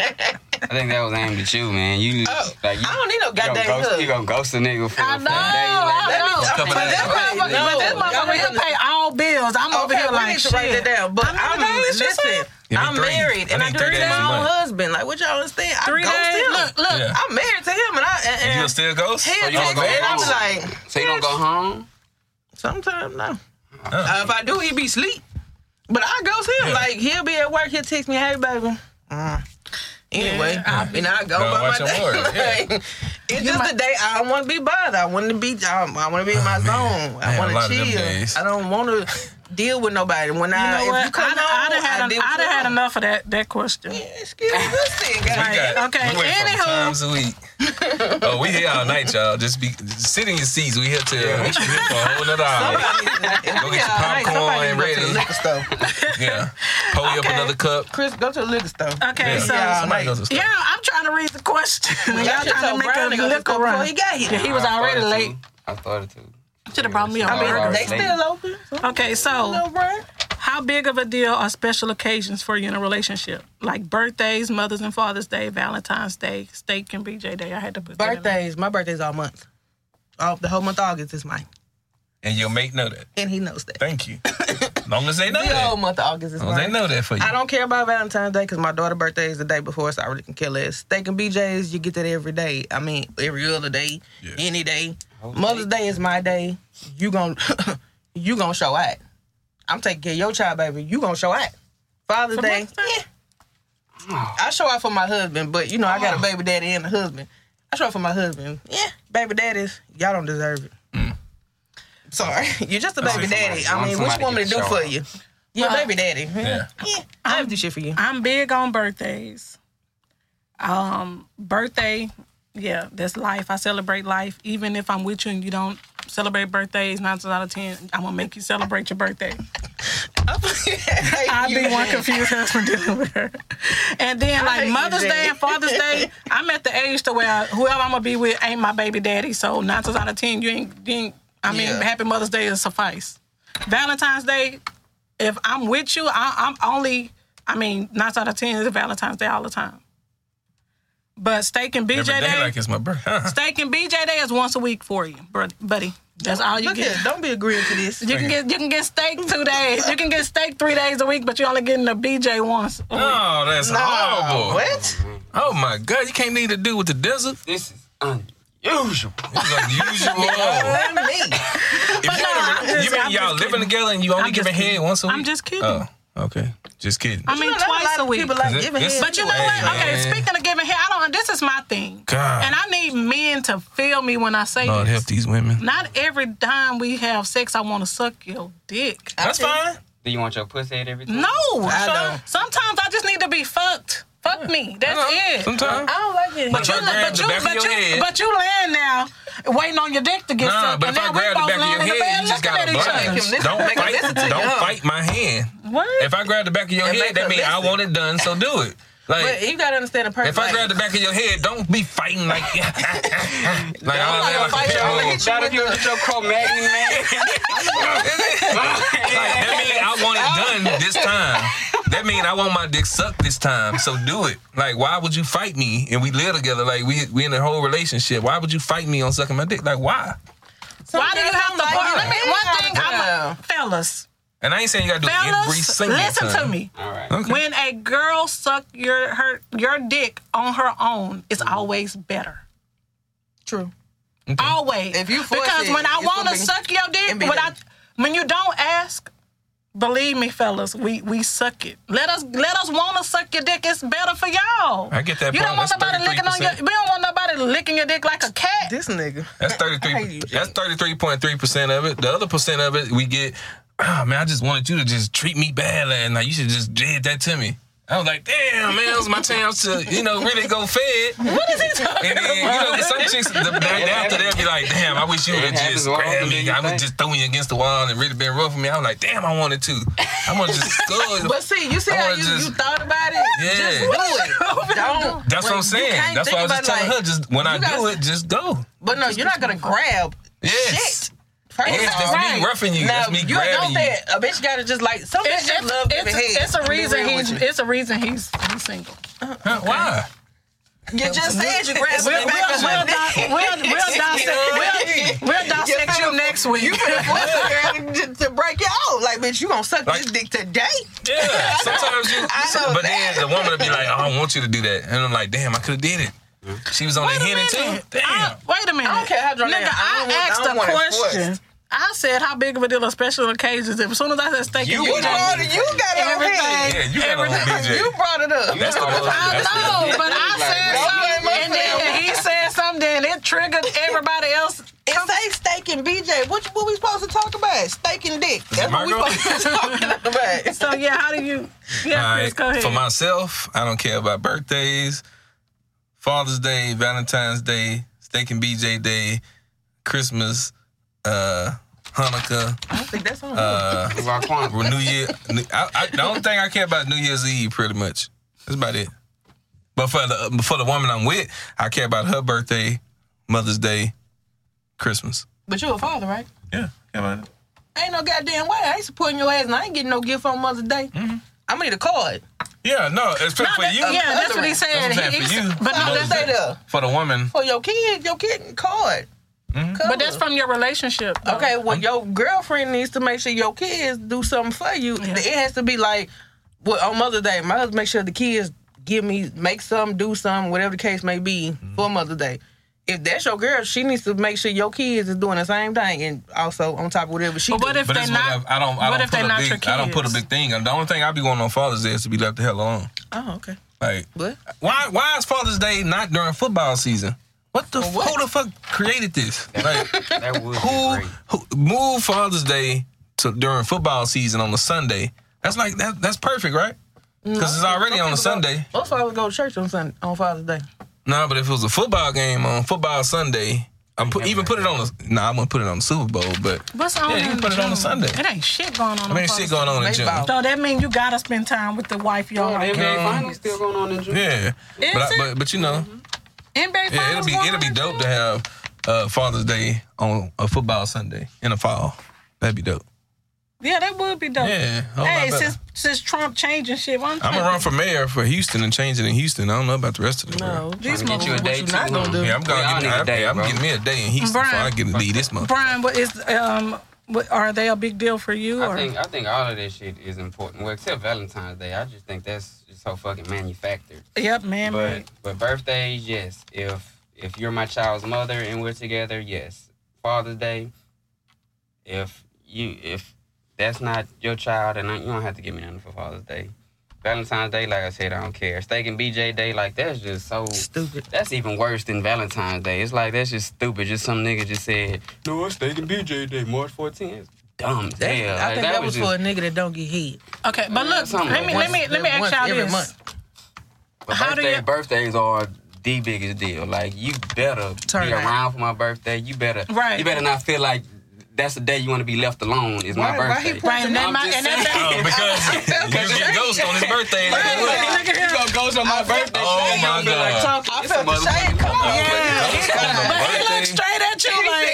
Speaker 5: I think that was aimed at you, man. You
Speaker 4: Oh,
Speaker 5: like you,
Speaker 4: I don't need no
Speaker 5: you gonna
Speaker 4: goddamn
Speaker 5: ghost-
Speaker 4: hood.
Speaker 5: You gonna ghost a nigga for
Speaker 2: I
Speaker 5: for
Speaker 2: know,
Speaker 5: a day, like,
Speaker 2: I know.
Speaker 3: Couple
Speaker 2: But
Speaker 3: days.
Speaker 2: this motherfucker, but this
Speaker 4: No, y'all
Speaker 2: motherfucker, he'll
Speaker 4: remember-
Speaker 2: pay all bills. I'm over
Speaker 4: Okay,
Speaker 2: here
Speaker 4: we
Speaker 2: like
Speaker 4: need to
Speaker 2: shit.
Speaker 4: write that down. But
Speaker 2: How
Speaker 4: I'm,
Speaker 2: many days you
Speaker 4: listen.
Speaker 2: said?
Speaker 3: Give me
Speaker 4: I'm
Speaker 3: three.
Speaker 4: married and
Speaker 3: I
Speaker 4: I,
Speaker 3: need
Speaker 4: do
Speaker 3: three
Speaker 4: days
Speaker 3: days a
Speaker 4: my own
Speaker 3: month.
Speaker 4: husband. Like what y'all understand? I
Speaker 2: Three
Speaker 4: ghost
Speaker 2: days.
Speaker 4: him.
Speaker 2: Look, look.
Speaker 3: Yeah.
Speaker 4: I'm married to him and I and,
Speaker 3: And you'll
Speaker 4: and
Speaker 3: still ghost?
Speaker 4: he'll
Speaker 3: Or you
Speaker 4: text
Speaker 3: don't
Speaker 4: me and I'm
Speaker 3: ghost?
Speaker 4: like,
Speaker 5: So you don't go home.
Speaker 4: sometimes no.
Speaker 3: Huh.
Speaker 4: Uh, if I do, he be sleep. But I ghost him.
Speaker 3: Yeah.
Speaker 4: Like he'll be at work. He'll text me, "Hey, baby." Mm. Anyway, and I go
Speaker 3: Go
Speaker 4: by
Speaker 3: watch
Speaker 4: my
Speaker 3: your
Speaker 4: day.
Speaker 3: board,
Speaker 4: Like, It's just
Speaker 2: might-
Speaker 4: the day I don't want to be bothered. I want to be. I, I want to be in my
Speaker 3: Oh, man.
Speaker 4: zone.
Speaker 3: I
Speaker 4: I
Speaker 3: had a
Speaker 4: want
Speaker 3: lot
Speaker 4: to
Speaker 3: of them days.
Speaker 4: chill. I don't want to deal with nobody. When
Speaker 2: You
Speaker 4: I
Speaker 2: know
Speaker 4: if
Speaker 2: what?
Speaker 4: you
Speaker 2: I,
Speaker 4: come
Speaker 2: done- I done
Speaker 4: home,
Speaker 2: had,
Speaker 4: I
Speaker 2: en-
Speaker 4: did what
Speaker 2: I
Speaker 4: you
Speaker 2: done had
Speaker 4: want.
Speaker 2: enough of that that question.
Speaker 4: Excuse me, this thing,
Speaker 3: We
Speaker 4: guys.
Speaker 3: got-
Speaker 2: okay,
Speaker 3: we went from
Speaker 2: anywho.
Speaker 3: times a week. oh, we here all night, y'all. Just be just sit in your seats. We here till we should be here for a whole nother hour. Go get your popcorn and
Speaker 4: Somebody needs to go to the
Speaker 3: ready.
Speaker 4: liquor store.
Speaker 3: Yeah, pull you up
Speaker 2: Okay.
Speaker 3: another cup.
Speaker 4: Chris, go to the liquor store.
Speaker 2: Okay,
Speaker 3: Yeah.
Speaker 2: so
Speaker 4: Yeah.
Speaker 3: Somebody goes to
Speaker 2: yeah,
Speaker 3: stuff.
Speaker 2: I'm trying to read the question.
Speaker 4: Y'all
Speaker 2: Y'all trying to
Speaker 4: so brown,
Speaker 2: make
Speaker 4: they
Speaker 2: a
Speaker 4: go to the
Speaker 2: liquor
Speaker 4: store before
Speaker 2: run.
Speaker 4: he got here.
Speaker 2: Yeah, he was
Speaker 5: I
Speaker 2: already
Speaker 5: started
Speaker 2: late.
Speaker 5: to. I started to.
Speaker 2: Should have brought me a
Speaker 5: I mean,
Speaker 2: burger.
Speaker 5: Alright,
Speaker 4: They
Speaker 5: late.
Speaker 4: still open.
Speaker 2: Okay, so
Speaker 4: Little Brian.
Speaker 2: how big of a deal are special occasions for you in a relationship? Like birthdays, Mother's and Father's Day, Valentine's Day, Steak and BJ Day. I had to put that in there.
Speaker 4: Birthdays. My birthday's all month. All, the whole month of August is mine.
Speaker 3: And your mate know that.
Speaker 4: And he knows that.
Speaker 3: Thank you. long as they know
Speaker 4: The whole
Speaker 3: that.
Speaker 4: month of August is
Speaker 3: Long as Oh, they
Speaker 4: mine.
Speaker 3: know that for you.
Speaker 4: I don't care about Valentine's Day because my daughter's birthday is the day before, so I really can care less. Steak and BJ's, you get that every day. I mean, every other day,
Speaker 3: Yeah.
Speaker 4: any day. Mother's Day is my day. You gon' you gonna show out. I'm taking care of your child, baby. You gonna show out. Father's Day,
Speaker 2: Mother's Day?
Speaker 4: yeah.
Speaker 5: Oh.
Speaker 4: I show out for my husband, but you know I got a baby daddy and a husband. I show out for my husband. Yeah, baby daddies, y'all don't deserve it.
Speaker 5: Mm.
Speaker 4: Sorry, you're just a baby
Speaker 5: somebody-
Speaker 4: daddy. I
Speaker 5: want
Speaker 4: mean,
Speaker 5: somebody
Speaker 4: which
Speaker 5: to
Speaker 4: woman to do
Speaker 5: get to show
Speaker 4: for
Speaker 5: out.
Speaker 4: you? Your
Speaker 2: Well,
Speaker 4: baby daddy.
Speaker 3: Yeah.
Speaker 4: Yeah, Uh, I have to do shit for you.
Speaker 2: I'm big on birthdays. Um, birthday, yeah, that's life. I celebrate life. Even if I'm with you and you don't celebrate birthdays, nine times out of ten, I'm gonna make you celebrate your birthday. I'd be one confused husband dealing with her. And then
Speaker 4: hate
Speaker 2: like
Speaker 4: you,
Speaker 2: Mother's
Speaker 4: Jay.
Speaker 2: Day and Father's Day, I'm at the age to where whoever I'm gonna be with ain't my baby daddy. So nine times out of ten, you ain't, you ain't I mean,
Speaker 4: Yeah.
Speaker 2: Happy Mother's Day is suffice. Valentine's Day, if I'm with you, I, I'm only, I mean, nine out of ten is Valentine's Day all the time. But steak and BJ
Speaker 3: Every day
Speaker 2: Day,
Speaker 3: like it's my birthday.
Speaker 2: steak and BJ Day is once a week for you, bro- buddy. That's all you
Speaker 4: Look
Speaker 2: get.
Speaker 4: here, don't be agreeing to
Speaker 3: Oh,
Speaker 4: this.
Speaker 2: You can get you can get steak two days. You can get steak three days a week, but you only getting a BJ once.
Speaker 3: Oh, that's horrible.
Speaker 4: What?
Speaker 3: Oh my God, you can't need to do with the desert.
Speaker 5: This is unusual.
Speaker 3: It's unusual. Oh.
Speaker 4: Blame me.
Speaker 3: if you
Speaker 2: I'm
Speaker 3: wanna,
Speaker 2: just-
Speaker 3: you mean
Speaker 2: I'm
Speaker 3: y'all
Speaker 2: just
Speaker 3: living
Speaker 2: kidding.
Speaker 3: together and you only
Speaker 2: I'm
Speaker 3: giving
Speaker 2: just
Speaker 3: head
Speaker 2: kidding.
Speaker 3: once a week?
Speaker 2: I'm just kidding.
Speaker 3: Oh, okay. Just kidding.
Speaker 2: I mean,
Speaker 4: You know, there's
Speaker 2: twice
Speaker 4: lot
Speaker 2: a
Speaker 4: of
Speaker 2: week.
Speaker 4: People like
Speaker 3: Is it-
Speaker 4: giving
Speaker 3: it's-
Speaker 4: head.
Speaker 2: But you know
Speaker 3: Hey,
Speaker 2: what? Okay,
Speaker 3: man.
Speaker 2: speaking of giving head, I don't. This is my thing,
Speaker 3: God.
Speaker 2: and I need men to feel me when I say
Speaker 3: Lord
Speaker 2: this.
Speaker 3: help these women.
Speaker 2: Not every time we have sex, I want to suck your dick.
Speaker 3: That's fine.
Speaker 5: Do you want your pussy at every time?
Speaker 2: No,
Speaker 4: I
Speaker 2: son.
Speaker 4: don't.
Speaker 2: Sometimes I just need to be fucked. Fuck me. That's
Speaker 4: Uh-huh.
Speaker 2: it.
Speaker 3: Sometimes.
Speaker 4: I don't like it.
Speaker 2: But you,
Speaker 3: If I grab
Speaker 2: but
Speaker 3: the
Speaker 2: you,
Speaker 3: back of
Speaker 2: but
Speaker 3: your
Speaker 2: you,
Speaker 3: head-
Speaker 2: but you laying now, waiting on your dick to get
Speaker 3: Nah,
Speaker 2: sucked.
Speaker 3: but
Speaker 2: and
Speaker 3: if I
Speaker 2: now we
Speaker 3: grab the
Speaker 2: both
Speaker 3: back
Speaker 2: laying
Speaker 3: of
Speaker 2: in
Speaker 3: your
Speaker 2: the
Speaker 3: head,
Speaker 2: bed
Speaker 3: you just
Speaker 2: looking
Speaker 3: gotta
Speaker 2: at each
Speaker 4: Make
Speaker 2: other.
Speaker 4: him
Speaker 3: blunge.
Speaker 4: listen-
Speaker 3: Don't
Speaker 4: make him
Speaker 3: fight.
Speaker 4: listen to
Speaker 3: Don't
Speaker 4: you.
Speaker 3: fight my hand.
Speaker 2: What?
Speaker 3: If I grab the back of your
Speaker 4: And
Speaker 3: head,
Speaker 4: make
Speaker 3: that
Speaker 4: her
Speaker 3: means I
Speaker 4: listen.
Speaker 3: want it done, so do it.
Speaker 4: But
Speaker 3: Like
Speaker 4: you gotta understand the person.
Speaker 3: if I
Speaker 4: like,
Speaker 3: grab the back of your head, don't be fighting like like I'm
Speaker 4: gonna
Speaker 3: like, like
Speaker 4: fight
Speaker 3: a
Speaker 4: you.
Speaker 3: pit
Speaker 4: I'm gonna
Speaker 3: bull.
Speaker 4: hit
Speaker 5: Shout out if you with your Cro-Magnon, man.
Speaker 3: Like, that mean I want it done this time. That mean I want my dick sucked this time. So do it. Like, why would you fight me? And we live together. Like, we we in a whole relationship. Why would you fight me on sucking my dick? Like, why?
Speaker 2: Why do you have to
Speaker 4: Sometimes
Speaker 2: bark?
Speaker 4: I'm
Speaker 2: Let me.
Speaker 4: like,
Speaker 2: One thing, I'm
Speaker 4: yeah.
Speaker 2: a, fellas,
Speaker 3: And I ain't saying you gotta do it every
Speaker 2: fellas,
Speaker 3: single
Speaker 2: listen
Speaker 3: time.
Speaker 2: to me.
Speaker 5: All right.
Speaker 3: Okay.
Speaker 2: When a girl suck your her your dick on her own, it's
Speaker 3: Mm-hmm.
Speaker 2: always better.
Speaker 4: True.
Speaker 2: Always.
Speaker 4: If you force
Speaker 2: because
Speaker 4: it,
Speaker 2: when I
Speaker 4: it's
Speaker 2: want to
Speaker 4: gonna be-
Speaker 2: suck your dick,
Speaker 4: it'll be
Speaker 2: when I
Speaker 4: done.
Speaker 2: when you don't ask, believe me, fellas, we we suck it. Let us let us want to suck your dick. It's better for y'all.
Speaker 3: I get that
Speaker 2: You don't
Speaker 3: point.
Speaker 2: want
Speaker 3: That's
Speaker 2: nobody licking on your.
Speaker 3: 33%.
Speaker 2: We don't want nobody licking your dick like a cat.
Speaker 4: This nigga.
Speaker 3: That's thirty
Speaker 4: I hate you,
Speaker 3: three.
Speaker 4: Jay.
Speaker 3: That's thirty three point three percent of it. The other percent of it we get oh man, I just wanted you to just treat me bad last night. You should just did that to me. I was like, damn, man, it was my chance to, you know, really go fed.
Speaker 2: What is he talking
Speaker 3: And then, you know, some chicks, the night after, they'll be like, damn, I wish you would
Speaker 5: It
Speaker 3: have
Speaker 5: happens
Speaker 3: just
Speaker 5: more
Speaker 3: grabbed
Speaker 5: often than
Speaker 3: me.
Speaker 5: you
Speaker 3: I was
Speaker 5: think.
Speaker 3: just throwing you against the wall and really been rough with me. I was like, damn, I wanted to. I want to just stud.
Speaker 4: But see, you see
Speaker 3: I
Speaker 4: how
Speaker 3: wanna
Speaker 4: you,
Speaker 3: just-
Speaker 4: you thought about it?
Speaker 3: Yeah.
Speaker 4: Just do it. Don't.
Speaker 3: That's what
Speaker 4: when
Speaker 3: I'm
Speaker 4: you
Speaker 3: saying.
Speaker 4: can't
Speaker 3: That's why I was
Speaker 4: think about,
Speaker 3: just telling
Speaker 4: like-
Speaker 3: her, just when I
Speaker 4: you
Speaker 3: do
Speaker 4: guys-
Speaker 3: it, just go.
Speaker 4: But no, you're not gonna grab
Speaker 3: Yes.
Speaker 4: shit. First
Speaker 3: Yes,
Speaker 4: of
Speaker 3: that's
Speaker 4: all-
Speaker 3: me roughing you.
Speaker 4: No,
Speaker 3: That's me
Speaker 4: you don't
Speaker 3: grabbing
Speaker 4: that. A bitch gotta just like some
Speaker 2: It's,
Speaker 4: bitch just
Speaker 2: it's-
Speaker 4: love
Speaker 2: it's-
Speaker 4: giving head.
Speaker 2: it's a
Speaker 4: I'm being
Speaker 2: reason
Speaker 4: real
Speaker 2: he's
Speaker 4: with you.
Speaker 2: it's a reason he's he's single.
Speaker 3: Huh, Why?
Speaker 4: You just said you grabbed
Speaker 2: We'll,
Speaker 4: the
Speaker 2: we'll,
Speaker 4: back of my
Speaker 2: we'll,
Speaker 4: neck.
Speaker 2: di- we'll, we'll dissect, we'll, we'll dissect you next week.
Speaker 4: You finna force her to, to break your out. Like, bitch, you gonna suck
Speaker 3: Like-
Speaker 4: this dick today?
Speaker 3: Yeah, sometimes you.
Speaker 4: I know
Speaker 3: but
Speaker 4: that.
Speaker 3: then the woman will be like, "Oh, "I don't want you to do that," and I'm like, "Damn, I could have did it." She was on
Speaker 2: Wait
Speaker 3: the
Speaker 2: a
Speaker 3: henny too.
Speaker 2: minute. I-
Speaker 3: Damn.
Speaker 2: Wait a minute.
Speaker 4: I don't care how drunk I
Speaker 2: Nigga,
Speaker 4: am. I
Speaker 2: I,
Speaker 4: don't want- I
Speaker 2: asked
Speaker 4: don't
Speaker 2: a
Speaker 4: want it
Speaker 2: question.
Speaker 4: forced.
Speaker 2: I said how big of a deal are special occasions. If as soon as I said steak
Speaker 5: You
Speaker 2: and
Speaker 4: You
Speaker 5: Put it
Speaker 2: chicken,
Speaker 5: on
Speaker 4: brought it. You got it on
Speaker 2: everything.
Speaker 4: head.
Speaker 3: yeah, you got on DJ.
Speaker 4: You brought it up.
Speaker 3: That's the most.
Speaker 2: I
Speaker 3: That's the,
Speaker 2: know, but I
Speaker 5: Like,
Speaker 2: said
Speaker 5: don't
Speaker 2: something,
Speaker 4: blame my
Speaker 2: and then
Speaker 4: family.
Speaker 2: he said something, and it triggered everybody else.
Speaker 4: It say steak and BJ. What what we supposed to talk about? Steak and dick. That's what
Speaker 3: my
Speaker 4: we
Speaker 3: girl?
Speaker 4: supposed to talk about.
Speaker 2: So yeah, how do you?
Speaker 3: All
Speaker 2: Yeah,
Speaker 3: right,
Speaker 2: Chris, go ahead.
Speaker 3: For myself, I don't care about birthdays, Father's Day, Valentine's Day, Steak and BJ Day, Christmas, uh, Hanukkah,
Speaker 4: I think that's on.
Speaker 3: uh,
Speaker 5: Raquan,
Speaker 3: New Year. New- I, I, the only thing I care about is New Year's Eve, pretty much. That's about it. But for the um, for the woman I'm with, I care about her birthday, Mother's Day, Christmas.
Speaker 4: but you a father, right?
Speaker 3: Yeah, care about it.
Speaker 4: Ain't no goddamn way. I ain't supporting your ass, and I ain't getting no gift on Mother's Day. I'm gonna need a card.
Speaker 3: Yeah, no, especially Mm-hmm. for you.
Speaker 2: yeah, that's what he
Speaker 4: That's
Speaker 2: said.
Speaker 3: what I'm saying,
Speaker 2: He-
Speaker 3: for
Speaker 2: he
Speaker 3: you.
Speaker 2: said- but,
Speaker 4: I'm
Speaker 2: no,
Speaker 4: gonna
Speaker 2: that's,
Speaker 4: say that
Speaker 3: For the woman,
Speaker 4: for your kid, your kid can card.
Speaker 3: Mm-hmm.
Speaker 2: but that's from your relationship. though.
Speaker 4: Okay, well, your girlfriend needs to make sure your kids do something for you.
Speaker 2: Yeah.
Speaker 4: It has to be like, well, on Mother's Day, my husband make sure the kids give me, make some, do some, whatever the case may be
Speaker 2: Mm-hmm.
Speaker 4: for Mother's Day. If that's your girl, she needs to make sure your kids is doing the same thing, and also on top of whatever she.
Speaker 2: But what
Speaker 4: do.
Speaker 2: if
Speaker 3: but
Speaker 2: they're
Speaker 3: it's not,
Speaker 2: not?
Speaker 3: I don't. I
Speaker 2: what
Speaker 3: don't
Speaker 2: if
Speaker 3: put
Speaker 2: they're
Speaker 3: a
Speaker 2: not
Speaker 3: big,
Speaker 2: your
Speaker 3: I don't put a
Speaker 2: kids?
Speaker 3: big thing. The only thing I be going on Father's Day is to be left the hell alone.
Speaker 4: Oh, okay.
Speaker 3: Like,
Speaker 4: What?
Speaker 3: why why is Father's Day not during football season? What the
Speaker 4: what?
Speaker 3: who the fuck created this? Like,
Speaker 5: that would
Speaker 3: who,
Speaker 5: be great.
Speaker 3: who move Father's Day to during football season on a Sunday? That's like that. That's perfect, right? Because it's already on a Sunday.
Speaker 4: Most fathers go to church on Sunday on Father's Day.
Speaker 3: No, but if it was a football game on football Sunday, I'm put, even put it on. the No, nah, I'm gonna put it on the Super Bowl, but
Speaker 2: What's on?
Speaker 3: Yeah, you
Speaker 2: in
Speaker 3: can put it on a
Speaker 2: June?
Speaker 3: Sunday.
Speaker 2: It ain't shit going on.
Speaker 3: I mean, shit going on in June.
Speaker 4: Baseball.
Speaker 2: So that means you gotta spend time with the wife, y'all.
Speaker 5: Oh, the
Speaker 2: Like,
Speaker 5: NBA finals still going on in June.
Speaker 3: Yeah, but, I,
Speaker 2: it?
Speaker 3: but but you know,
Speaker 2: NBA finals.
Speaker 3: yeah, it'll be
Speaker 2: going
Speaker 3: it'll
Speaker 2: on
Speaker 3: be
Speaker 2: in
Speaker 3: dope
Speaker 2: June?
Speaker 3: to have uh, Father's Day on a football Sunday in the fall. That'd be dope.
Speaker 2: Yeah, that would be dope.
Speaker 3: Yeah. a whole lot
Speaker 2: Hey,
Speaker 3: better.
Speaker 2: since since Trump changing shit, why don't
Speaker 3: I'm
Speaker 2: you-
Speaker 3: gonna run for mayor for Houston and change it in Houston. I don't know about the rest of the world.
Speaker 2: Oh.
Speaker 4: No, these
Speaker 5: Tryna get you a
Speaker 4: motherfuckers,
Speaker 5: day
Speaker 4: what you not
Speaker 5: too
Speaker 4: gonna
Speaker 5: long.
Speaker 4: do?
Speaker 3: Yeah, I'm gonna
Speaker 5: Yeah, I
Speaker 3: get,
Speaker 5: need a
Speaker 3: I,
Speaker 5: day,
Speaker 3: I'm
Speaker 5: bro.
Speaker 3: getting me a day in Houston before I
Speaker 2: Brian.
Speaker 3: get to leave this month.
Speaker 2: Brian, what is um, what, are they a big deal for you? Or
Speaker 5: I think I think all of that shit is important. Well, except Valentine's Day, I just think that's just so fucking manufactured.
Speaker 2: yep, man.
Speaker 5: But
Speaker 2: man.
Speaker 5: but birthdays, yes. If if you're my child's mother and we're together, yes. Father's Day, if you if that's not your child and I, you don't have to give me nothing for Father's Day. Valentine's Day, like I said, I don't care. Steak and BJ Day, like that's just so
Speaker 4: Stupid.
Speaker 5: That's even worse than Valentine's Day. It's like that's just stupid. Just some nigga just said, "No, it's Steak and BJ Day, March 14th." Dumb as
Speaker 4: That-
Speaker 5: hell.
Speaker 4: I
Speaker 5: Like,
Speaker 4: think that, was,
Speaker 5: just-
Speaker 4: for a nigga that don't get hit.
Speaker 2: Okay, but look,
Speaker 5: something
Speaker 2: let me let
Speaker 5: once-
Speaker 2: me let me
Speaker 4: Once
Speaker 2: ask y'all
Speaker 4: every
Speaker 2: this.
Speaker 4: month.
Speaker 5: But
Speaker 2: How do
Speaker 5: birthday,
Speaker 2: you-
Speaker 5: birthdays are the biggest deal. Like you better
Speaker 4: Turn
Speaker 5: be
Speaker 4: up.
Speaker 5: around for my birthday. You better
Speaker 2: Right.
Speaker 5: you better not feel like that's the day you want to be left alone is
Speaker 4: Why-
Speaker 5: my
Speaker 4: why he
Speaker 5: birthday.
Speaker 4: put-
Speaker 2: Right, and that
Speaker 5: I'm
Speaker 2: might
Speaker 5: just
Speaker 2: and that
Speaker 5: saying.
Speaker 3: Oh, because you get ghost on his birthday.
Speaker 2: Look at him.
Speaker 5: you gonna ghost on my birthday?
Speaker 3: Oh,
Speaker 5: shit, you
Speaker 3: my
Speaker 5: don't feel
Speaker 3: God.
Speaker 5: talking.
Speaker 4: Uh, I
Speaker 5: It's a
Speaker 4: felt the
Speaker 5: motherfucking
Speaker 4: shade come on.
Speaker 2: Yeah.
Speaker 3: Ghost on the
Speaker 2: But he looked
Speaker 3: birthday?
Speaker 2: straight at you like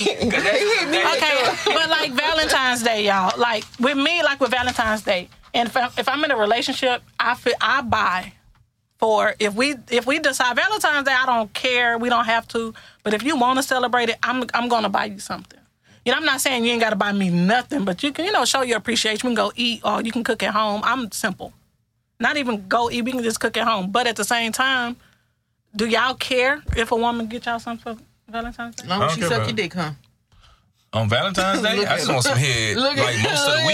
Speaker 3: Yo,
Speaker 2: okay, but like Valentine's Day, y'all. Like with me, like with Valentine's Day, and if I'm, if I'm in a relationship, I feel I buy for if we if we decide Valentine's Day, I don't care. We don't have to. But if you want to celebrate it, I'm I'm gonna buy you something. You know, I'm not saying you ain't gotta buy me nothing, but you can you know show your appreciation. We can go eat or you can cook at home. I'm simple. Not even go eat. We can just cook at home. But at the same time, do y'all care if a woman get y'all something for Valentine's Day?
Speaker 4: As long
Speaker 3: I
Speaker 4: as
Speaker 3: don't
Speaker 4: she
Speaker 3: care
Speaker 4: suck
Speaker 3: about
Speaker 4: your
Speaker 3: it.
Speaker 4: dick, huh?
Speaker 3: on Valentine's Day,
Speaker 4: Look
Speaker 3: I
Speaker 4: at
Speaker 3: just
Speaker 4: him.
Speaker 3: want some head
Speaker 4: Look at
Speaker 3: like most of the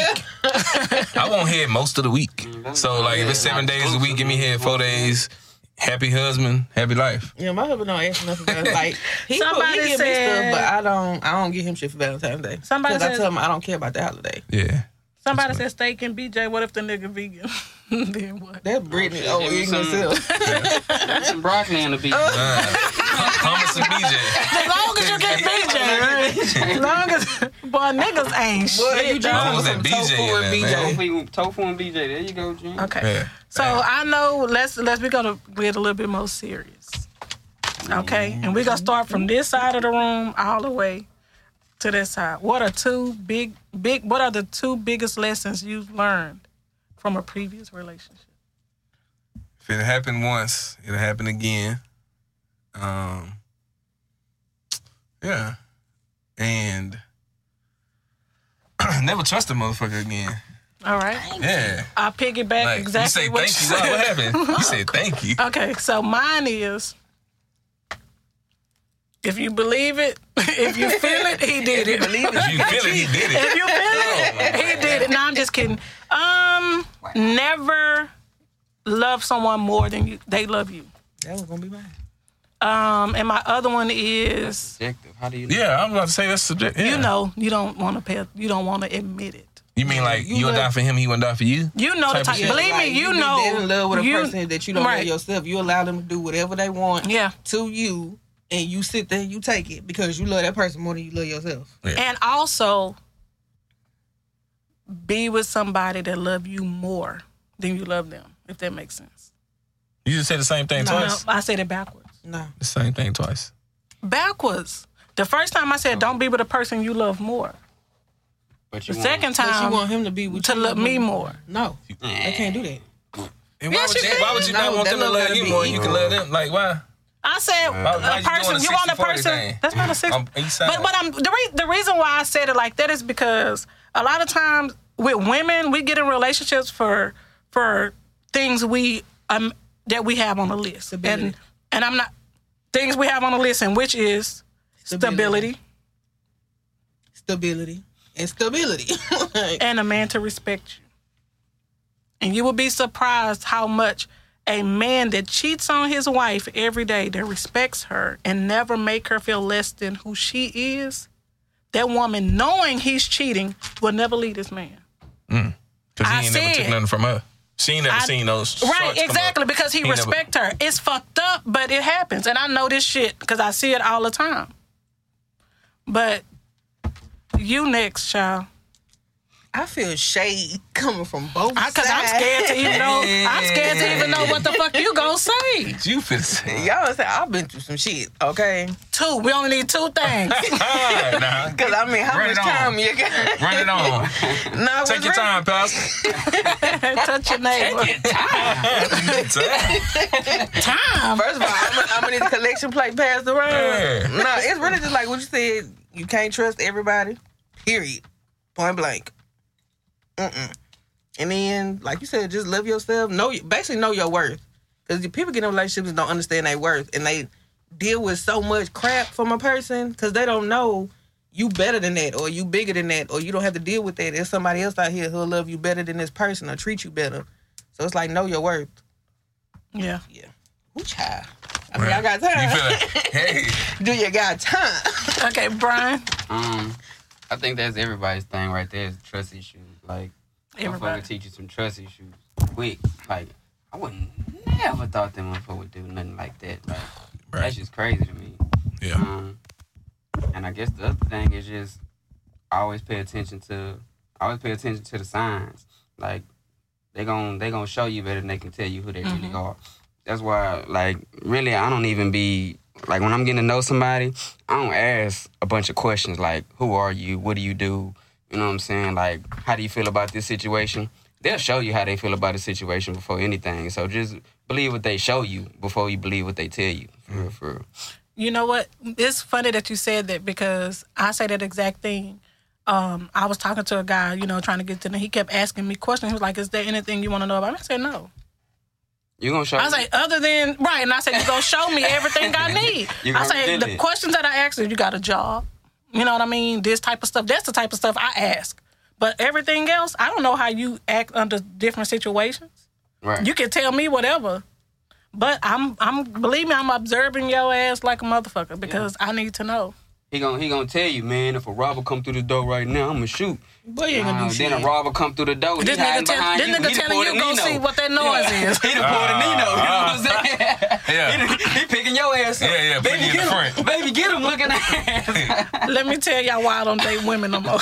Speaker 3: week. I want head most of the week. So like, if it's seven days a week, give me head four days. happy husband, happy life.
Speaker 4: Yeah, my husband don't ask me nothing. About, it. like he, Somebody
Speaker 2: Somebody
Speaker 4: he give me
Speaker 2: said-
Speaker 4: stuff, but I don't. I don't get him shit for Valentine's Day.
Speaker 2: Somebody
Speaker 4: 'Cause I
Speaker 2: said-
Speaker 4: tell him I don't care about the holiday.
Speaker 3: Yeah.
Speaker 2: Somebody said steak and BJ. What if the nigga vegan? then what?
Speaker 4: That Brittany,
Speaker 5: shit,
Speaker 4: oh,
Speaker 5: give me
Speaker 4: ignorant
Speaker 5: some-
Speaker 4: self.
Speaker 5: Some broccoli in the beef.
Speaker 3: Uh, hummus and BJ.
Speaker 2: As long as you get BJ, as long as boy niggas ain't
Speaker 4: Boy,
Speaker 2: shit.
Speaker 4: you
Speaker 2: dog.
Speaker 3: Hummus
Speaker 4: drinking
Speaker 3: and
Speaker 4: some
Speaker 3: BJ
Speaker 4: tofu
Speaker 3: in
Speaker 4: and
Speaker 3: there, man.
Speaker 4: BJ.
Speaker 5: Tofu, tofu and BJ. There you go, Jim.
Speaker 2: Okay.
Speaker 3: Yeah.
Speaker 2: So
Speaker 3: Damn.
Speaker 2: I know. Let's let's we gonna get a little bit more serious. Okay, and we gonna start from this side of the room all the way to this side. What are two big big? What are the two biggest lessons you've learned from a previous relationship?
Speaker 3: If it happened once, it'll happen again. Um, yeah, and never trust a motherfucker again.
Speaker 2: All right,
Speaker 3: Yeah,
Speaker 2: I piggyback
Speaker 3: like
Speaker 2: exactly
Speaker 3: you say
Speaker 2: what
Speaker 3: thank
Speaker 2: you
Speaker 3: you.
Speaker 2: said.
Speaker 3: Wow, What happened? You said thank you.
Speaker 2: Okay, so mine is if you believe it, if you feel it, he did it.
Speaker 4: Believe it. Oh
Speaker 3: You feel it? He did
Speaker 2: If
Speaker 3: it.
Speaker 2: you feel it, he did it. No, I'm just kidding. Um, never love someone more than you they love you.
Speaker 4: That was gonna be mine.
Speaker 2: Um, and my other one is
Speaker 5: Subjective. How do you know?
Speaker 3: Yeah, I'm about to say that's subjective.
Speaker 2: you know you don't want to pay you don't want to admit it.
Speaker 3: you mean like you, would die for him, he wouldn't die for you?
Speaker 2: You know
Speaker 3: Type
Speaker 2: the
Speaker 3: of
Speaker 2: type.
Speaker 3: shit.
Speaker 2: Believe
Speaker 4: Like,
Speaker 2: me, you,
Speaker 4: be
Speaker 2: know.
Speaker 4: dead in love with a
Speaker 2: you-
Speaker 4: person that you don't
Speaker 2: right.
Speaker 4: know yourself. You allow them to do whatever they want
Speaker 2: Yeah.
Speaker 4: to you, and you sit there, you take it because you love that person more than you love yourself.
Speaker 2: and also be with somebody that love you more than you love them if that makes sense
Speaker 3: You just said the same thing
Speaker 2: No,
Speaker 3: twice.
Speaker 2: i said it backwards
Speaker 4: No,
Speaker 3: The same thing twice.
Speaker 2: backwards the first time i said don't be with a person you love more
Speaker 5: But
Speaker 2: the
Speaker 5: you
Speaker 2: second
Speaker 4: but you want
Speaker 2: time
Speaker 4: him to be with
Speaker 2: Um, to
Speaker 4: you.
Speaker 2: love me more
Speaker 4: No, I can't do that.
Speaker 3: And why,
Speaker 2: Yes,
Speaker 3: would
Speaker 2: you
Speaker 3: you,
Speaker 2: can.
Speaker 3: why would you not
Speaker 4: No,
Speaker 3: want
Speaker 4: that
Speaker 3: them to
Speaker 4: don't
Speaker 3: love
Speaker 4: gotta
Speaker 3: you
Speaker 4: be
Speaker 3: more? than You can love them. Like why?
Speaker 2: i said
Speaker 3: why
Speaker 2: a
Speaker 3: you doing
Speaker 2: person
Speaker 3: a
Speaker 2: you want a
Speaker 3: 60-40
Speaker 2: person
Speaker 3: thing?
Speaker 2: that's not a six
Speaker 3: I'm- you sound-
Speaker 2: but but i'm the, re- the reason why i said it like that is because a lot of times with women we get in relationships for for things we um that we have on the list
Speaker 4: Stability.
Speaker 2: and and i'm not things we have on the list and which is stability,
Speaker 4: Stability. Stability and stability. Like,
Speaker 2: and a man to respect you and you will be surprised how much a man that cheats on his wife every day that respects her and never make her feel less than who she is that woman knowing he's cheating will never leave this man
Speaker 3: Because
Speaker 2: I
Speaker 3: he ain't never took
Speaker 2: said-
Speaker 3: nothing from her. She ain't never
Speaker 2: I-
Speaker 3: seen those.
Speaker 2: Right,
Speaker 3: shorts come
Speaker 2: exactly,
Speaker 3: up.
Speaker 2: because he,
Speaker 3: He never-
Speaker 2: respect her. It's fucked up, but it happens, and I know this shit because I see it all the time. But you next, child,
Speaker 4: I feel shade coming from both
Speaker 2: because I'm
Speaker 4: sides.
Speaker 2: scared to even know. I'm scared to even know what the fuck you gonna say.
Speaker 3: You fit say.
Speaker 4: Y'all say I've been through some shit, okay?
Speaker 2: Two. We only need two things.
Speaker 3: Ah, nah.
Speaker 4: Because I mean, how
Speaker 3: Bring
Speaker 4: much
Speaker 3: it on.
Speaker 4: time you got?
Speaker 3: Run it on.
Speaker 4: Nah,
Speaker 3: Take
Speaker 4: what's
Speaker 3: your
Speaker 4: real-
Speaker 3: time, Pastor.
Speaker 2: Touch your neighbor. Time.
Speaker 4: First of all, I'm gonna- I'm gonna need the collection plate passed around.
Speaker 3: Yeah.
Speaker 4: No, it's really just like what you said. You can't trust everybody. Period. Point blank. Mm-mm. And then, like you said, just love yourself. Know basically know your worth. Because people get in relationships and don't understand their worth, and they deal with so much crap from a person because they don't know you better than that, or you bigger than that, or you don't have to deal with that. There's somebody else out here who'll love you better than this person or treat you better. So it's like know your worth.
Speaker 2: Yeah.
Speaker 4: Yeah. Ooh, child. I mean, I got time.
Speaker 3: You feel it? Hey.
Speaker 4: Do you got time?
Speaker 2: Okay, Brian.
Speaker 5: Um, I think that's everybody's thing right there is trust issues. Like,
Speaker 2: Everybody.
Speaker 5: motherfucker teach you some trust issues quick. Like, I wouldn't never thought that motherfucker would do nothing like that. Like,
Speaker 3: Right.
Speaker 5: that's just crazy to me.
Speaker 3: Yeah.
Speaker 5: Um, and I guess the other thing is just always pay attention to always pay attention to the signs. Like they gon' they gonna show you better than they can tell you who they really
Speaker 2: Mm-hmm.
Speaker 5: are. That's why like really I don't even be like when I'm getting to know somebody, I don't ask a bunch of questions like who are you, what do you do, you know what I'm saying? Like how do you feel about this situation? They'll show you how they feel about the situation before anything. So just believe what they show you before you believe what they tell you. For real, for real.
Speaker 2: You know what? It's funny that you said that because I say that exact thing. Um, I was talking to a guy, you know, trying to get to know. He kept asking me questions. He was like, "Is there anything you want to know about?" me?" I said, "No."
Speaker 5: You gonna show?
Speaker 2: I was like, "Other than right," and I said, "You gonna show me everything I need." I
Speaker 5: You gonna
Speaker 2: said,
Speaker 5: reveal
Speaker 2: "The
Speaker 5: it.
Speaker 2: questions that I asked, is, you got a job, you know what I mean? This type of stuff. That's the type of stuff I ask. But everything else, I don't know how you act under different situations."
Speaker 5: right.
Speaker 2: You can tell me whatever, But I'm I'm believe me, I'm observing your ass like a motherfucker because I need to know.
Speaker 5: He gonna he gonna tell you, man. If a robber come through the door right now, I'ma shoot.
Speaker 2: Boy, you ain't gonna
Speaker 5: Uh,
Speaker 2: do shit.
Speaker 5: then a robber come through the door.
Speaker 2: This
Speaker 5: he
Speaker 2: nigga
Speaker 5: hiding
Speaker 2: tell-
Speaker 5: behind
Speaker 2: this
Speaker 5: you.
Speaker 2: nigga
Speaker 5: He the
Speaker 2: telling you go
Speaker 5: Portonino.
Speaker 2: see what Ah. that noise
Speaker 5: Yeah.
Speaker 2: is.
Speaker 5: He the Portonino. You know what I'm saying?
Speaker 3: Yeah.
Speaker 5: He, the- he picking your ass up.
Speaker 3: Yeah, yeah, put you in
Speaker 5: get
Speaker 3: the
Speaker 5: him.
Speaker 3: front.
Speaker 5: Baby, get him. Looking at.
Speaker 2: Let me tell y'all why I don't date women no more.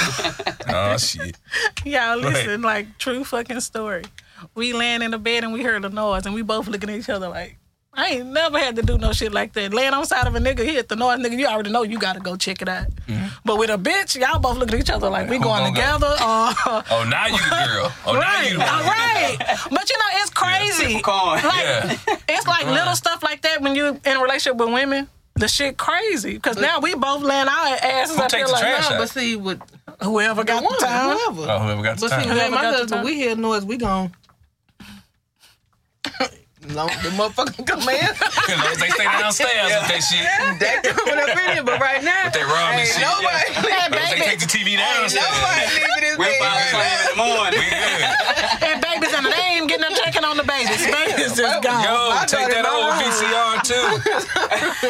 Speaker 3: Oh shit.
Speaker 2: y'all listen, like true fucking story. We laying in the bed and we heard a noise and we both looking at each other like, I ain't never had to do no shit like that. Laying on side of a nigga, he hit the noise, nigga. You already know you gotta go check it out. But with a bitch, y'all both looking at each other like we
Speaker 3: Who
Speaker 2: going
Speaker 3: gonna go?
Speaker 2: together uh, or
Speaker 3: Oh now you the girl. Oh now
Speaker 2: Right,
Speaker 3: you the
Speaker 2: all
Speaker 3: one.
Speaker 2: right. But you know, it's crazy.
Speaker 5: Corn.
Speaker 2: Like
Speaker 3: Yeah.
Speaker 2: it's like little stuff like that when you in a relationship with women. The shit crazy because now we both laying our asses
Speaker 3: Who
Speaker 2: up here
Speaker 3: takes the
Speaker 2: like
Speaker 3: trash
Speaker 2: nah,
Speaker 3: out?
Speaker 4: But see, with
Speaker 2: but whoever got
Speaker 4: woman,
Speaker 2: the time.
Speaker 4: whoever.
Speaker 3: Oh whoever got the
Speaker 4: But see,
Speaker 3: time.
Speaker 4: me and my
Speaker 2: Whoever got the
Speaker 4: husband,
Speaker 2: time.
Speaker 4: we hear noise, we gone. Long the motherfucking command.
Speaker 3: As long as they stay downstairs with that shit.
Speaker 4: they coming up in here, but right now,
Speaker 3: They robbing
Speaker 4: ain't
Speaker 3: shit.
Speaker 4: nobody,
Speaker 2: Hey,
Speaker 3: As long as they
Speaker 2: baby,
Speaker 3: take the TV
Speaker 4: ain't
Speaker 3: downstairs.
Speaker 4: nobody leaving this
Speaker 5: We're
Speaker 4: bed
Speaker 5: five
Speaker 4: right
Speaker 5: o'clock in the morning.
Speaker 3: We good.
Speaker 2: and babies and they ain't getting them checking on the babies. Babies just gone.
Speaker 3: Yo,
Speaker 4: my
Speaker 3: take
Speaker 4: daughter,
Speaker 3: that
Speaker 4: my
Speaker 3: old
Speaker 4: daughter.
Speaker 3: VCR too.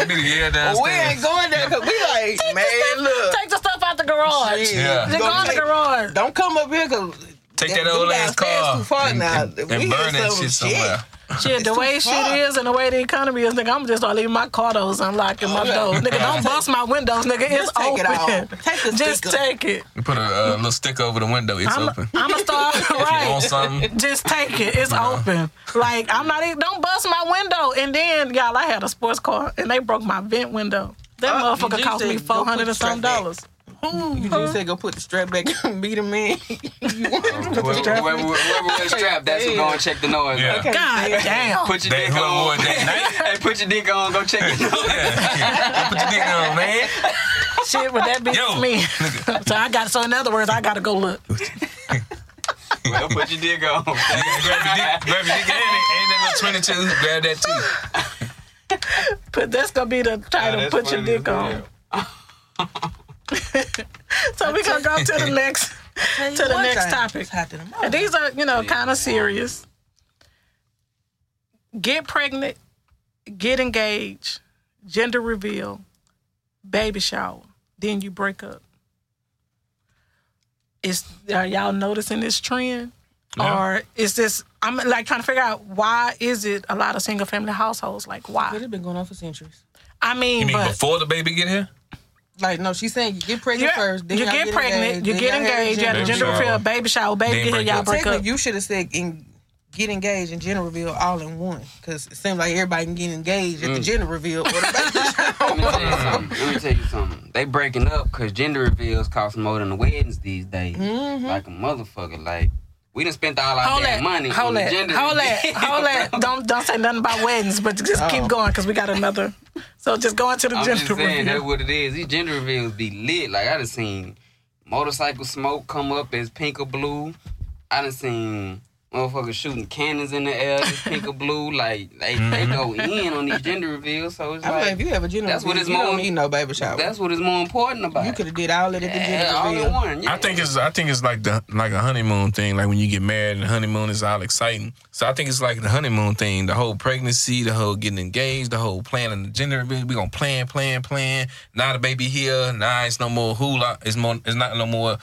Speaker 3: Be the air
Speaker 4: now. We
Speaker 3: downstairs.
Speaker 4: ain't going there because we like, man, look.
Speaker 2: Take the stuff out the garage.
Speaker 4: shit,
Speaker 3: Yeah.
Speaker 2: Just
Speaker 4: gonna
Speaker 2: go in
Speaker 4: take-
Speaker 2: the garage.
Speaker 4: Don't come up here because
Speaker 3: Take that old ass car
Speaker 4: Too far
Speaker 3: and,
Speaker 4: now.
Speaker 3: and-
Speaker 4: If
Speaker 3: and
Speaker 4: we hear
Speaker 3: burn that
Speaker 4: some
Speaker 3: shit somewhere.
Speaker 2: Shit, the
Speaker 4: too
Speaker 2: way
Speaker 4: far.
Speaker 2: shit is and the way the economy is, nigga, I'm just gonna leave my car doors unlocked and my
Speaker 4: Oh, yeah.
Speaker 2: doors. Nigga, don't bust my windows, nigga. It's
Speaker 4: Just take it
Speaker 2: open.
Speaker 4: off. Take the
Speaker 2: just
Speaker 4: sticker.
Speaker 2: take it.
Speaker 3: You put a uh, little stick over the window. It's
Speaker 2: I'm
Speaker 3: open.
Speaker 2: I'm gonna start
Speaker 3: You want
Speaker 2: right.
Speaker 3: something?
Speaker 2: Just take it. It's open. Like I'm not even. Don't bust my window. And then y'all, I had a sports car and they broke my vent window.
Speaker 5: Uh,
Speaker 2: That
Speaker 4: Oh,
Speaker 2: motherfucker
Speaker 4: you
Speaker 2: cost
Speaker 4: said
Speaker 2: me
Speaker 4: go put
Speaker 2: four hundred
Speaker 4: the
Speaker 2: and some
Speaker 4: strap back.
Speaker 2: dollars.
Speaker 4: You just said go put the strap back and beat him in. you want
Speaker 5: Whoever, whoever, whoever was strapped, that's who going to check the noise.
Speaker 3: Yeah.
Speaker 5: Okay.
Speaker 2: God damn.
Speaker 5: Put your
Speaker 3: That
Speaker 5: dick
Speaker 3: whoever
Speaker 5: on.
Speaker 3: was that
Speaker 5: hey, put your dick on. Go check the noise.
Speaker 3: Yeah. Put your dick on, man.
Speaker 2: Shit, would that be
Speaker 3: Yo.
Speaker 2: me? so I got. So in other words, I gotta go look.
Speaker 5: Well, put your dick
Speaker 3: Grab
Speaker 5: on.
Speaker 3: your dick, grab your dick, and, and that little 22. Grab that too.
Speaker 2: But that's gonna be the title.
Speaker 5: that's
Speaker 2: put your
Speaker 5: funny as
Speaker 2: dick on.
Speaker 5: hell.
Speaker 2: So we gonna go to the next.
Speaker 4: to
Speaker 2: the next topic. And
Speaker 4: topic.
Speaker 2: these are, you know, kind of serious. Get pregnant, get engaged, gender reveal, baby shower, then you break up. Is are y'all noticing this trend?
Speaker 3: Yeah.
Speaker 2: Or is this I'm like trying to figure out why is it a lot of single family households? Like
Speaker 4: It
Speaker 2: why?
Speaker 4: has been going on for centuries.
Speaker 2: I mean,
Speaker 3: You mean
Speaker 2: but
Speaker 3: before the baby get here?
Speaker 4: Like no, she's saying you get pregnant
Speaker 2: Yeah,
Speaker 4: first, then
Speaker 2: you
Speaker 4: y'all
Speaker 2: get, pregnant,
Speaker 4: engaged,
Speaker 2: you
Speaker 4: then
Speaker 2: get
Speaker 4: y'all have
Speaker 2: engaged, you have the
Speaker 3: Baby
Speaker 2: gender
Speaker 3: shower.
Speaker 2: reveal, baby shower, baby,
Speaker 3: Then
Speaker 2: get here,
Speaker 3: break
Speaker 2: y'all
Speaker 3: up.
Speaker 2: break up.
Speaker 4: Technically, you should have said in, get engaged and gender reveal all in one, because it seems like everybody can get engaged
Speaker 5: Mm.
Speaker 4: at the gender reveal or the
Speaker 5: Let me tell you something. Let me tell you something. They breaking up because gender reveals cost more than the weddings these days.
Speaker 4: Mm-hmm.
Speaker 5: Like a motherfucker. Like we done spent all our
Speaker 2: Hold
Speaker 5: damn
Speaker 2: that,
Speaker 5: money on
Speaker 2: hold
Speaker 5: the
Speaker 2: that,
Speaker 5: gender.
Speaker 2: hold that,
Speaker 5: reveal.
Speaker 2: hold that. Don't don't say nothing about weddings, but just keep going because we got another. So just go into the
Speaker 5: I'm just
Speaker 2: gender
Speaker 5: saying that's
Speaker 2: reveal.
Speaker 5: what it is. These gender reveals be lit. Like I done seen motorcycle smoke come up as pink or blue. I done seen motherfuckers shooting cannons in the air as pink or blue. Like they, they go in on these gender reveals. So it's
Speaker 4: I mean, if
Speaker 5: like
Speaker 4: you have a gender
Speaker 5: That's what
Speaker 4: reveal,
Speaker 5: it's
Speaker 4: you
Speaker 5: more-
Speaker 4: don't need no baby shower.
Speaker 5: that's what is more important about.
Speaker 4: you
Speaker 5: it.
Speaker 4: could have did all of it at the
Speaker 5: Yeah, all
Speaker 4: gender
Speaker 5: in
Speaker 4: reveal.
Speaker 5: one.
Speaker 3: I think it's I think it's like the like a honeymoon thing. Like when you get married and honeymoon is all exciting. So I think it's like the honeymoon thing, the whole pregnancy, the whole getting engaged, the whole planning the gender. We gonna plan, plan, plan. Now the baby here. Now it's no more hula. It's more. It's not no more.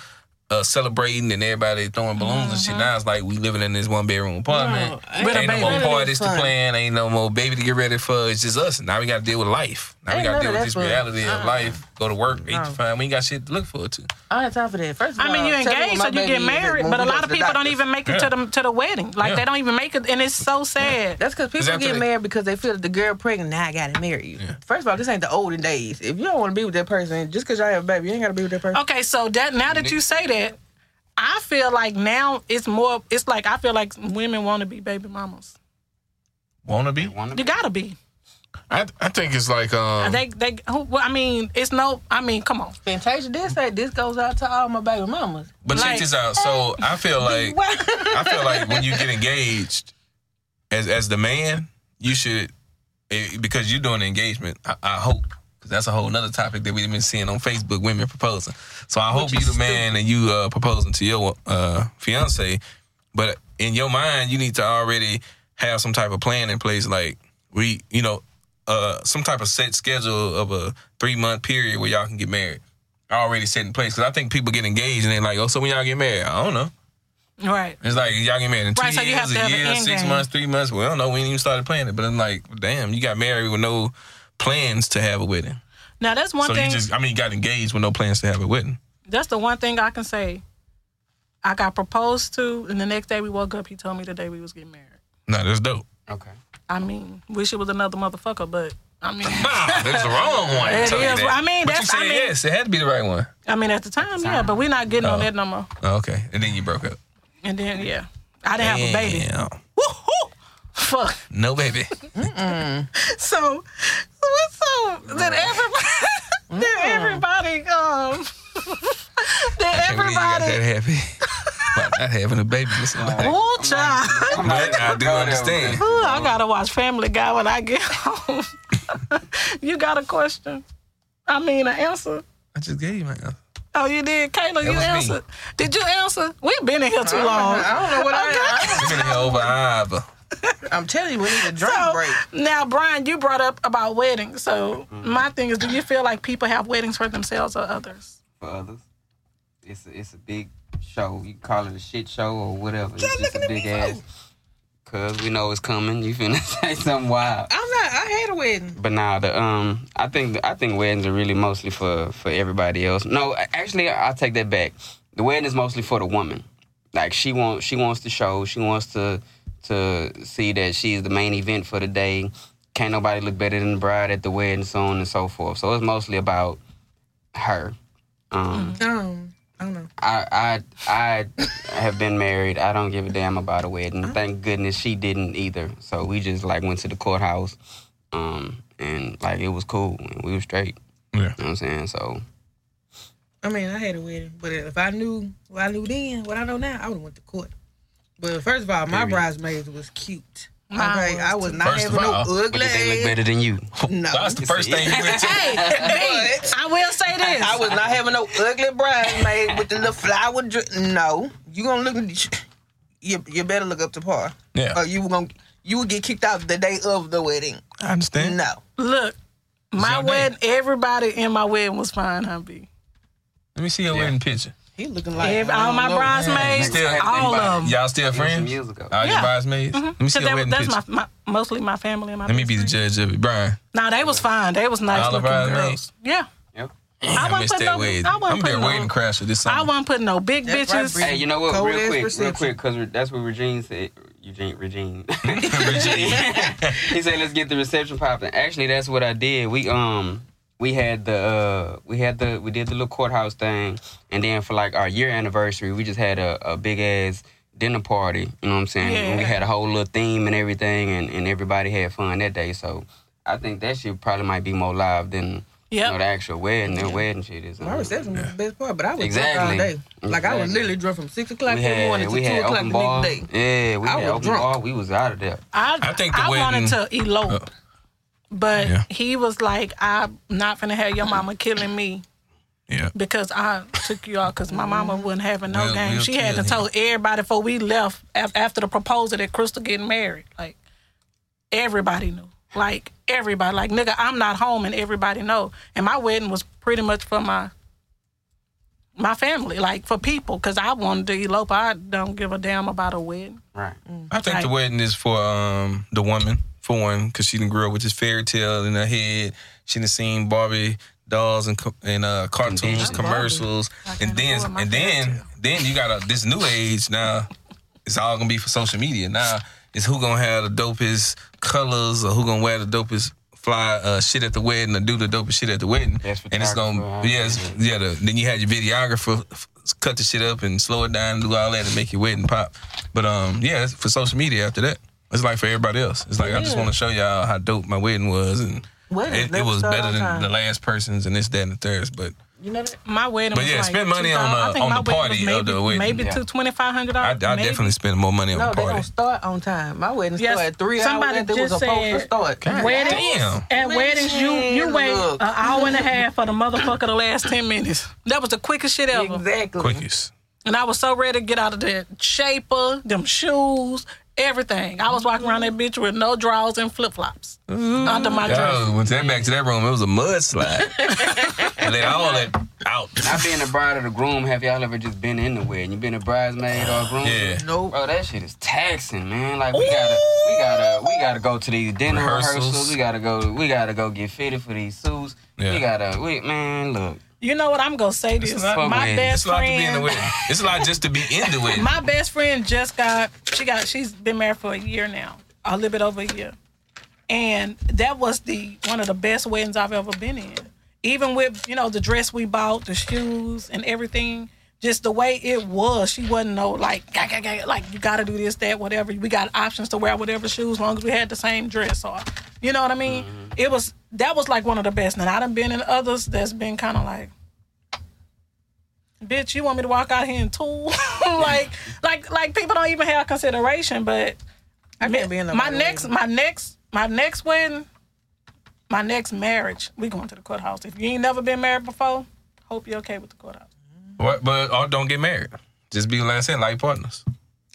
Speaker 3: Uh, celebrating and everybody throwing balloons and shit. Now it's like we living in this one bedroom apartment.
Speaker 4: No, Uh-huh. ain't
Speaker 3: ain't
Speaker 4: no
Speaker 3: no more
Speaker 4: baby.
Speaker 3: parties to
Speaker 4: Fun.
Speaker 3: plan. Ain't no more baby to get ready for. It's just us. Now we got to deal with life. Now we
Speaker 4: Ain't
Speaker 3: got to
Speaker 4: none
Speaker 3: deal
Speaker 4: of
Speaker 3: with
Speaker 4: that
Speaker 3: this
Speaker 4: fun.
Speaker 3: reality of
Speaker 4: Uh-uh.
Speaker 3: life. Go to work, eight to five. We ain't got shit to look forward to.
Speaker 4: I ain't time for that. First of
Speaker 2: I mean,
Speaker 4: all,
Speaker 2: you
Speaker 4: tell me
Speaker 2: engaged,
Speaker 4: when
Speaker 2: so
Speaker 4: my
Speaker 2: you
Speaker 4: baby
Speaker 2: get
Speaker 4: is,
Speaker 2: married,
Speaker 4: when
Speaker 2: but a
Speaker 4: we go
Speaker 2: lot
Speaker 4: to
Speaker 2: of
Speaker 4: the
Speaker 2: people don't
Speaker 4: doctor.
Speaker 2: even make it
Speaker 3: Yeah.
Speaker 2: to the to the wedding. Like
Speaker 3: Yeah.
Speaker 2: they don't even make it, and it's so sad.
Speaker 4: That's because people
Speaker 3: Exactly.
Speaker 4: get married because they feel that the girl pregnant. Now I gotta marry you. First of all, this ain't the olden days. If you don't want to be with that person, just because y'all have a baby, you ain't gotta be with that person.
Speaker 2: Okay, so that now that you say that, I feel like now it's more. It's like I feel like women want to be baby mamas.
Speaker 3: Wanna be?
Speaker 5: Wanna
Speaker 2: You gotta be.
Speaker 3: I, I think it's like
Speaker 5: Oh.
Speaker 3: um
Speaker 2: They they. Who, well, I mean, it's no. I mean, come on.
Speaker 4: Fantasia did say this goes out to all my baby mamas.
Speaker 3: but
Speaker 2: like-
Speaker 3: check this out. So I feel like I feel like when you get engaged as as the man, you should eh, because you're doing the engagement, I, I hope. Because that's a whole nother topic that we've been seeing on Facebook, women proposing. So I hope you the man and you uh, proposing to your uh, fiance, but in your mind you need to already have some type of plan in place. Like we you know uh some type of set schedule of a three month period where y'all can get married already set in place because I think people get engaged and they're like oh so when y'all get married I don't know
Speaker 2: Right.
Speaker 3: it's like y'all get married in two
Speaker 2: Right, so you
Speaker 3: years
Speaker 2: have to
Speaker 3: a
Speaker 2: have an
Speaker 3: year
Speaker 2: end
Speaker 3: six
Speaker 2: game.
Speaker 3: months three months well I don't know we ain't even started planning it but I'm like damn you got married with no plans to have a wedding
Speaker 2: Now that's one
Speaker 3: so
Speaker 2: thing.
Speaker 3: you just I mean you got engaged with no plans to have a wedding
Speaker 2: that's the one thing I can say. I got proposed to, and the next day we woke up. He told me the day we was getting married.
Speaker 3: no that's dope
Speaker 5: Okay.
Speaker 2: I mean, wish it was another motherfucker, but I mean,
Speaker 3: Nah, that's the wrong one.
Speaker 2: It
Speaker 3: Tell you
Speaker 2: is.
Speaker 3: that.
Speaker 2: I mean,
Speaker 3: but
Speaker 2: that's-
Speaker 3: you
Speaker 2: I
Speaker 3: said
Speaker 2: mean-
Speaker 3: yes. It had to be the right one.
Speaker 2: I mean at the time, yeah.
Speaker 5: time.
Speaker 2: But we're not getting on
Speaker 3: Oh.
Speaker 2: that no more.
Speaker 3: Oh, okay, and then you broke up.
Speaker 2: And then yeah, I didn't have a baby.
Speaker 3: Damn.
Speaker 2: Woohoo! Fuck.
Speaker 3: No baby.
Speaker 2: So what's so that everybody that everybody um that
Speaker 3: Mm. Can't believe you got that
Speaker 2: everybody
Speaker 3: happy. About not having a baby. It's like-
Speaker 2: Ooh, child.
Speaker 5: I'm
Speaker 3: But I do understand.
Speaker 2: Ooh, I gotta watch Family Guy when I get home. you got a question? I mean, an answer.
Speaker 3: I just gave you my answer.
Speaker 2: Oh, you did, Kayla. You
Speaker 3: was me.
Speaker 2: answered. Did you answer? We've been in here too long.
Speaker 4: I don't know what I
Speaker 3: You've been here over an hour.
Speaker 4: am. I'm telling you, we need a drink
Speaker 2: So,
Speaker 4: break.
Speaker 2: Now, Brian, you brought up about weddings. So
Speaker 3: Mm-hmm.
Speaker 2: my thing is, do you feel like people have weddings for themselves or others?
Speaker 5: for others. It's a, it's a big show. You can call it a shit show or whatever. It's just a big ass. Cause we know it's coming. You finna say something wild.
Speaker 4: I'm not. I had a wedding.
Speaker 5: But now the um, I think I think weddings are really mostly for for everybody else. No, actually, I take that back. The wedding is mostly for the woman. Like she wants she wants to show. She wants to to see that she's the main event for the day. Can't nobody look better than the bride at the wedding, so on and so forth. So it's mostly about her. Um,
Speaker 4: Um, I don't know.
Speaker 5: I I I have been married. I don't give a damn about a wedding. Thank goodness she didn't either. So we just like went to the courthouse, um, and like it was cool. And we were straight.
Speaker 3: Yeah.
Speaker 5: You know what I'm saying? So
Speaker 4: I mean, I had a wedding, but if I knew what I knew then, what I know now, I would have went to court. But first of all, my bridesmaids was cute. Okay,
Speaker 2: Mine was
Speaker 4: I was not
Speaker 3: First of
Speaker 4: having no
Speaker 3: all,
Speaker 4: ugly.
Speaker 5: but did they look
Speaker 4: ass-
Speaker 5: better than you?
Speaker 4: No,
Speaker 3: That's the first thing you went to.
Speaker 2: Hey, B, I will say this.
Speaker 4: I was not having no ugly bridesmaid with the little flower. Dr- no, you gonna look. You you better look up to par. Or
Speaker 3: Yeah.
Speaker 4: Oh, you gonna you would get kicked out the day of the wedding.
Speaker 3: I understand.
Speaker 4: No.
Speaker 2: Look, my
Speaker 3: your name?
Speaker 2: wedding, everybody in my wedding was fine, huh, B?
Speaker 3: Let me see your wedding picture.
Speaker 4: He looking like
Speaker 2: Ev- all my bridesmaids,
Speaker 3: Still had
Speaker 2: all
Speaker 5: anybody.
Speaker 2: of them.
Speaker 3: Y'all still friends?
Speaker 5: years ago.
Speaker 3: All your
Speaker 2: Yeah.
Speaker 3: bridesmaids? Let me see your wedding
Speaker 2: that's
Speaker 3: picture.
Speaker 2: my, my mostly my family and my.
Speaker 3: Let me be the
Speaker 2: best
Speaker 3: judge of it. Brian,
Speaker 2: friend. Nah, they was fine. They was nice
Speaker 3: All the
Speaker 2: looking
Speaker 3: bridesmaids?
Speaker 2: girls. Yeah,
Speaker 5: Yep.
Speaker 3: I,
Speaker 2: wasn't
Speaker 3: missed
Speaker 2: putting
Speaker 3: that
Speaker 2: no-
Speaker 3: wedding.
Speaker 2: I wasn't
Speaker 3: I'm there
Speaker 2: putting no-
Speaker 3: waiting crasher this summer.
Speaker 2: I wasn't putting no big
Speaker 4: That's right,
Speaker 2: bitches.
Speaker 4: Bree.
Speaker 5: Hey, you know what?
Speaker 4: Cold
Speaker 5: real
Speaker 4: as
Speaker 5: quick, real
Speaker 4: perception.
Speaker 5: quick, cause that's what Regine said. Eugene, Regine.
Speaker 3: Regine.
Speaker 5: he said, "Let's get the reception popping." Actually, that's what I did. We um we had the uh we had the we did the little courthouse thing, and then for like our year anniversary, we just had a, a big ass dinner party. You know what I'm saying? And we
Speaker 2: Yeah.
Speaker 5: had a whole little theme and everything, and and everybody had fun that day. So I think that shit probably might be more live than you know,
Speaker 2: Yep.
Speaker 5: the actual wedding. The wedding shit is.
Speaker 4: My reception was the best part, but I was drunk all
Speaker 5: Exactly.
Speaker 4: day. Like I was
Speaker 5: Exactly.
Speaker 4: literally drunk from six o'clock
Speaker 5: We
Speaker 4: in the morning
Speaker 5: had
Speaker 4: to
Speaker 5: we
Speaker 4: two
Speaker 5: had
Speaker 4: o'clock
Speaker 5: open
Speaker 4: the
Speaker 5: bar.
Speaker 4: next day.
Speaker 5: Yeah, we
Speaker 4: I
Speaker 5: had
Speaker 4: was
Speaker 5: open
Speaker 4: drunk.
Speaker 5: bar. We was out of there.
Speaker 2: I,
Speaker 3: I think the
Speaker 2: I wanted
Speaker 3: wedding- uh,
Speaker 2: to elope, but
Speaker 3: Yeah.
Speaker 2: he was like, "I'm not gonna have your mama killing me
Speaker 3: yeah.
Speaker 2: because I took you out because my mama wasn't having no
Speaker 3: Mm-hmm. We'll-
Speaker 2: game.
Speaker 3: we'll
Speaker 2: she had to
Speaker 3: kill
Speaker 2: tell everybody before we left af- after the proposal that Crystal getting married. Like everybody knew. Like everybody. Like nigga, I'm not home and everybody know. And my wedding was pretty much for my my family, like for people, because I wanted to elope. I don't give a damn about a wedding.
Speaker 5: Right.
Speaker 4: Mm.
Speaker 3: I think the
Speaker 2: Right.
Speaker 3: wedding is for um the woman for one because she didn't grow up with this fairy tale in her head. She done seen Barbie dolls and co- and uh, cartoons,
Speaker 5: Indeed.
Speaker 3: commercials, and
Speaker 2: can't afford
Speaker 3: then
Speaker 2: my
Speaker 3: and then then you got a, this new age now. It's all gonna be for social media now. It's who gonna have the dopest colors or who gonna wear the dopest fly uh, shit at the wedding or do the dopest shit at the wedding.
Speaker 5: Best
Speaker 3: and it's gonna
Speaker 5: photographer.
Speaker 3: yeah it's- yeah. The, then you had your videographer f- cut the shit up and slow it down, do all that, and make your wedding pop. But um yeah, it's for social media after that. It's like for everybody else. It's like I just want to show y'all how dope my wedding was, and
Speaker 4: Weddings
Speaker 3: it, it
Speaker 4: never
Speaker 3: was
Speaker 4: start
Speaker 3: better
Speaker 4: on
Speaker 3: than
Speaker 4: time.
Speaker 3: the last person's and this, that, and the third. But
Speaker 4: You know that?
Speaker 2: My wedding
Speaker 3: But
Speaker 2: was
Speaker 3: yeah,
Speaker 2: like
Speaker 3: spend money on
Speaker 2: 2000
Speaker 3: the-
Speaker 2: I think
Speaker 3: on
Speaker 2: my
Speaker 3: the
Speaker 2: wedding was
Speaker 3: party of
Speaker 2: maybe,
Speaker 3: the wedding.
Speaker 2: Maybe
Speaker 5: Yeah.
Speaker 2: to twenty five hundred
Speaker 3: I, I
Speaker 2: dollars.
Speaker 3: definitely spend more money on
Speaker 4: No,
Speaker 3: the
Speaker 4: they don't
Speaker 3: party.
Speaker 4: start on time. My wedding
Speaker 2: Yes,
Speaker 4: started three
Speaker 2: somebody
Speaker 4: hours after it was
Speaker 2: just
Speaker 4: supposed to
Speaker 2: said-
Speaker 4: start.
Speaker 2: Weddings,
Speaker 3: Damn.
Speaker 2: At weddings, you you wait an
Speaker 4: Look.
Speaker 2: hour and a half for the motherfucker the last ten minutes. That was the quickest shit ever,
Speaker 4: Exactly.
Speaker 3: Quickest.
Speaker 2: and I was so ready to get out of that shaper, them shoes, Everything. I was walking around that bitch with no drawers and flip flops
Speaker 3: Mm-hmm.
Speaker 2: under my dress.
Speaker 3: Y'all went that back to that room. It was a mudslide. and they all that out.
Speaker 5: Not being a bride or the groom, have y'all ever just been in the wedding? You been a bridesmaid or a groom?
Speaker 3: Yeah.
Speaker 4: Nope.
Speaker 5: Bro, that shit is taxing, man. Like we gotta, we gotta, we gotta go to these dinner
Speaker 3: Rehearsals.
Speaker 5: rehearsals. We gotta go, we gotta go get fitted for these suits.
Speaker 3: Yeah.
Speaker 5: We gotta, we man, look.
Speaker 2: You know what? I'm gonna say this.
Speaker 5: not- Fuck
Speaker 2: My
Speaker 5: with it.
Speaker 2: best
Speaker 3: It's like to be in the
Speaker 2: friend.
Speaker 3: wedding. It's like just to be in the wedding.
Speaker 2: My best friend just got she got she's been married for a year now, a little bit over a year, and that was the one of the best weddings I've ever been in. Even with you know the dress we bought, the shoes and everything, just the way it was, she wasn't no like "Gah, gah, gah," like you got to do this that whatever. We got options to wear whatever shoes, as long as we had the same dress or you know what I mean. It was that was like one of the best, and I done been in others that's been kind of like bitch, you want me to walk out here and tool? like, like, like people don't even have consideration. But
Speaker 4: I can't be in
Speaker 2: my
Speaker 4: no wedding.
Speaker 2: next, my next, my next wedding, my next marriage, we going to the courthouse. If you ain't never been married before, hope you're okay with the courthouse.
Speaker 3: What, but or don't get married. Just be like I said, like partners.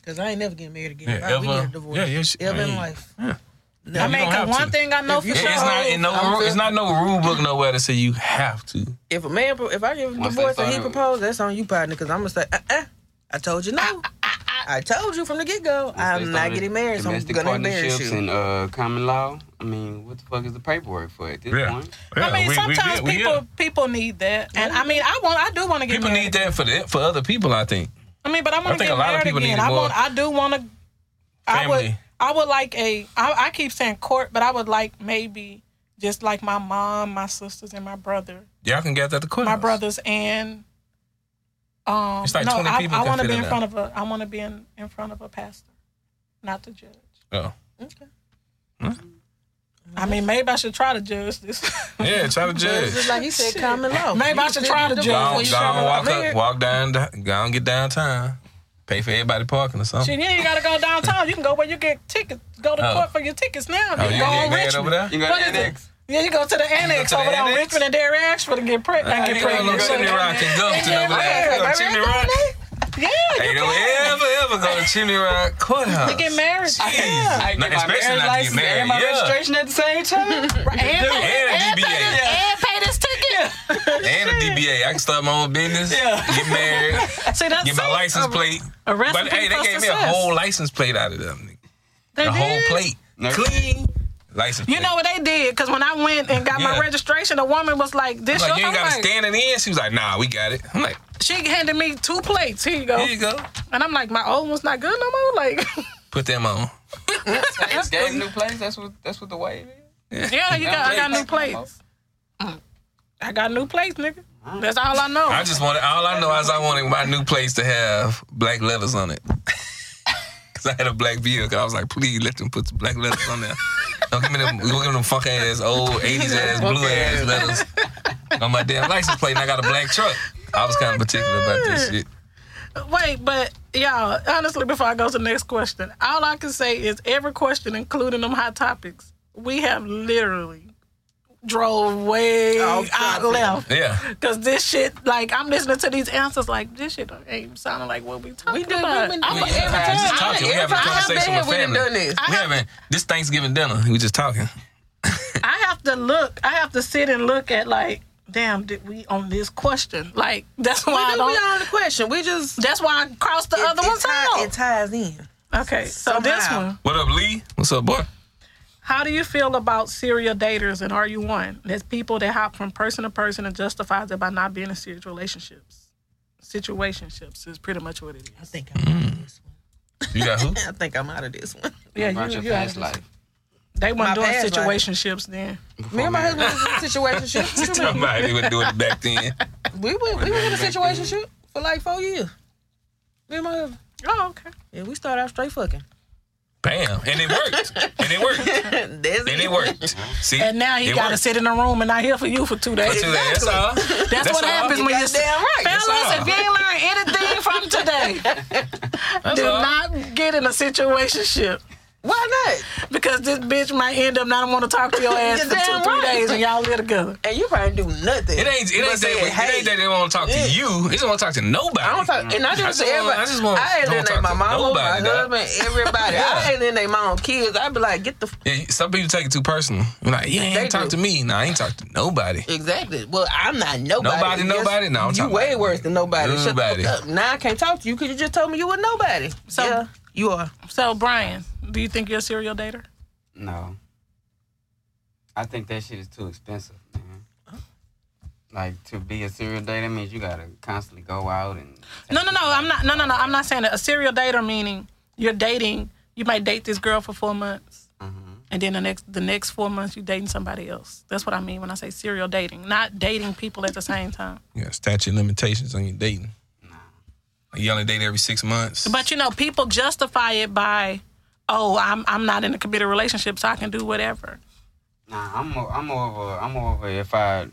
Speaker 4: Cause I ain't never getting married again.
Speaker 3: Yeah,
Speaker 4: Right, we
Speaker 3: ever-
Speaker 4: get a divorce.
Speaker 3: yeah, yeah, she-
Speaker 4: ever
Speaker 3: I
Speaker 4: in
Speaker 3: mean-
Speaker 4: life.
Speaker 3: I
Speaker 2: I mean, 'cause one thing I know
Speaker 4: If
Speaker 2: for
Speaker 4: you-
Speaker 3: It's
Speaker 2: sure,
Speaker 3: not in no.
Speaker 4: I'm
Speaker 3: It's not no rule book nowhere to say you have to.
Speaker 4: If a man, pro- if I give a
Speaker 5: Once they
Speaker 4: divorce and he
Speaker 5: started-
Speaker 4: proposed, that's on you, partner. Because I'm gonna say, uh, uh I told you
Speaker 5: Ah,
Speaker 4: no. I told you from the get go, I'm not getting married. So I'm
Speaker 5: Domestic
Speaker 4: gonna embarrass
Speaker 5: partnerships
Speaker 4: you.
Speaker 5: and uh, common law. I mean, what the fuck is the paperwork for at this point?
Speaker 2: I mean,
Speaker 3: we- we
Speaker 2: sometimes
Speaker 3: good, we
Speaker 2: people
Speaker 3: good.
Speaker 2: people need that, and I mean, I want, I do want to get
Speaker 3: people
Speaker 2: married.
Speaker 3: need that for the, for other people. I think.
Speaker 2: I mean, but I'm
Speaker 3: I
Speaker 2: gonna
Speaker 3: think
Speaker 2: get
Speaker 3: a lot of
Speaker 2: married
Speaker 3: people
Speaker 2: again.
Speaker 3: need
Speaker 2: I
Speaker 3: more
Speaker 2: want. I do want to. I would.
Speaker 3: family.
Speaker 2: I would like a. I, I keep saying court, but I would like maybe just like my mom, my sisters, and my brother,
Speaker 3: Y'all can get that the courthouse.
Speaker 2: my brothers, and um.
Speaker 3: It's like
Speaker 2: no,
Speaker 3: 20
Speaker 2: I,
Speaker 3: people
Speaker 2: I
Speaker 3: can
Speaker 2: want to
Speaker 3: fit
Speaker 2: be
Speaker 3: in
Speaker 2: in
Speaker 3: there.
Speaker 2: front of a. I want to be in in front of a pastor, not the judge.
Speaker 3: Oh.
Speaker 2: I mean, maybe I should try to judge this.
Speaker 3: Yeah, try to
Speaker 4: It's just
Speaker 3: judge.
Speaker 4: like you said, common law.
Speaker 2: maybe I should try to judge.
Speaker 3: Go
Speaker 2: before
Speaker 3: on,
Speaker 2: you
Speaker 3: go on,
Speaker 2: shut up.
Speaker 3: walk up, walk down, go on, get downtown. Pay for everybody parking or something.
Speaker 2: Shit, you ain't gotta go downtown. You can go where you get tickets. Go to
Speaker 3: Oh.
Speaker 2: court for your tickets now.
Speaker 3: Oh, you
Speaker 2: can go
Speaker 3: get
Speaker 2: on
Speaker 3: mad
Speaker 2: Richmond.
Speaker 3: over there?
Speaker 5: You got
Speaker 2: What is
Speaker 5: that
Speaker 2: it?
Speaker 5: next?
Speaker 2: Yeah, you go to the annex
Speaker 3: to the
Speaker 2: over there on
Speaker 3: annex?
Speaker 2: Richmond and Derry Ashford and get pregnant.
Speaker 3: I
Speaker 2: get
Speaker 3: ain't going
Speaker 2: pregnant.
Speaker 3: to Chimney Rock and Gumpton over there. Go to Chimney Rock.
Speaker 2: Yeah, you
Speaker 3: Ain't no
Speaker 2: can.
Speaker 3: ever, ever go to Chimney Rock Courthouse.
Speaker 2: You get married. Yeah.
Speaker 5: I
Speaker 3: No,
Speaker 5: get my
Speaker 3: especially not
Speaker 5: marriage
Speaker 3: to get
Speaker 5: license
Speaker 3: married,
Speaker 5: and my
Speaker 3: yeah.
Speaker 5: registration at the same time.
Speaker 2: And,
Speaker 3: and
Speaker 2: and, and, pay this,
Speaker 3: DBA.
Speaker 2: and pay this ticket.
Speaker 3: And a DBA. I can start my own business.
Speaker 2: Yeah.
Speaker 3: Get married.
Speaker 2: See, that's
Speaker 3: Get my
Speaker 2: so-
Speaker 3: license plate.
Speaker 2: A recipe
Speaker 3: But hey, they
Speaker 2: for
Speaker 3: gave me a
Speaker 2: success.
Speaker 3: whole license plate out of them.
Speaker 2: They
Speaker 3: The whole
Speaker 2: did?
Speaker 3: plate.
Speaker 5: No.
Speaker 3: Clean. License plate.
Speaker 2: You know what they did? Because when I went and got
Speaker 3: Yeah.
Speaker 2: my registration, the woman was like, "This
Speaker 3: like,
Speaker 2: your
Speaker 3: you ain't got to
Speaker 2: number."
Speaker 3: stand it in. She was like, nah, we got it. I'm like,
Speaker 2: She handed me two plates. Here you go.
Speaker 3: here you go.
Speaker 2: And I'm like, my old one's not good no more. Like,
Speaker 3: Put them on.
Speaker 5: It's gave new place. That's what. That's what the wave is.
Speaker 2: yeah, you got. I got new plates. I got new plates, nigga. That's all I know.
Speaker 3: I just wanted, all I know is I wanted my new place to have black letters on it. Because I had a black vehicle. I was like, please let them put some black letters on there. Don't give me them, don't give me them funk ass, old 80s ass, blue ass letters on my damn license plate. And I got a black truck. I was kind of particular about this shit.
Speaker 2: Wait, but y'all, honestly, before I go to the next question, all I can say is every question, including them hot topics, we have literally drove way
Speaker 4: Off
Speaker 2: out
Speaker 4: topic.
Speaker 2: left.
Speaker 3: Yeah.
Speaker 2: Cause this shit, like I'm listening to these answers, like this shit ain't sounding like what we talking
Speaker 4: We done-
Speaker 2: about.
Speaker 4: we been-
Speaker 2: I'm
Speaker 4: we
Speaker 2: like,
Speaker 4: done-
Speaker 2: every time,
Speaker 3: Just
Speaker 2: I-
Speaker 3: talking. We
Speaker 4: every
Speaker 3: having a
Speaker 4: time I've been
Speaker 3: conversation
Speaker 4: here,
Speaker 3: with
Speaker 4: we done
Speaker 3: family.
Speaker 4: done this.
Speaker 3: We having this Thanksgiving dinner. We just talking.
Speaker 2: I have to look. I have to sit and look at like, damn, did we on this question? Like that's why
Speaker 4: We
Speaker 2: I
Speaker 4: do.
Speaker 2: don't.
Speaker 4: We on the question. We just
Speaker 2: That's why I crossed the
Speaker 4: it,
Speaker 2: other
Speaker 4: it
Speaker 2: ones
Speaker 4: ti-
Speaker 2: out.
Speaker 4: It ties in.
Speaker 2: okay, so this
Speaker 4: somehow.
Speaker 2: one.
Speaker 3: What up, Lee? What's up, boy?
Speaker 2: How do you feel about serial daters and are you one? There's people that hop from person to person and justifies it by not being in serious relationships. Situationships is pretty much what it
Speaker 4: I
Speaker 2: is.
Speaker 4: think I'm out of this one.
Speaker 3: You got who?
Speaker 4: I think I'm out of this one.
Speaker 2: Yeah,
Speaker 5: About your
Speaker 2: out
Speaker 5: past
Speaker 2: of this.
Speaker 5: life.
Speaker 2: They
Speaker 4: My
Speaker 2: weren't doing
Speaker 4: past life.
Speaker 2: situationships then.
Speaker 4: Me and my husband was in a situation ship.
Speaker 3: Somebody would do it back then.
Speaker 4: We were, we were in a situation ship for like four years. Me and my husband.
Speaker 2: Oh, okay.
Speaker 4: Yeah, we started out straight fucking.
Speaker 3: Bam. And it worked. And it worked.
Speaker 4: That's
Speaker 3: And it worked. See?
Speaker 2: And now you
Speaker 3: It
Speaker 2: got to
Speaker 3: worked.
Speaker 2: sit in a room and not hear for you for two days.
Speaker 3: That's it. That's all. That's,
Speaker 2: That's, what
Speaker 3: all.
Speaker 2: happens when you're
Speaker 4: Goddamn right.
Speaker 2: Fellas,
Speaker 3: all.
Speaker 2: if you ain't learned anything from today, do
Speaker 3: all.
Speaker 2: not get in a situationship.
Speaker 4: Why not?
Speaker 2: because this bitch might end up not want to talk to your ass
Speaker 4: You're
Speaker 2: for two,
Speaker 4: damn
Speaker 2: three
Speaker 4: right.
Speaker 2: days and y'all live together.
Speaker 4: And you probably do nothing.
Speaker 3: It ain't. It
Speaker 4: but
Speaker 3: ain't,
Speaker 4: say,
Speaker 3: that, it
Speaker 4: hey,
Speaker 3: ain't that they want to talk to
Speaker 4: yeah.
Speaker 3: you. They don't want to talk to nobody.
Speaker 4: I don't talk, and I
Speaker 3: I
Speaker 4: didn't
Speaker 3: just
Speaker 4: say
Speaker 3: want-
Speaker 4: everybody.
Speaker 3: I just want-
Speaker 4: I ain't
Speaker 3: don't
Speaker 4: in
Speaker 3: talk
Speaker 4: there my
Speaker 3: to
Speaker 4: mama,
Speaker 3: nobody,
Speaker 4: my
Speaker 3: dog.
Speaker 4: husband, everybody.
Speaker 3: Yeah.
Speaker 4: I ain't in there my own kids. I'd be like, get the f-
Speaker 3: Yeah, you- some people take it too personal. You're like, yeah, ain't
Speaker 4: They
Speaker 3: talk
Speaker 4: do.
Speaker 3: to me. Nah, I ain't talk to nobody.
Speaker 4: Exactly. Well, I'm not nobody.
Speaker 3: Nobody,
Speaker 4: Yes,
Speaker 3: nobody? No, I'm
Speaker 4: you
Speaker 3: talking
Speaker 4: way
Speaker 3: about-
Speaker 4: worse than nobody. Shut the
Speaker 3: Nobody.
Speaker 4: fuck up. Now I can't talk to you because you just told me you were nobody. So
Speaker 2: So-
Speaker 4: yeah, you are.
Speaker 2: So Brian, do you think you're a serial dater?
Speaker 5: No. I think that shit is too expensive, man. Like to be a serial dater means you gotta constantly go out and
Speaker 2: No, no, no. I'm not. No, no, no. I'm not saying that. A serial dater meaning you're dating. You might date this girl for four months,
Speaker 4: Mm-hmm.
Speaker 2: and then the next the next four months you dating somebody else. That's what I mean when I say serial dating. Not dating people at the same time.
Speaker 3: Yeah, statute of limitations on your dating. Like you only date every six months.
Speaker 2: But you know, people justify it by, oh, I'm I'm not in a committed relationship, so I can do whatever.
Speaker 5: Nah, I'm more, I'm more of a I'm more of a if I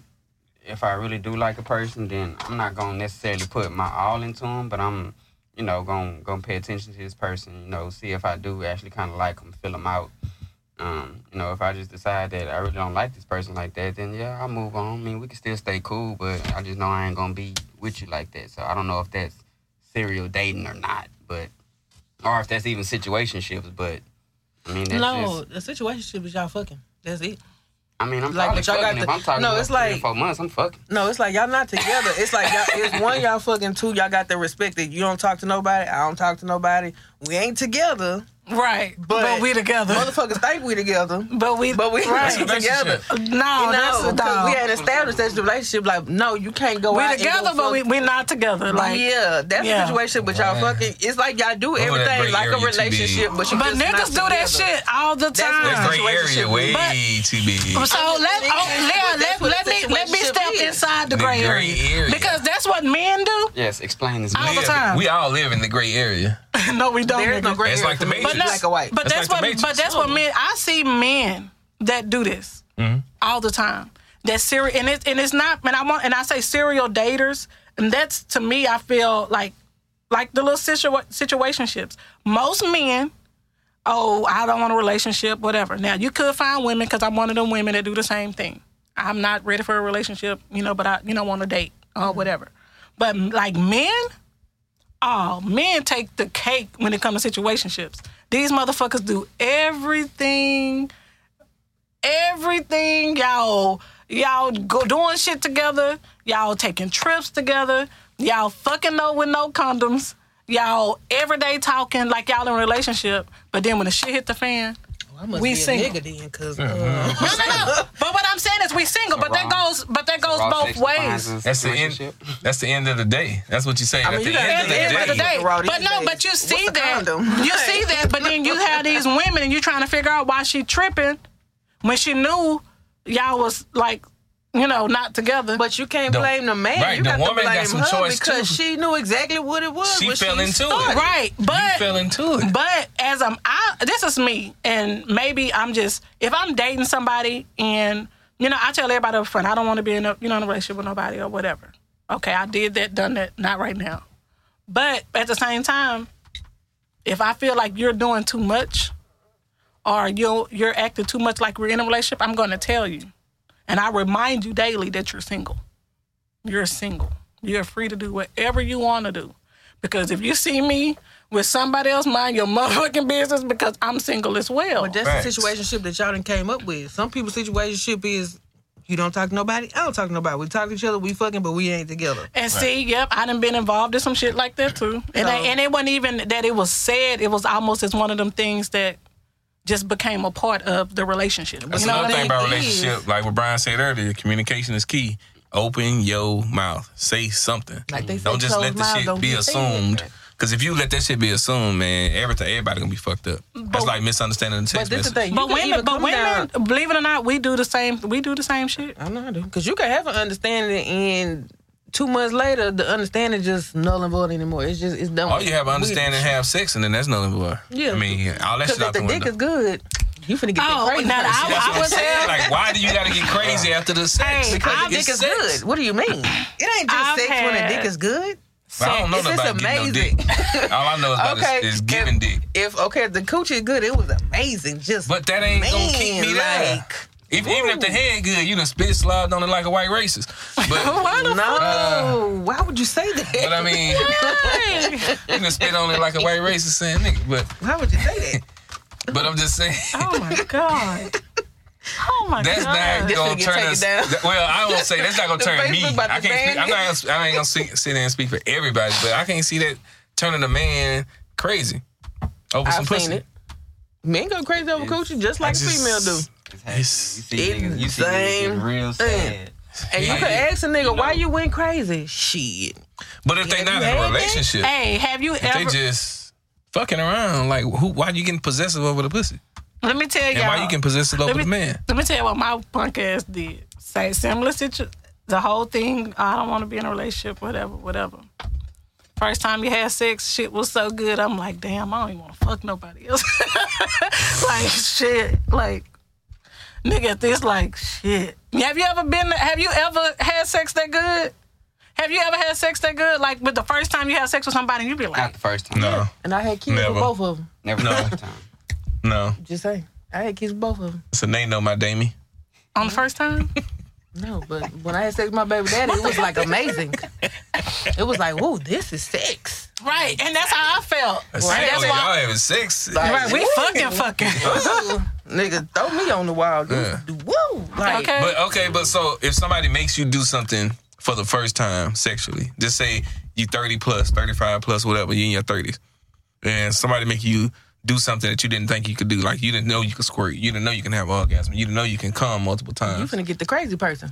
Speaker 5: if I really do like a person, then I'm not gonna necessarily put my all into them, but I'm you know gonna gonna pay attention to this person, you know, see if I do actually kind of like them, fill them out. Um, you know, if I just decide that I really don't like this person like that, then yeah, I'll move on. I mean, we can still stay cool, but I just know I ain't gonna be with you like that. So I don't know if that's serial dating or not, but or if that's even situationships. But I mean, that's just
Speaker 4: No, the situation should be y'all fucking. That's it.
Speaker 5: I mean, I'm
Speaker 4: Like,
Speaker 5: probably
Speaker 4: but y'all got
Speaker 5: fucking. if
Speaker 4: the-
Speaker 5: I'm talking
Speaker 4: no,
Speaker 5: about
Speaker 4: it's
Speaker 5: three or
Speaker 4: like-
Speaker 5: four months, I'm fucking.
Speaker 4: No, it's like y'all not together. It's like y'all, it's one y'all fucking, two y'all got the respect that you don't talk to nobody. I don't talk to nobody. We ain't together.
Speaker 2: Right. But,
Speaker 4: But
Speaker 2: we together.
Speaker 4: Motherfuckers think we together,
Speaker 2: But we.
Speaker 4: but we
Speaker 2: Right.
Speaker 4: ain't
Speaker 3: That's
Speaker 4: together.
Speaker 3: relationship.
Speaker 2: No,
Speaker 4: You
Speaker 2: that's
Speaker 4: know,
Speaker 2: a
Speaker 4: 'cause
Speaker 2: dog.
Speaker 4: we ain't established that relationship. Like, no, you can't go out.
Speaker 2: We
Speaker 4: and go
Speaker 2: together, but
Speaker 4: fuck-
Speaker 2: we we not together. Like,
Speaker 4: yeah, that's
Speaker 2: Yeah.
Speaker 4: the situation. But y'all
Speaker 3: Wow.
Speaker 4: fucking, it's like y'all do
Speaker 3: that
Speaker 4: everything
Speaker 3: gray
Speaker 4: like a
Speaker 3: area too big.
Speaker 4: relationship, but you
Speaker 2: but
Speaker 4: just not
Speaker 2: niggas do that
Speaker 4: together.
Speaker 2: shit all the
Speaker 3: that
Speaker 4: That's
Speaker 2: time.
Speaker 3: gray area
Speaker 4: Situation.
Speaker 3: way
Speaker 2: But-
Speaker 3: too big.
Speaker 4: I'm
Speaker 2: So let
Speaker 4: just saying,
Speaker 2: oh,
Speaker 4: that's
Speaker 2: let, let,
Speaker 4: what
Speaker 2: let
Speaker 4: the
Speaker 2: me let me
Speaker 4: situation
Speaker 2: step
Speaker 4: is.
Speaker 2: inside the
Speaker 3: The
Speaker 2: gray,
Speaker 3: gray
Speaker 2: area
Speaker 3: area.
Speaker 2: because that's what men do.
Speaker 5: Yes, explain this.
Speaker 2: all the
Speaker 3: Live-
Speaker 2: time.
Speaker 3: We all live in the gray area.
Speaker 2: no, we don't.
Speaker 4: There's no
Speaker 2: niggas.
Speaker 4: gray
Speaker 3: It's
Speaker 4: area
Speaker 3: like the
Speaker 4: for me.
Speaker 3: Matrix.
Speaker 4: black or white.
Speaker 2: But that's,
Speaker 3: That's like the
Speaker 2: what. But
Speaker 3: Matrix.
Speaker 2: that's what men. I see men that do this
Speaker 3: Mm-hmm.
Speaker 2: all the time. That serial and it and it's not. And I want and I say serial daters. And that's to me. I feel like like the little situa- situationships. Most men. Oh, I don't want a relationship. Whatever. Now you could find women because I'm one of them women that do the same thing. I'm not ready for a relationship, you know, but I you know want to date or whatever. But like men, oh, men take the cake when it comes to situationships. These motherfuckers do everything, everything. Y'all, y'all go doing shit together. Y'all taking trips together. Y'all fucking no with no condoms. Y'all every day talking like y'all in a relationship. But then when the shit hit the fan,
Speaker 4: I must
Speaker 2: We
Speaker 4: be a
Speaker 2: single.
Speaker 4: nigga then, cause
Speaker 3: Mm-hmm.
Speaker 4: uh,
Speaker 2: no, no, no. But what I'm saying is we single. But that
Speaker 5: Wrong.
Speaker 2: goes, but that goes both ways.
Speaker 3: That's the end. That's the end of the day. That's what you say.
Speaker 4: mean,
Speaker 3: at
Speaker 4: you
Speaker 3: the
Speaker 4: gotta
Speaker 3: end
Speaker 2: at
Speaker 3: of
Speaker 2: the end of the
Speaker 3: the day.
Speaker 2: day.
Speaker 4: Raw these
Speaker 2: But no,
Speaker 4: days.
Speaker 2: but you see
Speaker 4: What's a
Speaker 2: that.
Speaker 4: condom?
Speaker 2: You see that, but then you have these women and you're trying to figure out why she tripping when she knew y'all was like, you know, not together.
Speaker 4: But you can't
Speaker 3: The-
Speaker 4: blame the man.
Speaker 3: right,
Speaker 4: you
Speaker 3: the
Speaker 4: got
Speaker 3: woman
Speaker 4: to
Speaker 3: got
Speaker 4: blame
Speaker 3: some
Speaker 4: her
Speaker 3: choice,
Speaker 4: because
Speaker 3: too.
Speaker 4: she knew exactly what it was.
Speaker 3: She
Speaker 4: when
Speaker 3: fell into it.
Speaker 4: started.
Speaker 2: right. But
Speaker 3: You fell into it.
Speaker 2: But as I'm, I this is me, and maybe I'm just if I'm dating somebody, and you know, I tell everybody up front, I don't want to be in a you know in a relationship with nobody or whatever. Okay, I did that, done that, not right now. But at the same time, if I feel like you're doing too much, or you're you're acting too much like we're in a relationship, I'm going to tell you, and I remind you daily that you're single. You're single. You're free to do whatever you want to do. Because if you see me with somebody else, mind your motherfucking business because I'm single as well.
Speaker 4: But that's the
Speaker 3: Facts.
Speaker 4: situationship that y'all done came up with. Some people's situationship is you don't talk to nobody. I don't talk to nobody. We talk to each other. We fucking, but we ain't together.
Speaker 2: and see, yep, I done been involved in some shit like that too. And, I-
Speaker 4: So-
Speaker 2: and it wasn't even that it was said, it was almost as one of them things that just became a part of the relationship.
Speaker 3: That's
Speaker 2: you know
Speaker 3: another
Speaker 2: what I
Speaker 3: thing
Speaker 2: mean?
Speaker 3: about
Speaker 4: It
Speaker 3: relationship.
Speaker 4: is.
Speaker 3: Like what Brian said earlier, communication is key. Open your mouth. Say something.
Speaker 4: Like they say,
Speaker 3: don't just let
Speaker 4: closed
Speaker 3: the
Speaker 4: mouths
Speaker 3: shit
Speaker 4: don't
Speaker 3: be
Speaker 4: get fed.
Speaker 3: assumed. Because if you let that shit be assumed, man, everything everybody gonna be fucked up. That's like misunderstanding the
Speaker 4: But
Speaker 3: text
Speaker 4: this
Speaker 3: message.
Speaker 4: is the thing. You
Speaker 2: But
Speaker 4: can
Speaker 2: women,
Speaker 4: even
Speaker 2: but
Speaker 4: come
Speaker 2: women,
Speaker 4: down-
Speaker 2: believe it or not, we do the same. We do the same shit.
Speaker 4: I know I do. Because you can have an understanding and two months later the understanding just null and void anymore. It's just it's done.
Speaker 3: All you have to understand and have sex, and then that's nothing but.
Speaker 4: Yeah.
Speaker 3: I mean, all that
Speaker 4: Because
Speaker 3: shit
Speaker 4: if
Speaker 3: out
Speaker 4: the
Speaker 3: the
Speaker 4: dick is
Speaker 3: window.
Speaker 4: good, you finna get
Speaker 2: Oh,
Speaker 4: that crazy.
Speaker 2: now
Speaker 4: person.
Speaker 2: I-
Speaker 3: That's what
Speaker 2: I
Speaker 3: I'm
Speaker 2: would
Speaker 3: saying.
Speaker 2: say-
Speaker 3: like, why do you gotta get crazy after the sex?
Speaker 2: Hey,
Speaker 3: Because
Speaker 2: I-
Speaker 3: it's
Speaker 4: dick is
Speaker 3: sex.
Speaker 4: good. What do you mean? It ain't just
Speaker 2: I've
Speaker 4: sex when a
Speaker 2: had-
Speaker 4: dick is good.
Speaker 3: But I don't know
Speaker 4: It's
Speaker 3: nothing
Speaker 4: just
Speaker 3: about getting
Speaker 4: amazing.
Speaker 3: no dick. All I know about
Speaker 4: Okay.
Speaker 3: is, is giving dick.
Speaker 4: If okay, if the coochie is good, it was amazing. Just
Speaker 3: But that ain't gonna keep me there.
Speaker 4: like,
Speaker 3: If, even if the head good, you done spit slobbed on it like a white racist. But,
Speaker 4: Why the no.
Speaker 3: Uh,
Speaker 4: Why would you say that?
Speaker 3: but I mean, you done spit on it like a white racist saying nigga. But
Speaker 4: Why would you say that?
Speaker 3: but I'm just saying
Speaker 2: Oh my god. Oh my
Speaker 3: that's
Speaker 2: god.
Speaker 3: not
Speaker 4: This
Speaker 3: gonna
Speaker 4: nigga
Speaker 3: turn
Speaker 4: take it
Speaker 3: us.
Speaker 4: down.
Speaker 3: that- well, I don't say that's not gonna
Speaker 4: The
Speaker 3: turn me.
Speaker 4: Facebook about
Speaker 3: I
Speaker 4: to
Speaker 3: can't. Speak,
Speaker 4: ban
Speaker 3: I'm not. I ain't gonna sit, sit there and speak for everybody, but I can't see that turning a man crazy over some
Speaker 4: I've
Speaker 3: pussy.
Speaker 4: seen it. Men go crazy over coochie just like
Speaker 3: just-
Speaker 4: female do.
Speaker 5: It's happening. You see, niggas, you see niggas
Speaker 4: Insane.
Speaker 5: getting real sad.
Speaker 4: And you
Speaker 3: Yeah.
Speaker 4: could ask a nigga
Speaker 5: know.
Speaker 4: why you went crazy. Shit.
Speaker 3: But if they
Speaker 4: Yeah,
Speaker 3: not
Speaker 4: you
Speaker 3: in a
Speaker 4: had it?
Speaker 3: relationship,
Speaker 2: Hey, have you
Speaker 3: if they
Speaker 2: ever?
Speaker 3: just fucking around, like who? Why you getting possessive over the pussy?
Speaker 2: let me tell
Speaker 3: And
Speaker 2: y'all.
Speaker 3: why you getting possessive over
Speaker 2: let me,
Speaker 3: the man?
Speaker 2: Let me tell you what my punk ass did. Say similar situ the whole thing, I don't want to be in a relationship, whatever, whatever. First time you had sex, shit was so good. I'm like, damn, I don't even want to fuck nobody else. like shit, like nigga, at this like shit. Have you ever been? Have you ever had sex that good? Have you ever had sex that good? Like with the first time you had sex with somebody, you be like,
Speaker 5: Not the first time.
Speaker 3: No,
Speaker 4: And I had kids
Speaker 3: Never.
Speaker 4: with both of them.
Speaker 5: Never the first time.
Speaker 3: no.
Speaker 4: Just saying. I had kids with both of them.
Speaker 3: So they know my Damie.
Speaker 2: on the first time.
Speaker 4: No, but when I had sex with my baby daddy, it was like amazing. it was like, whoa, this is sex.
Speaker 2: Right, and that's how I felt.
Speaker 3: That's
Speaker 2: Right, that's
Speaker 3: y'all
Speaker 2: why.
Speaker 3: having sex.
Speaker 2: Right, we fucking fucking.
Speaker 4: Nigga, throw me on the wall. Dude.
Speaker 3: Yeah.
Speaker 4: Woo! Like,
Speaker 2: Okay.
Speaker 3: But uh, okay, but so if somebody makes you do something for the first time sexually, just say you 30 plus, 35 plus, whatever, you in your 30s, and somebody make you do something that you didn't think you could do, like you didn't know you could squirt, you didn't know you can have orgasm, you didn't know you can come multiple
Speaker 4: you
Speaker 3: times.
Speaker 4: finna get the crazy person.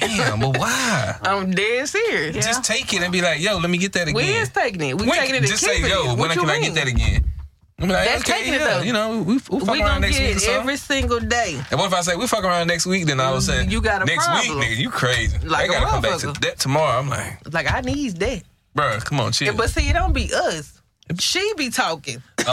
Speaker 3: Damn, but why?
Speaker 4: I'm dead serious.
Speaker 2: Yeah.
Speaker 3: Just take it and be like, yo, let me get that again.
Speaker 4: We is taking it. We
Speaker 3: When-
Speaker 4: taking it to
Speaker 3: just say, yo, when can I get that again? I'm like,
Speaker 4: That's
Speaker 3: okay,
Speaker 4: taking it,
Speaker 3: yeah,
Speaker 4: though.
Speaker 3: you know, we, we'll fuck
Speaker 4: We
Speaker 3: around
Speaker 4: gonna
Speaker 3: next
Speaker 4: get
Speaker 3: week or
Speaker 4: it
Speaker 3: something.
Speaker 4: every single day.
Speaker 3: And what if I say we fuck around next week? Then I was saying
Speaker 4: Mm, You got a
Speaker 3: next
Speaker 4: problem.
Speaker 3: week, nigga, you crazy.
Speaker 4: Like
Speaker 3: I gotta
Speaker 4: a
Speaker 3: come back to
Speaker 4: motherfucker.
Speaker 3: that tomorrow. I'm like,
Speaker 4: Like I need that.
Speaker 3: bruh, come on, chill.
Speaker 4: But see, it don't be us. She be talking.
Speaker 3: oh, that.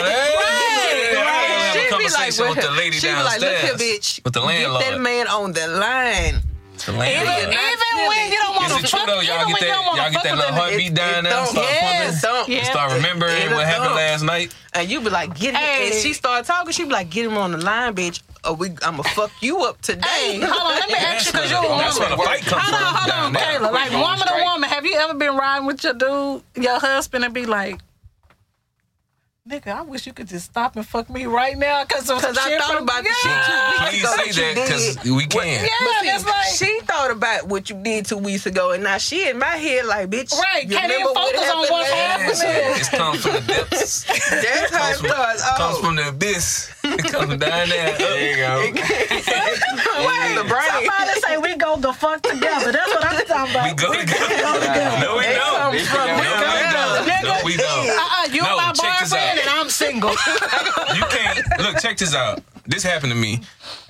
Speaker 4: Right.
Speaker 3: I gotta have a conversation
Speaker 4: well,
Speaker 3: with the lady
Speaker 4: she be like,
Speaker 3: downstairs.
Speaker 4: look here, bitch.
Speaker 3: With the landlord.
Speaker 4: Get that man on the line.
Speaker 3: The
Speaker 2: Even,
Speaker 3: landlord.
Speaker 2: even
Speaker 4: Not
Speaker 2: when you don't
Speaker 3: Is
Speaker 2: want
Speaker 3: it
Speaker 2: to
Speaker 3: true
Speaker 2: fuck,
Speaker 3: though?
Speaker 2: even
Speaker 3: Y'all
Speaker 2: when
Speaker 3: get
Speaker 2: you
Speaker 3: that?
Speaker 2: don't want
Speaker 3: Y'all
Speaker 2: to
Speaker 3: get
Speaker 2: fuck
Speaker 3: that
Speaker 2: with
Speaker 3: little
Speaker 2: them,
Speaker 3: heartbeat
Speaker 4: It-
Speaker 3: down
Speaker 4: it
Speaker 3: there.
Speaker 4: don't-
Speaker 3: Start
Speaker 4: yes,
Speaker 3: pumping.
Speaker 4: don't.
Speaker 2: Yeah.
Speaker 3: Start remembering
Speaker 4: It
Speaker 3: what happened
Speaker 4: don't.
Speaker 3: last night.
Speaker 4: And you be like, get him. And
Speaker 2: Hey.
Speaker 4: she start talking. She be like, get him on the line, bitch. Or we, I'ma fuck you up today.
Speaker 2: Hey, hold on, let me ask you because you're a woman.
Speaker 3: That's where the fight comes from.
Speaker 2: Hold on, hold
Speaker 3: down
Speaker 2: on,
Speaker 3: there.
Speaker 2: Taylor. Like
Speaker 5: Quick on
Speaker 2: woman to
Speaker 5: straight.
Speaker 2: woman, have you ever been riding with your dude, your husband, and be like, "Nigga, I wish you could just stop and fuck me right now," because
Speaker 4: Cause I thought about the
Speaker 2: yeah.
Speaker 4: shit two
Speaker 3: Please
Speaker 4: weeks ago.
Speaker 3: say that
Speaker 4: you did.
Speaker 3: because we can.
Speaker 2: Yeah,
Speaker 4: But see,
Speaker 2: that's like
Speaker 4: she thought about what you did two weeks ago, and now she in my head like, bitch.
Speaker 2: Right,
Speaker 4: you
Speaker 2: can't
Speaker 4: remember
Speaker 2: even
Speaker 4: what
Speaker 2: focus on
Speaker 4: happened
Speaker 2: what's
Speaker 4: last-
Speaker 2: happening.
Speaker 3: It's come from the depths.
Speaker 4: That's how it
Speaker 3: Comes from-
Speaker 4: starts.
Speaker 3: comes
Speaker 4: Oh,
Speaker 3: from the abyss. It comes down there. There you go.
Speaker 4: wait, the brain.
Speaker 2: somebody say we go the fuck together. That's what I'm talking about.
Speaker 3: We go together. No, we
Speaker 4: It
Speaker 3: don't.
Speaker 4: comes from
Speaker 3: No, we don't. No, we don't.
Speaker 2: Uh-uh, you
Speaker 3: No,
Speaker 2: my
Speaker 3: check this out.
Speaker 2: boyfriend and I'm single.
Speaker 3: You can't look. Check this out. This happened to me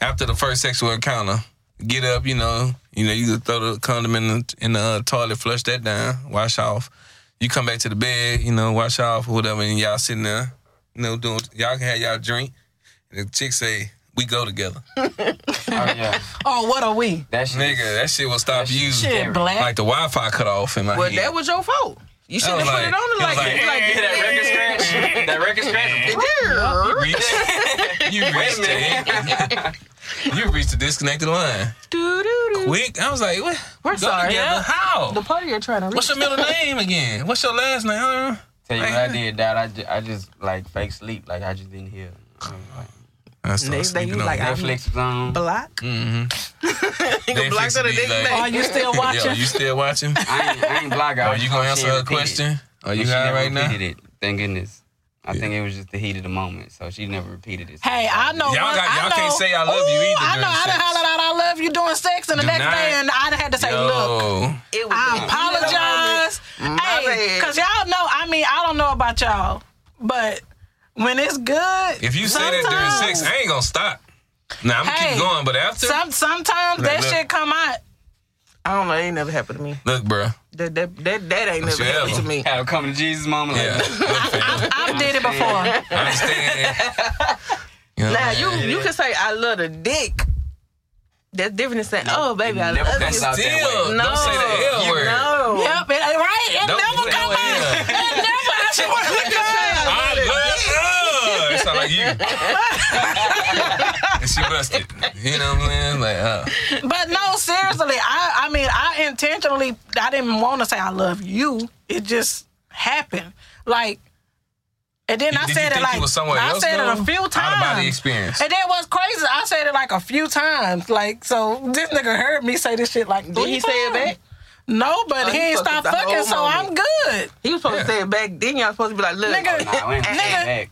Speaker 3: after the first sexual encounter. Get up, you know, you know, you could throw the condom in the, in the uh, toilet, flush that down, wash off. You come back to the bed, you know, wash off or whatever, and y'all sitting there, you know, doing. Y'all can have y'all drink. And the chick say, "We go together."
Speaker 5: Oh, yeah.
Speaker 2: oh, what are we?
Speaker 5: That shit.
Speaker 3: Nigga, that shit will stop you.
Speaker 2: Shit, black.
Speaker 3: Like the Wi-Fi cut off in my
Speaker 4: Well,
Speaker 3: head.
Speaker 4: that was your fault. You
Speaker 3: I
Speaker 4: shouldn't have
Speaker 3: was
Speaker 4: put it on the
Speaker 3: I was
Speaker 4: like,
Speaker 5: Yeah, that record scratch. That record
Speaker 4: like,
Speaker 3: reach,
Speaker 5: scratch.
Speaker 3: you reached it. you reached the disconnected line.
Speaker 4: do, do, do.
Speaker 3: Quick, I was like, what?
Speaker 4: We're
Speaker 3: Go
Speaker 4: sorry.
Speaker 3: together?
Speaker 4: Yeah.
Speaker 3: How?
Speaker 4: The party you're trying to reach.
Speaker 3: What's your middle name again? What's your last name? Huh?
Speaker 5: Tell you what I did, Dad. I ju- I just like fake sleep. Like I just didn't hear. I mean, like,
Speaker 3: I
Speaker 4: Next day you like, I'm
Speaker 5: Netflix was on.
Speaker 4: block?
Speaker 3: mm-hmm.
Speaker 4: Nigga blocked her the next day.
Speaker 2: Are you still
Speaker 3: Yo,
Speaker 2: watching?
Speaker 3: you still watching?
Speaker 5: I ain't, I ain't block her.
Speaker 3: Are Oh, you gonna answer her question? Are you high right now?
Speaker 5: Repeated it. Thank goodness. I
Speaker 3: Yeah.
Speaker 5: think it was just the heat of the moment, so she never repeated it.
Speaker 2: Hey, I know.
Speaker 3: Y'all
Speaker 2: one-
Speaker 3: got-
Speaker 2: I
Speaker 3: y'all
Speaker 2: know,
Speaker 3: can't say I love you
Speaker 2: Ooh,
Speaker 3: either
Speaker 2: I
Speaker 3: during
Speaker 2: know. I done
Speaker 3: sex.
Speaker 2: hollered out, I love you during sex, and the
Speaker 3: Do
Speaker 2: next
Speaker 3: not-
Speaker 2: day, and I done had to say, look,
Speaker 3: Yo, Mm-hmm.
Speaker 2: I apologize. Hey,
Speaker 4: bad.
Speaker 2: because y'all know, I mean, I don't know about y'all, but when it's good,
Speaker 3: if you say that during
Speaker 2: sometimes-
Speaker 3: sex, I ain't gonna stop. Now I'm gonna
Speaker 2: Hey,
Speaker 3: keep going, but after,
Speaker 2: some, sometimes
Speaker 3: Like,
Speaker 2: that
Speaker 3: look.
Speaker 2: shit come out.
Speaker 4: I don't know. It ain't never happened to me.
Speaker 3: look, bruh.
Speaker 4: That that that, that ain't
Speaker 3: That's
Speaker 4: never happened to
Speaker 3: forever.
Speaker 4: me.
Speaker 5: Had a come to Jesus moment.
Speaker 3: Yeah,
Speaker 5: Like,
Speaker 3: look, fam,
Speaker 2: I've did it before.
Speaker 3: I understand. You know
Speaker 4: Now
Speaker 3: what I'm
Speaker 4: you
Speaker 3: saying?
Speaker 4: you can say I love the dick. That's different than saying, oh baby, I
Speaker 5: Never
Speaker 4: love
Speaker 5: comes
Speaker 4: you.
Speaker 5: out that way.
Speaker 3: Still,
Speaker 4: No,
Speaker 3: don't say the L
Speaker 4: you
Speaker 3: word.
Speaker 4: know.
Speaker 2: yep, it, right? It It
Speaker 3: Don't
Speaker 2: never
Speaker 3: put
Speaker 2: come
Speaker 3: it
Speaker 2: out.
Speaker 3: in.
Speaker 2: It never. I should want to
Speaker 3: I love her. It sound like you. and she busted. You know what I'm saying? Like, uh,
Speaker 2: But no, seriously, I I mean I intentionally I didn't want to say I love you. It just happened. Like and then I
Speaker 3: did you
Speaker 2: said it
Speaker 3: think
Speaker 2: like
Speaker 3: you was somewhere
Speaker 2: I
Speaker 3: else,
Speaker 2: said it
Speaker 3: though?
Speaker 2: a few times.
Speaker 3: Out of body experience.
Speaker 2: And that was crazy. I said it like a few times. Like so this nigga heard me say this shit like
Speaker 4: Did he
Speaker 2: three
Speaker 4: say it
Speaker 2: times.
Speaker 4: back?
Speaker 2: No, but
Speaker 4: Oh,
Speaker 2: he
Speaker 4: you
Speaker 2: ain't
Speaker 4: fucked
Speaker 2: stopped
Speaker 4: the whole
Speaker 2: fucking, so I'm
Speaker 4: moment.
Speaker 2: good.
Speaker 4: He was supposed
Speaker 3: Yeah.
Speaker 4: to say it back then. Y'all supposed to be like, look, uh,
Speaker 2: Nigga.
Speaker 5: Nah, we ain't saying
Speaker 2: Nigga.
Speaker 5: back.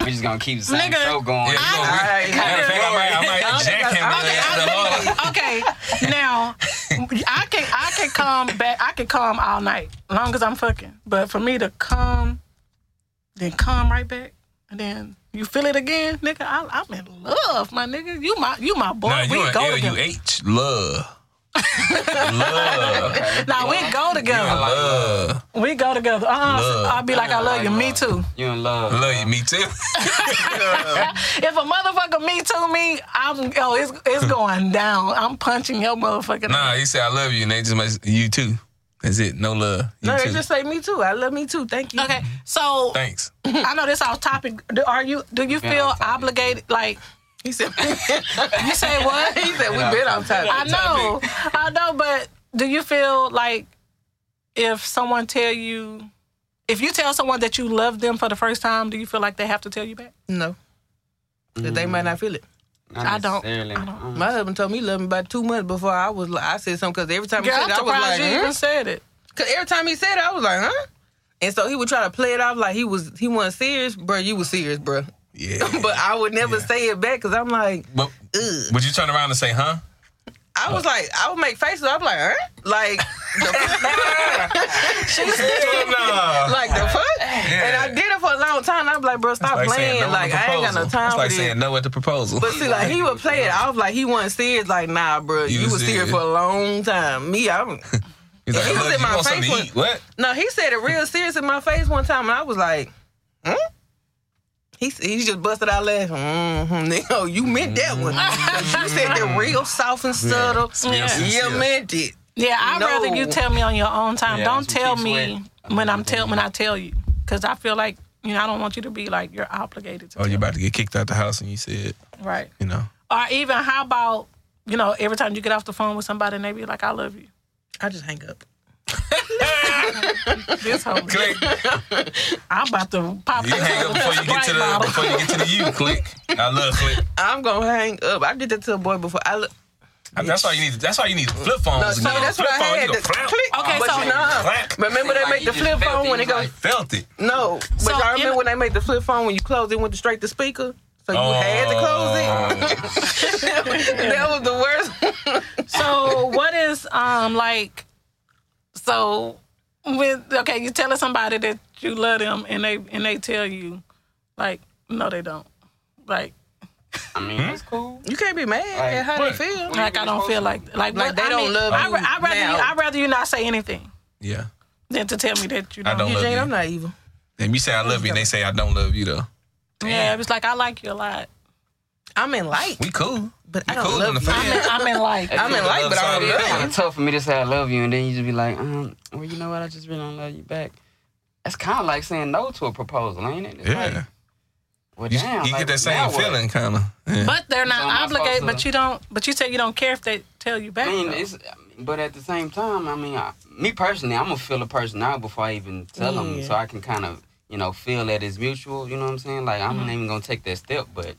Speaker 5: We just gonna keep the same
Speaker 2: Nigga.
Speaker 5: show
Speaker 3: yeah,
Speaker 5: going.
Speaker 3: you know,
Speaker 2: I-
Speaker 3: we- matter of fact, I might, I might jack him
Speaker 4: I-
Speaker 3: in
Speaker 4: I-
Speaker 3: the Lord.
Speaker 2: okay, now I can I can come back. I can come all night, long as I'm fucking. But for me to come, then come right back, and then you feel it again, nigga. I, I'm in love, my nigga. You my you my boy.
Speaker 3: Nah, you
Speaker 2: we
Speaker 3: an
Speaker 2: go
Speaker 3: L U
Speaker 2: together.
Speaker 3: H love. love.
Speaker 2: Nah, we go
Speaker 3: I
Speaker 2: together.
Speaker 3: love.
Speaker 2: We go together. Uh,
Speaker 3: Love.
Speaker 2: I'll be like, I love you. Me
Speaker 5: Love.
Speaker 2: too.
Speaker 5: You in love.
Speaker 3: I love you. Me too.
Speaker 2: If a motherfucker me too me, I'm oh it's it's going down. I'm punching your motherfucking.
Speaker 3: nah, he said I love you, and they just must, you too. That's it. No love. You
Speaker 4: no,
Speaker 3: too.
Speaker 4: they just say me too. I love me too. Thank you.
Speaker 2: Okay, so
Speaker 3: Thanks.
Speaker 2: I know this off topic. Do, are you? Do you
Speaker 5: Been
Speaker 2: feel
Speaker 5: off topic.
Speaker 2: obligated? Like
Speaker 4: He said, he
Speaker 2: you say what?
Speaker 4: said we been on time.
Speaker 2: I know, I know, but do you feel like if someone tell you, if you tell someone that you love them for the first time, do you feel like they have to tell you back?
Speaker 4: No, 'Cause they might not feel it.
Speaker 5: Not
Speaker 2: I don't-
Speaker 5: necessarily.
Speaker 2: I don't.
Speaker 5: Mm.
Speaker 4: My husband told me he loved me about two months before I was. like, I said something because every time he
Speaker 2: Girl,
Speaker 4: said
Speaker 2: I'm
Speaker 4: it, I was
Speaker 2: surprised
Speaker 4: like,
Speaker 2: you
Speaker 4: "Hmm?"
Speaker 2: even said it.
Speaker 4: Cause every time he said it, I was like, huh? And so he would try to play it off like he was he wasn't serious, bro. You was serious, bro.
Speaker 3: Yeah.
Speaker 4: But I would never
Speaker 3: Yeah.
Speaker 4: say it back because I'm like,
Speaker 3: But would you turn around and say, huh?
Speaker 4: I was like, I would make faces. I'm like, huh? Like,
Speaker 3: Hell nah.
Speaker 4: like the fuck? And I did it for a long time. I'm like, bro, stop
Speaker 3: It's
Speaker 4: playing.
Speaker 3: saying no at
Speaker 4: like,
Speaker 3: the
Speaker 4: I ain't got no
Speaker 3: proposal.
Speaker 4: time
Speaker 3: It's like
Speaker 4: for
Speaker 3: saying
Speaker 4: this.
Speaker 3: no at the proposal.
Speaker 4: But see, like he would play it off like he wasn't serious. Like, nah, bro,
Speaker 3: You
Speaker 4: you,
Speaker 3: was
Speaker 4: was serious
Speaker 3: serious.
Speaker 4: for a long time. Me, I'm
Speaker 3: He's like,
Speaker 4: he was
Speaker 3: I love
Speaker 4: in
Speaker 3: you.
Speaker 4: my
Speaker 3: Want something to
Speaker 4: face
Speaker 3: eat? What?
Speaker 4: No, he said it real serious in my face one time, and I was like, hmm? He, s- he just busted out laughing. Mm-hmm. Nigga, you meant that one. 'Cause you said that real soft and subtle.
Speaker 3: It's real sincere.
Speaker 4: You meant it.
Speaker 2: Yeah, I'd
Speaker 4: No.
Speaker 2: rather you tell me on your own time.
Speaker 5: Yeah,
Speaker 2: don't
Speaker 5: that's what
Speaker 2: tell
Speaker 5: keeps
Speaker 2: me
Speaker 5: sweating.
Speaker 2: when I'm tell when I tell you, because I feel like you know I don't want you to be like you're obligated to.
Speaker 3: Oh,
Speaker 2: tell
Speaker 3: you're
Speaker 2: me.
Speaker 3: about to get kicked out the house, and you said,
Speaker 2: right.
Speaker 3: you know.
Speaker 2: Or even how about, you know, every time you get off the phone with somebody and they be like, I love you.
Speaker 4: I just hang up.
Speaker 2: This whole
Speaker 3: Click.
Speaker 2: I'm about to pop
Speaker 3: You
Speaker 2: this
Speaker 3: hang up
Speaker 2: with a
Speaker 3: before you get to
Speaker 2: Sprite
Speaker 3: the
Speaker 2: bottle.
Speaker 3: before you get to the you. Click. I love click.
Speaker 4: I'm gonna hang up. I did that to a boy before. I look.
Speaker 3: I mean, that's all you need. That's all you need. Flip
Speaker 4: No,
Speaker 3: phones.
Speaker 4: so
Speaker 3: again.
Speaker 4: that's
Speaker 3: flip
Speaker 4: what I
Speaker 3: phone,
Speaker 4: had.
Speaker 3: you
Speaker 4: The
Speaker 3: go flap.
Speaker 4: click.
Speaker 2: Okay,
Speaker 4: but
Speaker 2: so-
Speaker 4: you know,
Speaker 3: Clap.
Speaker 4: remember they
Speaker 5: Like,
Speaker 4: make
Speaker 5: you
Speaker 4: the
Speaker 5: just
Speaker 4: flip
Speaker 5: felt
Speaker 4: phone
Speaker 5: it,
Speaker 4: when
Speaker 5: you
Speaker 4: it goes.
Speaker 5: like-
Speaker 3: Felt it.
Speaker 4: No, but
Speaker 2: So,
Speaker 4: y'all
Speaker 2: in-
Speaker 4: remember when they made the flip phone when you closed it, went to straight to speaker. So you
Speaker 3: Oh.
Speaker 4: had to close it. that was the worst.
Speaker 2: So what is um like so with okay, you telling somebody that you love them and they and they tell you like, no they don't. Like
Speaker 5: I mean,
Speaker 3: Hmm?
Speaker 5: that's cool.
Speaker 4: you can't be mad
Speaker 5: Like,
Speaker 4: at how
Speaker 3: what?
Speaker 4: they feel.
Speaker 2: like I don't feel like
Speaker 4: Like,
Speaker 2: like, what-
Speaker 4: they
Speaker 2: I
Speaker 4: don't
Speaker 2: mean,
Speaker 4: love
Speaker 2: I,
Speaker 4: you
Speaker 2: I'd rather you
Speaker 4: now.
Speaker 2: I'd rather you not say anything
Speaker 3: Yeah.
Speaker 2: than to tell me that you
Speaker 3: I
Speaker 2: don't.
Speaker 3: don't love
Speaker 4: Jane,
Speaker 3: you.
Speaker 4: I'm not evil.
Speaker 3: And you say I love you, and they say I don't love you though.
Speaker 2: yeah, it's like I like you a lot.
Speaker 4: I'm in light,
Speaker 3: We cool.
Speaker 4: but I
Speaker 3: We
Speaker 4: don't
Speaker 3: cool in
Speaker 4: love
Speaker 3: the
Speaker 4: you.
Speaker 2: I'm
Speaker 3: fan.
Speaker 2: in, I'm in like
Speaker 4: I'm in light, but I don't
Speaker 5: It's
Speaker 4: love
Speaker 5: kind
Speaker 4: you.
Speaker 5: of tough for me to say I love you, and then you just be like, um, well, you know what? I just really don't love you back. That's kind of like saying no to a proposal, ain't it? It's
Speaker 3: Yeah.
Speaker 5: Like, well,
Speaker 3: You,
Speaker 5: damn.
Speaker 3: you
Speaker 5: like,
Speaker 3: get that
Speaker 5: now
Speaker 3: same
Speaker 5: what?
Speaker 3: feeling, kind of. Yeah.
Speaker 2: But they're
Speaker 5: So am
Speaker 2: not
Speaker 5: I
Speaker 2: obligated.
Speaker 5: supposed to-
Speaker 2: But you don't. But you say you don't care if they tell you back.
Speaker 5: I mean,
Speaker 2: though.
Speaker 5: it's, but at the same time, I mean, I, me personally, I'm gonna feel a person out before I even tell them,
Speaker 4: Yeah.
Speaker 5: so I can kind of, you know, feel that it's mutual. You know what I'm saying? Like I'm not
Speaker 2: Mm-hmm.
Speaker 5: even gonna take that step, but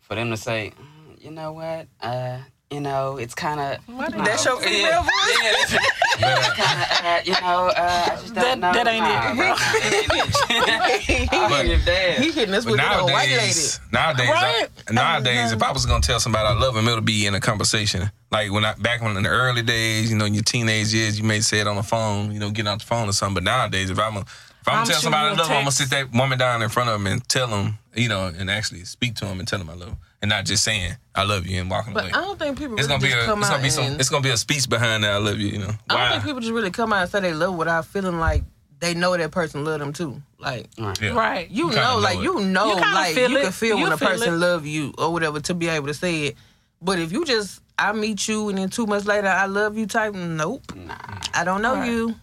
Speaker 5: for them to say, "Mm, you know what, uh, you know, it's kind of.
Speaker 2: What is-
Speaker 4: That's your female
Speaker 5: yeah,
Speaker 4: voice.
Speaker 5: yeah, that's- it's kinda, uh, you know, uh, I just don't
Speaker 2: That-
Speaker 5: know.
Speaker 2: that ain't it.
Speaker 5: Nah, that ain't it. I mean, if that-
Speaker 4: He hitting us
Speaker 3: But
Speaker 4: with that old white lady.
Speaker 3: nowadays, nowadays,
Speaker 2: Right?
Speaker 3: I, nowadays, if I was gonna tell somebody I love them, it'll be in a conversation. Like when I back when in the early days, you know, in your teenage years, you may say it on the phone, you know, get on the phone or something. But nowadays, if I'm a, if I'm,
Speaker 2: I'm
Speaker 3: gonna tell
Speaker 2: shooting
Speaker 3: somebody I
Speaker 2: you a
Speaker 3: love, 'em, I'm gonna
Speaker 2: text.
Speaker 3: sit that woman down in front of them and tell them, you know, and actually speak to them and tell them I love 'em. and not just saying I love you and walking
Speaker 4: But
Speaker 3: away.
Speaker 4: I don't think people
Speaker 3: It's
Speaker 4: really
Speaker 3: gonna be
Speaker 4: just
Speaker 3: a,
Speaker 4: come
Speaker 3: it's
Speaker 4: out
Speaker 3: gonna be some,
Speaker 4: and-
Speaker 3: it's gonna be a speech behind that I love you. You know,
Speaker 4: I don't
Speaker 3: why?
Speaker 4: think people just really come out and say they love without feeling like they know that person love them too. Like
Speaker 3: Yeah.
Speaker 2: right. You
Speaker 4: you
Speaker 3: kinda
Speaker 4: know,
Speaker 3: know
Speaker 4: like
Speaker 3: it.
Speaker 4: you know,
Speaker 2: You kinda
Speaker 4: like
Speaker 2: feel
Speaker 4: you
Speaker 2: it.
Speaker 4: can feel
Speaker 2: You
Speaker 4: when a
Speaker 2: feel
Speaker 4: person
Speaker 2: it.
Speaker 4: love you or whatever to be able to say it. But if you just I meet you and then two months later I love you type, nope.
Speaker 5: Nah.
Speaker 4: I don't know
Speaker 2: Right.
Speaker 4: you.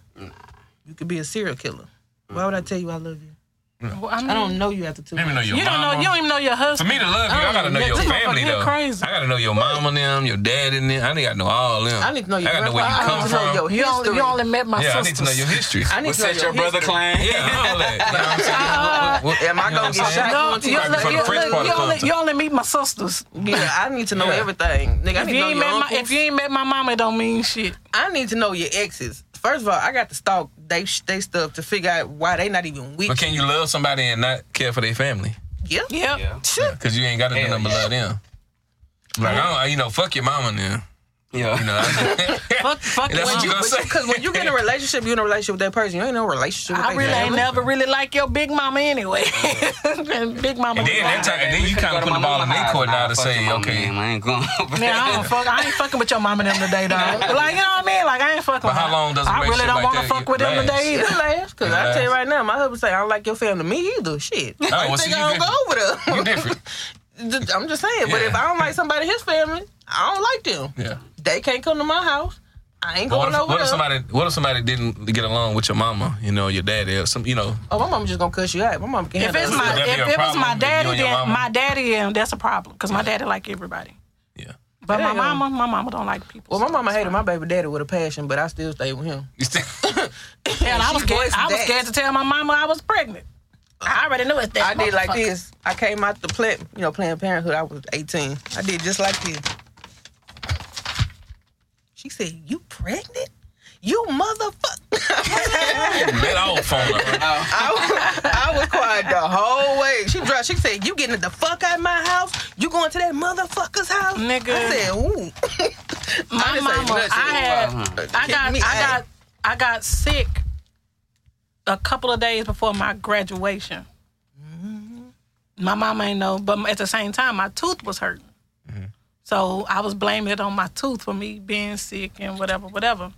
Speaker 4: You could be a serial killer. Why would I tell you I love you?
Speaker 2: Well, I, mean,
Speaker 4: I don't know you after two.
Speaker 3: Let me know
Speaker 4: months.
Speaker 3: your
Speaker 2: You don't
Speaker 3: mama.
Speaker 2: know. You don't even know your
Speaker 3: For
Speaker 2: husband.
Speaker 3: me to love you, I,
Speaker 4: Oh,
Speaker 2: I
Speaker 3: gotta
Speaker 2: don't
Speaker 3: know
Speaker 2: even-
Speaker 3: your
Speaker 2: this motherfucker
Speaker 3: family
Speaker 2: here
Speaker 3: though.
Speaker 2: crazy.
Speaker 3: I gotta know your mom and them, your dad and them. I need to know all them.
Speaker 4: I need to know your
Speaker 3: I gotta know where you
Speaker 4: grandpa. I
Speaker 3: come
Speaker 4: need to know your
Speaker 3: from.
Speaker 2: You only,
Speaker 4: history.
Speaker 2: you only met my
Speaker 3: yeah, I need
Speaker 2: sisters.
Speaker 3: to know your history.
Speaker 4: I need
Speaker 5: What's
Speaker 4: to know
Speaker 5: that your brother
Speaker 4: history.
Speaker 5: clan?
Speaker 3: yeah, all that. You know what I'm saying?
Speaker 4: Am I
Speaker 3: You
Speaker 4: gonna
Speaker 3: know what I'm
Speaker 4: get
Speaker 3: saying?
Speaker 4: shot?
Speaker 2: No,
Speaker 4: Right,
Speaker 2: Uh, you,
Speaker 4: from
Speaker 2: only-
Speaker 3: the
Speaker 2: you,
Speaker 3: first part of
Speaker 2: only, you, only,
Speaker 3: contact.
Speaker 2: you only meet my sisters.
Speaker 4: Yeah, I need to know
Speaker 3: Yeah.
Speaker 4: everything. Nigga, I
Speaker 2: If
Speaker 4: need to
Speaker 2: you,
Speaker 4: know your
Speaker 2: ain't met my,
Speaker 4: uncles.
Speaker 2: if you ain't met my mama, it don't mean shit.
Speaker 4: I need to know your exes. First of all, I got to stalk they they stuff to figure out why they not even with
Speaker 3: But can you love somebody and not care for their family?
Speaker 4: you. Yeah.
Speaker 2: Yep.
Speaker 5: Yeah.
Speaker 4: Shit.
Speaker 3: Because you ain't got to do
Speaker 5: Hell
Speaker 3: nothing but
Speaker 5: yeah.
Speaker 3: love them. Like, I don't, you know, fuck your mama and them.
Speaker 5: Yeah.
Speaker 3: You know, I-
Speaker 2: Fuck, fuck
Speaker 3: That's
Speaker 2: what
Speaker 3: what
Speaker 2: you.
Speaker 3: you-
Speaker 4: But
Speaker 3: say.
Speaker 4: Because when you get in a relationship, you in a relationship with that person. You ain't in no relationship with
Speaker 2: I
Speaker 4: that
Speaker 2: really ain't
Speaker 4: family.
Speaker 2: never really like your big mama anyway. and big mama.
Speaker 3: And then
Speaker 2: was
Speaker 3: that
Speaker 2: like,
Speaker 3: time, and then you kind of put the ball in their court now to say, okay.
Speaker 5: I ain't going.
Speaker 2: Yeah, I don't fuck. I ain't fucking with your mama them today, dog. Like you know what I mean? Like I ain't fucking.
Speaker 3: But
Speaker 2: with
Speaker 3: how
Speaker 2: her.
Speaker 3: long does a
Speaker 2: I really
Speaker 3: relationship
Speaker 2: don't
Speaker 3: like
Speaker 2: wanna
Speaker 3: that
Speaker 2: fuck with them
Speaker 3: last?
Speaker 2: today either.
Speaker 4: It lasts, cause I tell you right now, my husband say I don't like your family. Me either. Shit, I
Speaker 3: Oh, well, see,
Speaker 4: think
Speaker 3: you
Speaker 4: I don't go over there.
Speaker 3: You different.
Speaker 4: Th- I'm just saying. But
Speaker 3: Yeah.
Speaker 4: if I don't like somebody, his family, I don't like them.
Speaker 3: Yeah.
Speaker 4: They can't come to my house. I ain't
Speaker 3: But
Speaker 4: going
Speaker 3: what if,
Speaker 4: over
Speaker 3: what
Speaker 4: there.
Speaker 3: if somebody what if somebody didn't get along with your mama, you know, your daddy or some you know
Speaker 4: oh, my mom just gonna cuss you out. My mom can
Speaker 2: If
Speaker 4: handle
Speaker 2: it's
Speaker 4: it.
Speaker 2: my,
Speaker 3: Would that be
Speaker 2: if
Speaker 3: a
Speaker 2: it was
Speaker 3: problem
Speaker 2: my
Speaker 3: if you
Speaker 2: daddy,
Speaker 3: and your
Speaker 2: then
Speaker 3: mama-
Speaker 2: my daddy, and that's a problem. Cause my daddy like everybody,
Speaker 3: yeah.
Speaker 2: but
Speaker 4: There
Speaker 2: my
Speaker 4: you go.
Speaker 2: mama, my mama don't like people.
Speaker 4: well, my mama hated my baby daddy with a passion, but I still stayed with him.
Speaker 3: You still
Speaker 2: Hell, I was
Speaker 4: She
Speaker 2: scared.
Speaker 4: voiced
Speaker 2: I was
Speaker 4: that.
Speaker 2: scared to tell my mama I was pregnant. I already knew it.
Speaker 4: I did like this. I came out the play, you know, Planned Parenthood. I was 18. I did just like this. She said, "You pregnant? You motherfucker!"
Speaker 3: let off on her.
Speaker 4: I, was- I was quiet the whole way. She dropped. She said, "You getting the fuck out of my house? You going to that motherfucker's house?"
Speaker 2: Nigga.
Speaker 4: I said, "Ooh." I didn't
Speaker 2: My
Speaker 4: say
Speaker 2: mama,
Speaker 4: nothing.
Speaker 2: I had, I
Speaker 4: Kick
Speaker 2: got, I
Speaker 4: me out.
Speaker 2: got, I got sick a couple of days before my graduation.
Speaker 4: Mm-hmm.
Speaker 2: My mama ain't know, but at the same time, my tooth was hurting.
Speaker 4: Mm-hmm.
Speaker 2: So I was blaming it on my tooth for me being sick and whatever, whatever.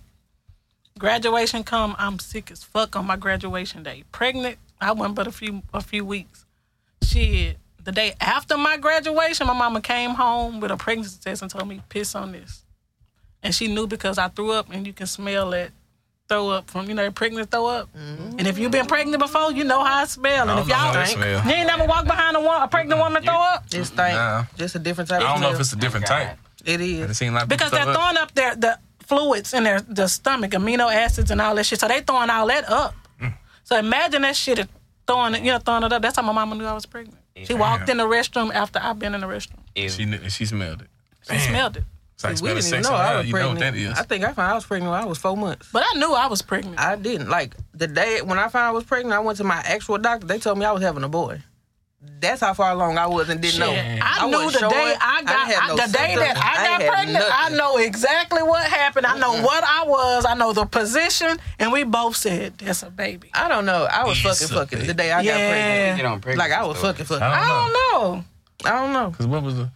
Speaker 2: Graduation come, I'm sick as fuck on my graduation day. Pregnant, I went but a few a few weeks. Shit. The day after my graduation, my mama came home with a pregnancy test and told me, piss on this. And she knew because I threw up and you can smell that throw up from, you know, that pregnant throw up. And if you've been pregnant before, you know how it smells.
Speaker 3: I don't
Speaker 2: And if
Speaker 3: know
Speaker 2: y'all
Speaker 3: how that
Speaker 2: drink,
Speaker 3: smell.
Speaker 2: you ain't never walked behind a, wo- a pregnant woman throw up.
Speaker 4: This thing,
Speaker 3: Nah.
Speaker 4: just a different type.
Speaker 3: I don't
Speaker 4: of
Speaker 3: know if
Speaker 4: smell.
Speaker 3: it's a different type.
Speaker 4: It is.
Speaker 3: It seems like
Speaker 2: because they're throwing up their the fluids in their the stomach, amino acids and all that shit. So they throwing all that up. So imagine that shit throwing it, you know, throwing it up. That's how my mama knew I was pregnant. She walked in the restroom after I've been in the restroom.
Speaker 3: she knew, she smelled it.
Speaker 2: She smelled it.
Speaker 3: It's like
Speaker 4: We
Speaker 3: smelling
Speaker 4: didn't even
Speaker 3: sex.
Speaker 4: know I
Speaker 3: Know
Speaker 4: was
Speaker 3: you know what
Speaker 4: pregnant.
Speaker 3: that is.
Speaker 4: I think I found I was pregnant when I was four months.
Speaker 2: But I knew I was pregnant.
Speaker 4: I didn't. Like the day when I found I was pregnant, I went to my actual doctor. They told me I was having a boy. That's how far along I was and didn't
Speaker 2: Shit.
Speaker 4: know.
Speaker 2: I knew the
Speaker 4: wasn't showing.
Speaker 2: day I
Speaker 4: didn't
Speaker 2: got
Speaker 4: have
Speaker 2: I-
Speaker 4: no
Speaker 2: the day that
Speaker 4: symptoms.
Speaker 2: I got
Speaker 4: ain't had
Speaker 2: pregnant. I
Speaker 4: nothing.
Speaker 2: know exactly what happened. I know what I was. I know the position, and we both said that's a baby.
Speaker 4: I don't know. I was
Speaker 3: It's
Speaker 4: fucking
Speaker 3: a
Speaker 4: fucking
Speaker 3: big-
Speaker 4: the day I
Speaker 2: Yeah.
Speaker 4: got
Speaker 5: Get on
Speaker 4: pregnant. Like I was fucking fucking. I
Speaker 2: I don't know
Speaker 4: don't know.
Speaker 3: Because what was the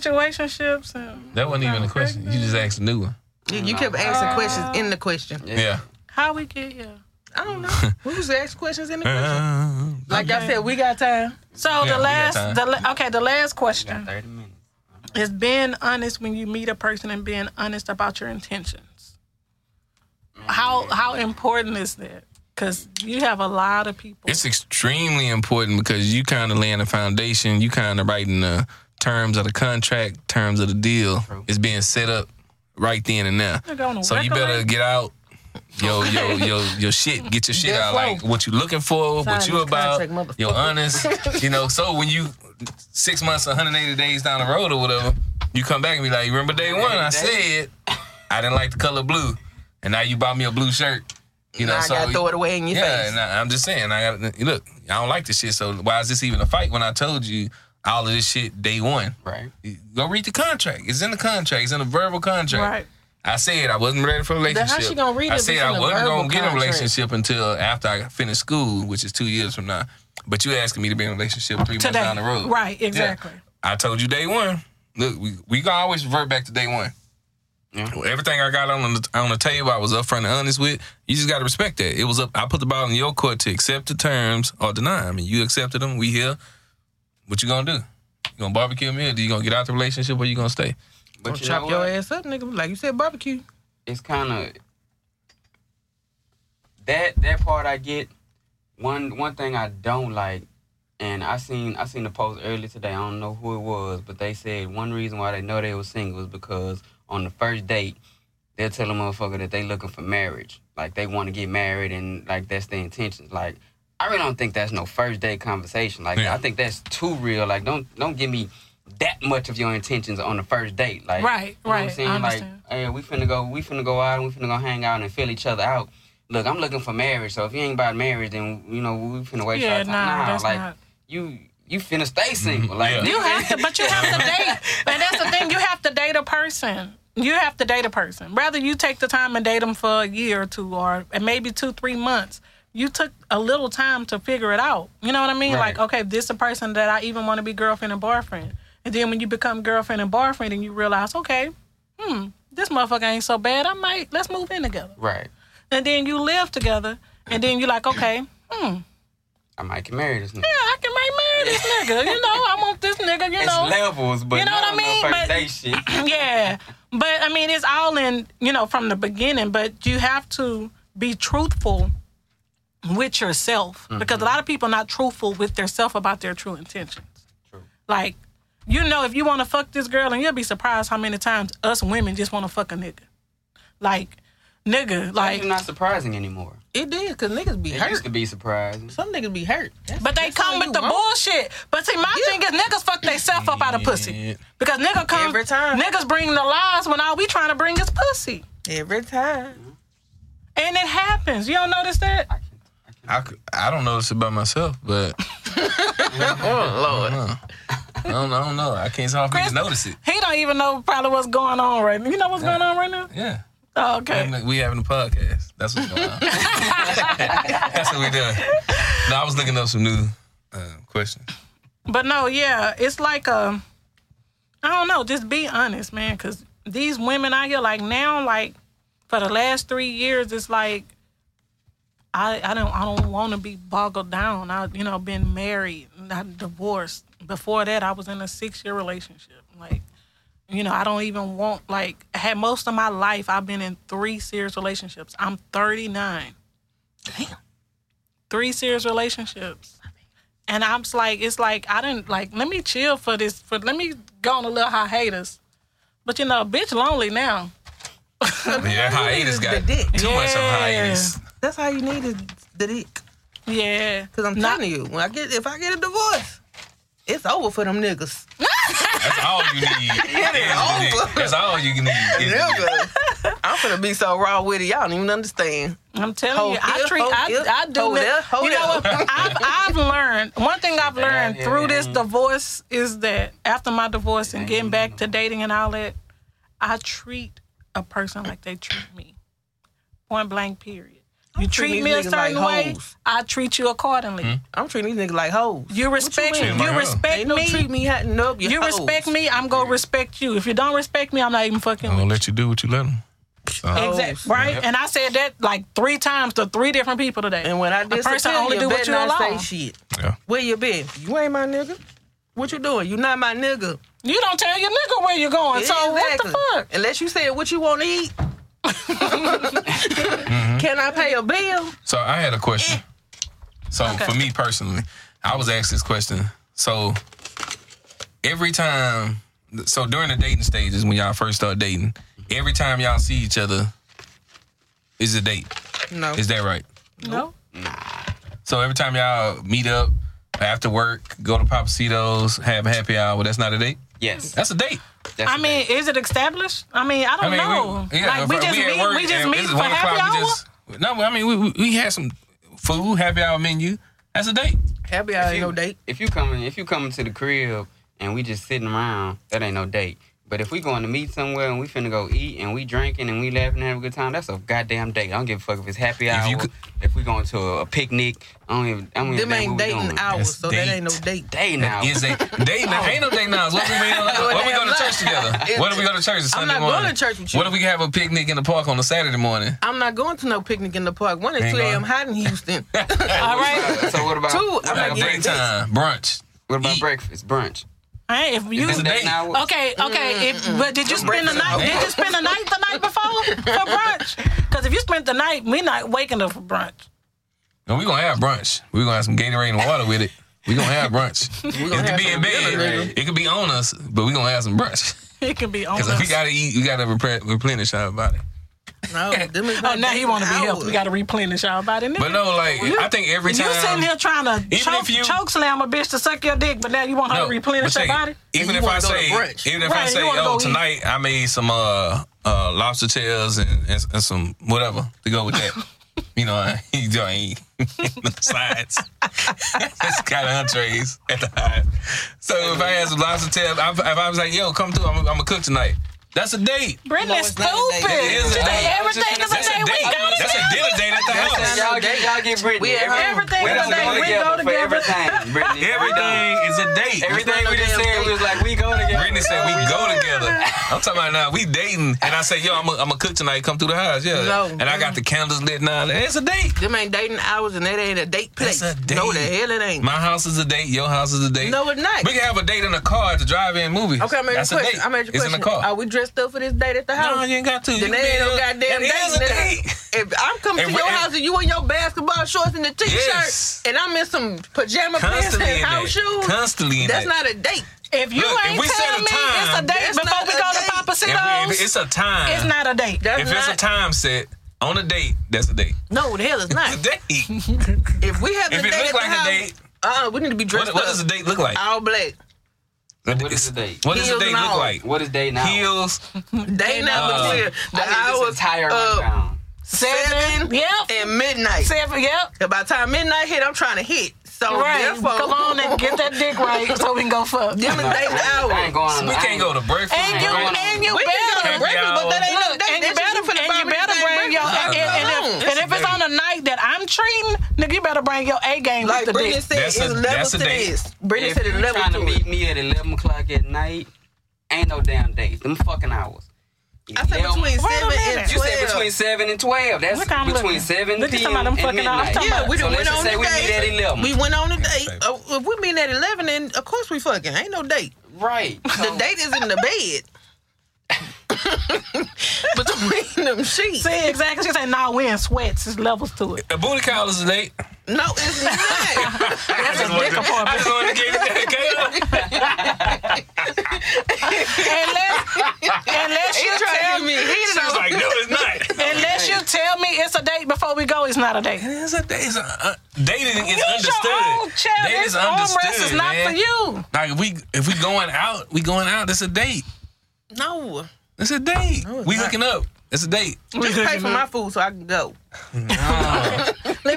Speaker 2: situationships. And
Speaker 3: that wasn't even a question. You just asked a new one.
Speaker 4: You, you kept asking
Speaker 2: Uh.
Speaker 4: questions in the question.
Speaker 3: Yeah.
Speaker 2: how we get here.
Speaker 4: I don't know. we was asking questions in the
Speaker 3: Uh-huh.
Speaker 4: question.
Speaker 3: That's
Speaker 4: Like I said, we got time.
Speaker 2: So
Speaker 3: we
Speaker 2: the
Speaker 3: got
Speaker 2: last,
Speaker 3: time.
Speaker 2: the la- okay, the last question.
Speaker 5: Thirty minutes.
Speaker 2: is being honest when you meet a person and being honest about your intentions.
Speaker 3: Mm.
Speaker 2: How how important is that? Because you have a lot of people.
Speaker 3: It's extremely important because you kind of laying the foundation. You kind of writing the terms of the contract, terms of the deal. It's being set up right then and there.
Speaker 2: They're going to
Speaker 3: So you
Speaker 2: recollect.
Speaker 3: better get out. Yo, yo, yo, your shit. Get your shit
Speaker 4: That's
Speaker 3: out. Like
Speaker 4: right.
Speaker 3: what you looking for, what
Speaker 4: Sign
Speaker 3: you
Speaker 4: this
Speaker 3: about.
Speaker 4: contract, motherfucker.
Speaker 3: You're honest. You know. So when you six months, 180 days down the road or whatever, you come back and be like, you remember day one? I said I didn't like the color blue, and now you bought me a blue shirt. You know.
Speaker 4: Now I
Speaker 3: so
Speaker 4: gotta throw it away in your
Speaker 3: yeah,
Speaker 4: face.
Speaker 3: and I, I'm just saying, I got look. I don't like this shit. So why is this even a fight when I told you all of this shit day one?
Speaker 5: Right.
Speaker 3: Go read the contract. It's in the contract. It's in the verbal contract.
Speaker 2: Right.
Speaker 3: I said I wasn't ready for a
Speaker 4: Then
Speaker 3: relationship.
Speaker 4: how she gonna read it
Speaker 3: I
Speaker 4: if
Speaker 3: said
Speaker 4: it's in
Speaker 3: I
Speaker 4: the
Speaker 3: wasn't
Speaker 4: verbal
Speaker 3: gonna get in a
Speaker 4: contract?
Speaker 3: relationship until after I finished school, which is two years from now. But you asking me to be in a relationship three months
Speaker 2: today.
Speaker 3: down the road.
Speaker 2: Right,
Speaker 3: Yeah.
Speaker 2: exactly.
Speaker 3: I told you day one. Look, we we can always revert back to day one.
Speaker 5: Yeah.
Speaker 3: Everything I got on the on the table, I was upfront and honest with. You just got to respect that. It was up. I put the ball in your court to accept the terms or deny them. And you accepted them. We here. What you gonna do? You gonna barbecue me, or do you gonna get out the relationship, or you gonna stay?
Speaker 5: But
Speaker 4: Don't
Speaker 5: you know
Speaker 4: chop your
Speaker 5: what?
Speaker 4: ass up, nigga. Like you said, barbecue.
Speaker 5: It's kind of that that part I get. One one thing I don't like, and I seen I seen a post earlier today. I don't know who it was, but they said one reason why they know they were single is because on the first date they'll tell a motherfucker that they looking for marriage, like they want to get married, and like that's their intentions. Like I really don't think that's no first date conversation. Like
Speaker 3: Yeah.
Speaker 5: I think that's too real. Like don't don't give me that much of your intentions on the first date. Like
Speaker 2: Right,
Speaker 5: you know what
Speaker 2: right.
Speaker 5: I'm
Speaker 2: I
Speaker 5: saying like
Speaker 2: understand.
Speaker 5: hey, we finna go, we finna go out, and we finna go hang out and fill each other out. Look, I'm looking for marriage, so if you ain't about marriage, then you know we finna waste
Speaker 2: Yeah,
Speaker 5: our time.
Speaker 2: nah, that's
Speaker 5: like
Speaker 2: not-
Speaker 5: you, you finna stay single. Like
Speaker 3: Yeah.
Speaker 2: You have to, but you have to date. And that's the thing. You have to date a person. You have to date a person. Rather, you take the time and date them for a year or two, or and maybe two, three months. You took a little time to figure it out. You know what I mean?
Speaker 5: Right.
Speaker 2: Like, okay, this is a person that I even want to be girlfriend and boyfriend. And then when you become girlfriend and boyfriend, and you realize, okay, hmm, this motherfucker ain't so bad. I might let's move in together.
Speaker 5: right.
Speaker 2: And then you live together. And then you're like, okay, hmm, yeah,
Speaker 5: I might get married this nigga.
Speaker 2: I can marry this nigga. You know, I want this nigga. You
Speaker 5: It's
Speaker 2: know,
Speaker 5: levels, but
Speaker 2: You know
Speaker 5: not
Speaker 2: what I
Speaker 5: on no
Speaker 2: mean?
Speaker 5: first
Speaker 2: But-
Speaker 5: date shit.
Speaker 2: yeah. But I mean, it's all in, you know, from the beginning, but you have to be truthful with yourself because a lot of people are not truthful with themselves about their true intentions.
Speaker 5: True.
Speaker 2: Like, you know, if you want to fuck this girl, and you'll be surprised how many times us women just want to fuck a nigga. Like, nigga, like,
Speaker 5: It's not surprising anymore.
Speaker 4: It did, because niggas be
Speaker 5: It
Speaker 4: hurt.
Speaker 5: used to be surprising.
Speaker 4: Some niggas be hurt. That's-
Speaker 2: But they
Speaker 4: that's
Speaker 2: come
Speaker 4: all
Speaker 2: with
Speaker 4: you
Speaker 2: the
Speaker 4: want.
Speaker 2: bullshit. But see, my thing is niggas fuck theyself up out of
Speaker 3: Yeah.
Speaker 2: pussy. Because nigga come
Speaker 4: Every time.
Speaker 2: Niggas bring the lies when all we trying to bring is pussy.
Speaker 4: Every time.
Speaker 2: And it happens. You don't notice that?
Speaker 5: I can, I can.
Speaker 3: I, c- I don't know this about myself, but
Speaker 4: Oh, Lord.
Speaker 3: I don't, I don't know. I can't help
Speaker 2: Chris-
Speaker 3: to notice it.
Speaker 2: He don't even know probably what's going on right now. You know what's going on right now?
Speaker 3: Yeah.
Speaker 2: Oh, okay.
Speaker 3: Having a- we having a podcast. That's what's going on. That's what we doing. No, I was looking up some new uh, questions.
Speaker 2: But no, yeah, it's like um, I don't know. Just be honest, man, because these women out here, like now, like for the last three years, it's like I I don't I don't want to be boggled down. I you know been married, not divorced. Before that, I was in a six year relationship. Like you know, I don't even want like I had most of my life. I've been in three serious relationships. I'm 39. Damn. Three serious relationships. And I'm just like, it's like I didn't like. Let me chill for this. For let me go on a little hiatus. But you know, bitch, lonely now.
Speaker 3: Yeah, hiatus got
Speaker 4: The dick.
Speaker 3: too much of
Speaker 2: Yeah.
Speaker 3: hiatus.
Speaker 4: That's all you need is the dick.
Speaker 2: Yeah,
Speaker 4: Cause I'm telling you, when I get if I get a divorce, it's over for them niggas.
Speaker 3: That's all you need.
Speaker 4: It over.
Speaker 3: That's all you need. is the dick.
Speaker 4: I'm gonna be so raw with it, y'all don't even understand.
Speaker 2: I'm telling
Speaker 4: Hold
Speaker 2: you, I
Speaker 4: it,
Speaker 2: treat,
Speaker 4: hold
Speaker 2: I,
Speaker 4: it,
Speaker 2: I do.
Speaker 4: hold
Speaker 2: that.
Speaker 4: it, hold
Speaker 2: you know
Speaker 4: it.
Speaker 2: what? I've, I've learned one thing I've learned
Speaker 5: yeah,
Speaker 2: through
Speaker 5: yeah,
Speaker 2: this
Speaker 5: yeah.
Speaker 2: divorce is that after my divorce and getting back to dating and all that, I treat a person like they treat me. Point blank. Period. You
Speaker 4: treating
Speaker 2: treat
Speaker 4: these
Speaker 2: me a
Speaker 4: niggas
Speaker 2: certain
Speaker 4: like
Speaker 2: way,
Speaker 4: hoes.
Speaker 2: I treat you accordingly.
Speaker 4: I'm treating these niggas like hoes.
Speaker 2: You respect
Speaker 4: mean?
Speaker 2: you,
Speaker 3: Treat 'em like hoes.
Speaker 2: respect
Speaker 4: Ain't no
Speaker 2: me.
Speaker 4: treat me hot and up.
Speaker 2: you
Speaker 4: hoes.
Speaker 2: respect me, I'm gonna respect you. If you don't respect me, I'm not even fucking
Speaker 4: Oh,
Speaker 3: I'm gonna
Speaker 2: with
Speaker 3: let you do what you let them.
Speaker 2: you.
Speaker 4: hoes.
Speaker 2: Exactly. Right? And I said that like three times to three different people today.
Speaker 4: And when I
Speaker 2: A person
Speaker 4: disappear,
Speaker 2: only
Speaker 4: you
Speaker 2: do what
Speaker 4: better
Speaker 2: you
Speaker 4: not say
Speaker 2: allow.
Speaker 4: shit.
Speaker 3: Yeah.
Speaker 4: Where you been? You ain't my nigga. What you doing? You not my nigga.
Speaker 2: you don't tell your nigga where you're going. So what the
Speaker 4: Exactly.
Speaker 2: fuck?
Speaker 4: Unless you said what you want to eat.
Speaker 3: Mm-hmm.
Speaker 4: Can I pay a bill?
Speaker 3: So I had a question. So
Speaker 2: Eh. Okay.
Speaker 3: for me personally, I was asked this question. So every time, so during the dating stages when y'all first start dating, every time y'all see each other is a date.
Speaker 4: No.
Speaker 3: Is that right?
Speaker 2: No.
Speaker 3: So every time y'all meet up after work, go to Papacitos, have a happy hour, that's not a date.
Speaker 5: Yes,
Speaker 3: That's a date.
Speaker 5: that's
Speaker 2: I
Speaker 5: the
Speaker 2: mean, is it established? I mean, I don't know.
Speaker 3: We, yeah,
Speaker 2: Oh, like we
Speaker 3: if-
Speaker 2: just
Speaker 3: at
Speaker 2: meet,
Speaker 3: work
Speaker 2: we just
Speaker 3: and
Speaker 2: meet
Speaker 3: it's
Speaker 2: for
Speaker 3: one
Speaker 2: happy
Speaker 3: o'clock,
Speaker 2: hour.
Speaker 3: we just- no, I mean we, we we had some food, happy hour menu. That's a date.
Speaker 4: Happy hour ain't no date.
Speaker 5: If you coming, if you coming to the crib and we just sitting around, that ain't no date. But if we going to meet somewhere and we finna go eat and we drinking and we laughing and having a good time, that's a goddamn date. I don't give a fuck if it's happy hour. If,
Speaker 3: you could-
Speaker 5: we going to a, picnic, I don't even. I don't
Speaker 3: Mm,
Speaker 5: even
Speaker 4: Them
Speaker 5: know
Speaker 4: ain't
Speaker 5: what we doing.
Speaker 4: dating hours,
Speaker 3: That's
Speaker 4: so that ain't no date.
Speaker 5: Day now.
Speaker 3: Is a date night. Ain't no date nights. What we mean? What we go to church together? What do we go to church on Sunday
Speaker 4: not going
Speaker 3: morning?
Speaker 4: to church with you.
Speaker 3: What if we have a picnic in the park on a Saturday morning?
Speaker 4: I'm not going to no picnic in the park. One
Speaker 3: Ain't
Speaker 4: is 2
Speaker 3: going.
Speaker 4: a.m. hot in Houston.
Speaker 2: All right.
Speaker 5: so what about
Speaker 4: Two, I'm
Speaker 5: what
Speaker 4: not
Speaker 5: about,
Speaker 4: getting-
Speaker 5: break-
Speaker 3: Daytime brunch.
Speaker 5: what about
Speaker 3: eat.
Speaker 5: breakfast, brunch?
Speaker 2: Hey, if you
Speaker 5: Isn't that not what-
Speaker 2: okay, okay.
Speaker 4: Mm.
Speaker 2: If, but did you spend the night? Did you spend the night the night before for brunch? Because if you spent the night, we not waking up for brunch.
Speaker 3: No, we gonna have brunch. We gonna have some Gatorade and water with it. We gonna have brunch. it could be in bed. It could be on us, but we gonna have some brunch.
Speaker 2: It can be on
Speaker 3: Cause if we
Speaker 2: us.
Speaker 3: gotta eat, we gotta repre- replenish our body.
Speaker 4: No, them is
Speaker 2: Oh,
Speaker 4: like
Speaker 2: now he want to be
Speaker 4: hours.
Speaker 2: helped. We got to replenish y'all body.
Speaker 3: But no, like I think every time
Speaker 2: you sitting here trying to
Speaker 3: Even
Speaker 2: choke,
Speaker 3: if you-
Speaker 2: choke slam a bitch to suck your dick, but now Oh, you want her
Speaker 3: No,
Speaker 2: to replenish
Speaker 3: but
Speaker 2: her
Speaker 3: say,
Speaker 2: body.
Speaker 3: Even
Speaker 4: You
Speaker 3: if I
Speaker 4: wanna go to
Speaker 3: say,
Speaker 4: brunch.
Speaker 3: even if I
Speaker 2: Right,
Speaker 3: say,
Speaker 2: you wanna
Speaker 3: oh,
Speaker 2: go eat."
Speaker 3: tonight I made some uh, uh, lobster tails and, and, and some whatever to go with that. you know, I you know, I ain't no sides. That's kind of entrees at the time. So if I had some lobster tails, I, if I was like, yo, come through, I'm, I'm gonna cook tonight. That's a date.
Speaker 2: Brittany's
Speaker 4: No, it's
Speaker 2: stupid.
Speaker 4: not a date.
Speaker 3: It is a
Speaker 2: She
Speaker 3: date.
Speaker 2: think everything is a
Speaker 3: That's
Speaker 2: date. We go
Speaker 3: That's a
Speaker 2: together.
Speaker 3: dinner date at the house.
Speaker 5: Y'all get, y'all get Brittany.
Speaker 4: We at home.
Speaker 2: Everything
Speaker 5: we
Speaker 2: is
Speaker 5: don't
Speaker 2: a date. We
Speaker 5: together
Speaker 2: go
Speaker 5: for
Speaker 2: together.
Speaker 5: everything, Brittany. We don't.
Speaker 3: Everything is a date.
Speaker 5: Everything we just said we was like, we go together.
Speaker 3: Brittany said we go together. I'm talking about now we dating, and I say, yo, I'm gonna cook tonight. Come through the house, yeah.
Speaker 4: No.
Speaker 3: And I got the candles lit now. It's a date.
Speaker 4: Them ain't dating hours and that ain't a date place.
Speaker 3: It's a date.
Speaker 4: No, the hell it ain't.
Speaker 3: My house is a date. Your house is a date.
Speaker 4: no, it's not.
Speaker 3: We can have a date in a car at the drive-in movie.
Speaker 4: Okay, I'm at your
Speaker 3: That's a
Speaker 4: question.
Speaker 3: date.
Speaker 4: I'm at your
Speaker 3: it's
Speaker 4: question.
Speaker 3: in the car.
Speaker 4: Are we dressed up for this date at the house?
Speaker 3: no, you ain't got to.
Speaker 4: Then
Speaker 3: You
Speaker 4: they ain't
Speaker 3: can
Speaker 4: no
Speaker 3: be-
Speaker 4: goddamn
Speaker 3: It is a
Speaker 4: date.
Speaker 3: date.
Speaker 4: If I'm coming
Speaker 3: And
Speaker 4: to
Speaker 3: we-
Speaker 4: your
Speaker 3: and-
Speaker 4: house and you in your basketball shorts and a t-shirt,
Speaker 3: Yes.
Speaker 4: and I'm in some pajama pants and
Speaker 3: Constantly in
Speaker 4: house
Speaker 3: that.
Speaker 4: shoes,
Speaker 3: Constantly in
Speaker 4: that's
Speaker 3: that.
Speaker 4: not a date.
Speaker 2: If you
Speaker 3: Look, if
Speaker 2: ain't
Speaker 3: we set
Speaker 2: telling
Speaker 3: a
Speaker 2: me it's a
Speaker 3: time,
Speaker 2: date
Speaker 4: that's
Speaker 2: before
Speaker 4: not
Speaker 2: we
Speaker 4: a
Speaker 2: go
Speaker 4: date.
Speaker 2: to Papa
Speaker 3: If we- if
Speaker 2: Cito's,
Speaker 3: it's a time.
Speaker 2: it's not a date.
Speaker 4: That's
Speaker 3: If
Speaker 4: not,
Speaker 3: it's a time set on a date, that's a date.
Speaker 4: no, the hell it's
Speaker 3: A
Speaker 4: not.
Speaker 3: date. if
Speaker 4: if we have a
Speaker 3: it
Speaker 4: date at
Speaker 3: look
Speaker 4: the
Speaker 3: like a
Speaker 4: house,
Speaker 3: date,
Speaker 4: uh, we need to be dressed
Speaker 3: what, what does a
Speaker 4: up.
Speaker 3: date look like?
Speaker 4: All black.
Speaker 5: What is the date?
Speaker 3: What does a
Speaker 4: Heels
Speaker 3: date
Speaker 4: and
Speaker 3: look
Speaker 4: all.
Speaker 3: like?
Speaker 5: What is day now?
Speaker 3: Heels.
Speaker 4: They never
Speaker 3: Uh,
Speaker 4: clear. The
Speaker 5: I need
Speaker 4: hours
Speaker 5: this entire
Speaker 4: uh,
Speaker 5: rundown.
Speaker 4: seven
Speaker 2: Yep.
Speaker 4: and midnight.
Speaker 2: Seven. Yep.
Speaker 4: And By the time midnight hit, I'm trying to hit. So
Speaker 2: Right.
Speaker 4: therefore,
Speaker 2: Come on and get that dick right so we can go fuck.
Speaker 4: Them is dating hours.
Speaker 5: I ain't going on.
Speaker 3: We can't go to breakfast.
Speaker 2: And you,
Speaker 5: Right.
Speaker 2: and you
Speaker 4: We can go
Speaker 2: better
Speaker 4: to breakfast, but that ain't
Speaker 2: Look,
Speaker 4: no date.
Speaker 2: and you
Speaker 4: That's
Speaker 2: better,
Speaker 4: just you finna
Speaker 2: and you
Speaker 4: buy me
Speaker 2: better
Speaker 4: this
Speaker 2: bring your,
Speaker 4: damn
Speaker 2: and,
Speaker 4: breakfast.
Speaker 2: and- and
Speaker 4: Come
Speaker 2: if,
Speaker 4: on.
Speaker 2: and if it's on a night that I'm treating, nigga, you better bring your A game
Speaker 4: Like
Speaker 2: with the
Speaker 4: Brittany
Speaker 2: dick.
Speaker 4: said,
Speaker 3: That's
Speaker 4: it's
Speaker 3: a- that's
Speaker 4: levels
Speaker 3: a
Speaker 4: to
Speaker 3: date.
Speaker 4: this. Brittany
Speaker 5: If
Speaker 4: said it's
Speaker 5: you
Speaker 4: levels
Speaker 5: trying to
Speaker 4: to it.
Speaker 5: meet me at 11 o'clock at night, ain't no damn dates. Them fucking hours.
Speaker 4: I said between
Speaker 2: Wait a
Speaker 4: seven
Speaker 2: minute.
Speaker 4: and
Speaker 5: You said between
Speaker 4: twelve.
Speaker 5: 7 and 12. That's
Speaker 2: Look how I'm
Speaker 5: between
Speaker 2: looking.
Speaker 5: 7
Speaker 2: Look at
Speaker 5: p.m.
Speaker 2: some of them
Speaker 5: and
Speaker 2: fucking hours.
Speaker 5: midnight.
Speaker 2: I'm talking
Speaker 4: Yeah,
Speaker 2: about-
Speaker 4: we
Speaker 5: So
Speaker 4: done
Speaker 5: let's
Speaker 4: went
Speaker 5: just
Speaker 4: on
Speaker 5: say
Speaker 4: the
Speaker 5: we meet at
Speaker 4: date.
Speaker 5: 11.
Speaker 4: We went on a date.
Speaker 3: baby.
Speaker 4: Oh, If we meet at eleven, then of course we fucking. Ain't no date.
Speaker 5: Right.
Speaker 4: The date is in the bed. Between them sheets.
Speaker 2: See, exactly. She said, nah, we in sweats. There's levels to it.
Speaker 3: A booty call is a date.
Speaker 4: No, it's not.
Speaker 2: That's a dick
Speaker 3: I
Speaker 2: apartment.
Speaker 3: just wanted to give you that, Kayla.
Speaker 2: Unless, unless you
Speaker 4: trying to
Speaker 2: tell
Speaker 4: get
Speaker 2: me,
Speaker 4: me
Speaker 3: She was like, no, it's not.
Speaker 2: unless you tell me it's a date before we go, it's not a date.
Speaker 3: It's a, it's a, uh, dating is
Speaker 2: Use your own
Speaker 3: understood.
Speaker 2: child.
Speaker 3: Dating
Speaker 2: This
Speaker 3: is
Speaker 2: armrest is
Speaker 3: understood,
Speaker 2: not
Speaker 3: man.
Speaker 2: for you.
Speaker 3: Like if we if we going out, we going out. That's a date.
Speaker 4: No.
Speaker 3: It's a date.
Speaker 4: it's
Speaker 3: we
Speaker 4: not.
Speaker 3: hooking up. It's a date.
Speaker 4: Just pay for my food so I can go.
Speaker 2: Let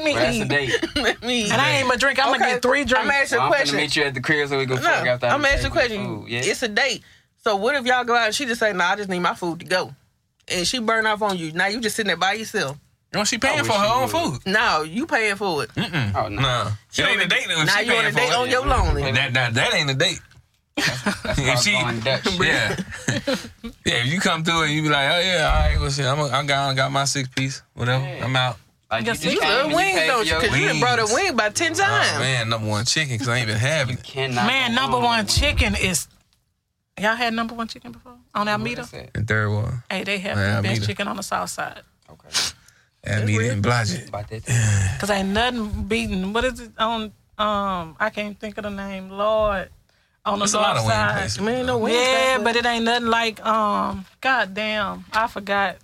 Speaker 2: me
Speaker 5: That's a
Speaker 2: eat.
Speaker 5: date.
Speaker 4: Let me.
Speaker 2: And I ain't my drink. I'm gonna get three drinks.
Speaker 4: I'm asking
Speaker 5: Well,
Speaker 4: a
Speaker 5: I'm gonna
Speaker 4: question.
Speaker 5: meet you at the crib so we can
Speaker 4: No,
Speaker 5: fuck after
Speaker 4: I'm
Speaker 5: I
Speaker 4: asking a
Speaker 5: make
Speaker 4: question.
Speaker 5: food. Yeah.
Speaker 4: It's a date. So what if y'all go out and she just say, "No, nah, I just need my food to go," and she burn off on you. Now you just sitting there by yourself.
Speaker 3: You know, she paying
Speaker 5: wish
Speaker 3: for her
Speaker 5: you
Speaker 3: own
Speaker 5: would.
Speaker 3: food.
Speaker 4: No, you paying for it.
Speaker 5: oh, no.
Speaker 3: Nah, it ain't a date. If
Speaker 4: now
Speaker 3: she
Speaker 4: you on a
Speaker 3: paying for
Speaker 4: date
Speaker 3: it.
Speaker 4: on your lonely.
Speaker 3: That, that that ain't a date.
Speaker 5: That's
Speaker 3: If
Speaker 5: called
Speaker 3: she-
Speaker 5: going Dutch.
Speaker 3: Yeah. yeah, if you come through and you be like, oh yeah, all right, what's it? I'm a, I got I got my six piece, whatever.
Speaker 5: Yeah.
Speaker 3: I'm out.
Speaker 5: Like,
Speaker 2: Guess
Speaker 5: just
Speaker 4: You
Speaker 5: came and
Speaker 4: love wings,
Speaker 5: paid for
Speaker 4: don't you?
Speaker 5: your
Speaker 4: Because you done
Speaker 3: wings.
Speaker 4: brought a wing by ten times.
Speaker 3: Oh, man, number one chicken because I ain't been having it.
Speaker 5: Cannot
Speaker 2: Man,
Speaker 5: go
Speaker 2: number
Speaker 5: wrong
Speaker 2: one
Speaker 5: with
Speaker 2: chicken is. Y'all had number one chicken before on
Speaker 5: wings.
Speaker 2: Alameda?
Speaker 5: That's it.
Speaker 3: And third one,
Speaker 2: Hey, they have
Speaker 3: Yeah,
Speaker 2: the best
Speaker 3: Alameda.
Speaker 2: chicken on the south side.
Speaker 5: Okay.
Speaker 3: Amita and Blodgett.
Speaker 5: About that time.
Speaker 2: Cause ain't nothing beating. What is it on? Um, I can't think of the name. Lord, on the
Speaker 3: There's a lot of
Speaker 2: south
Speaker 3: wing
Speaker 2: side.
Speaker 3: places.
Speaker 4: Man, no wings.
Speaker 2: Yeah,
Speaker 4: baby.
Speaker 2: but it ain't nothing like um. God damn, I forgot.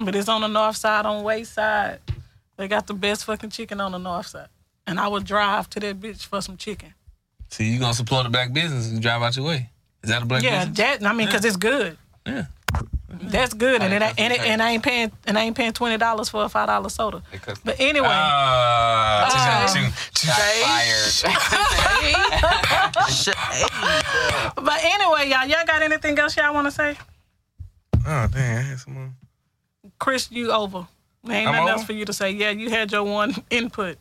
Speaker 2: But it's on the north side, on West Side. They got the best fucking chicken on the north side, and I would drive to that bitch for some chicken.
Speaker 3: So you gonna support the black business and drive out your way? Is that a black
Speaker 2: Yeah,
Speaker 3: business?
Speaker 2: that I mean, cause it's good.
Speaker 3: Yeah.
Speaker 2: That's good, and it ain't- and, it, and I ain't paying and I ain't paying twenty dollars for a five dollar soda.
Speaker 5: Because
Speaker 2: But anyway,
Speaker 3: Ah,
Speaker 2: Um,
Speaker 5: fired.
Speaker 2: but anyway, y'all, y'all got anything else y'all want to say?
Speaker 3: oh dang, I had some more.
Speaker 2: Chris, you over. There ain't
Speaker 3: I'm
Speaker 2: nothing
Speaker 3: over?
Speaker 2: else for you to say. Yeah, you had your one input.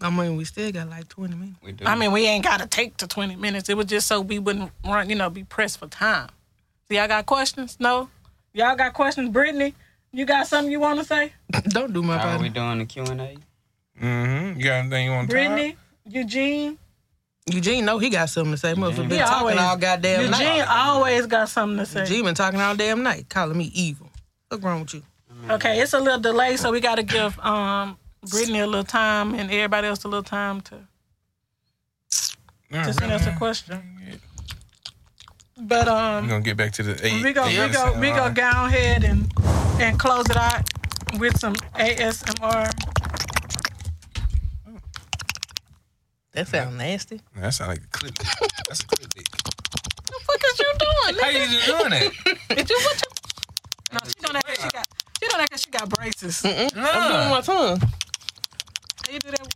Speaker 4: I mean, we still got like twenty minutes.
Speaker 5: We do.
Speaker 2: I mean, we ain't got to take the 20 minutes. It was just so we wouldn't run, you know, be pressed for time. So y'all got questions? No? Y'all got questions? Brittany, you got something you want to say?
Speaker 4: Don't do my
Speaker 5: Are
Speaker 4: body.
Speaker 5: we doing the Q and A?
Speaker 3: Mm-hmm. You got anything you want to
Speaker 2: Brittany, Eugene,
Speaker 4: Eugene, know he got something to say. Motherfucker been
Speaker 2: He
Speaker 4: talking
Speaker 2: always-
Speaker 4: all goddamn
Speaker 2: Eugene
Speaker 4: night.
Speaker 2: always got something to say.
Speaker 4: Eugene been talking all damn night, calling me evil. What's wrong with you?
Speaker 2: Okay, it's a little delay, so we got to give um Brittany a little time and everybody else a little time to to send us a question. But um,
Speaker 3: We're gonna get back to the eight.
Speaker 2: we go we go we go down ahead and and close it out with some ASMR.
Speaker 4: That sound nasty.
Speaker 3: That sound like a clip. That's a clip.
Speaker 2: The fuck is you doing?
Speaker 3: How you
Speaker 2: nigga?
Speaker 3: even doing that?
Speaker 2: Did you what you? Mm. No, she doing that. 'cause She got she doing that 'cause she got braces.
Speaker 4: I'm doing my tongue.
Speaker 2: You do that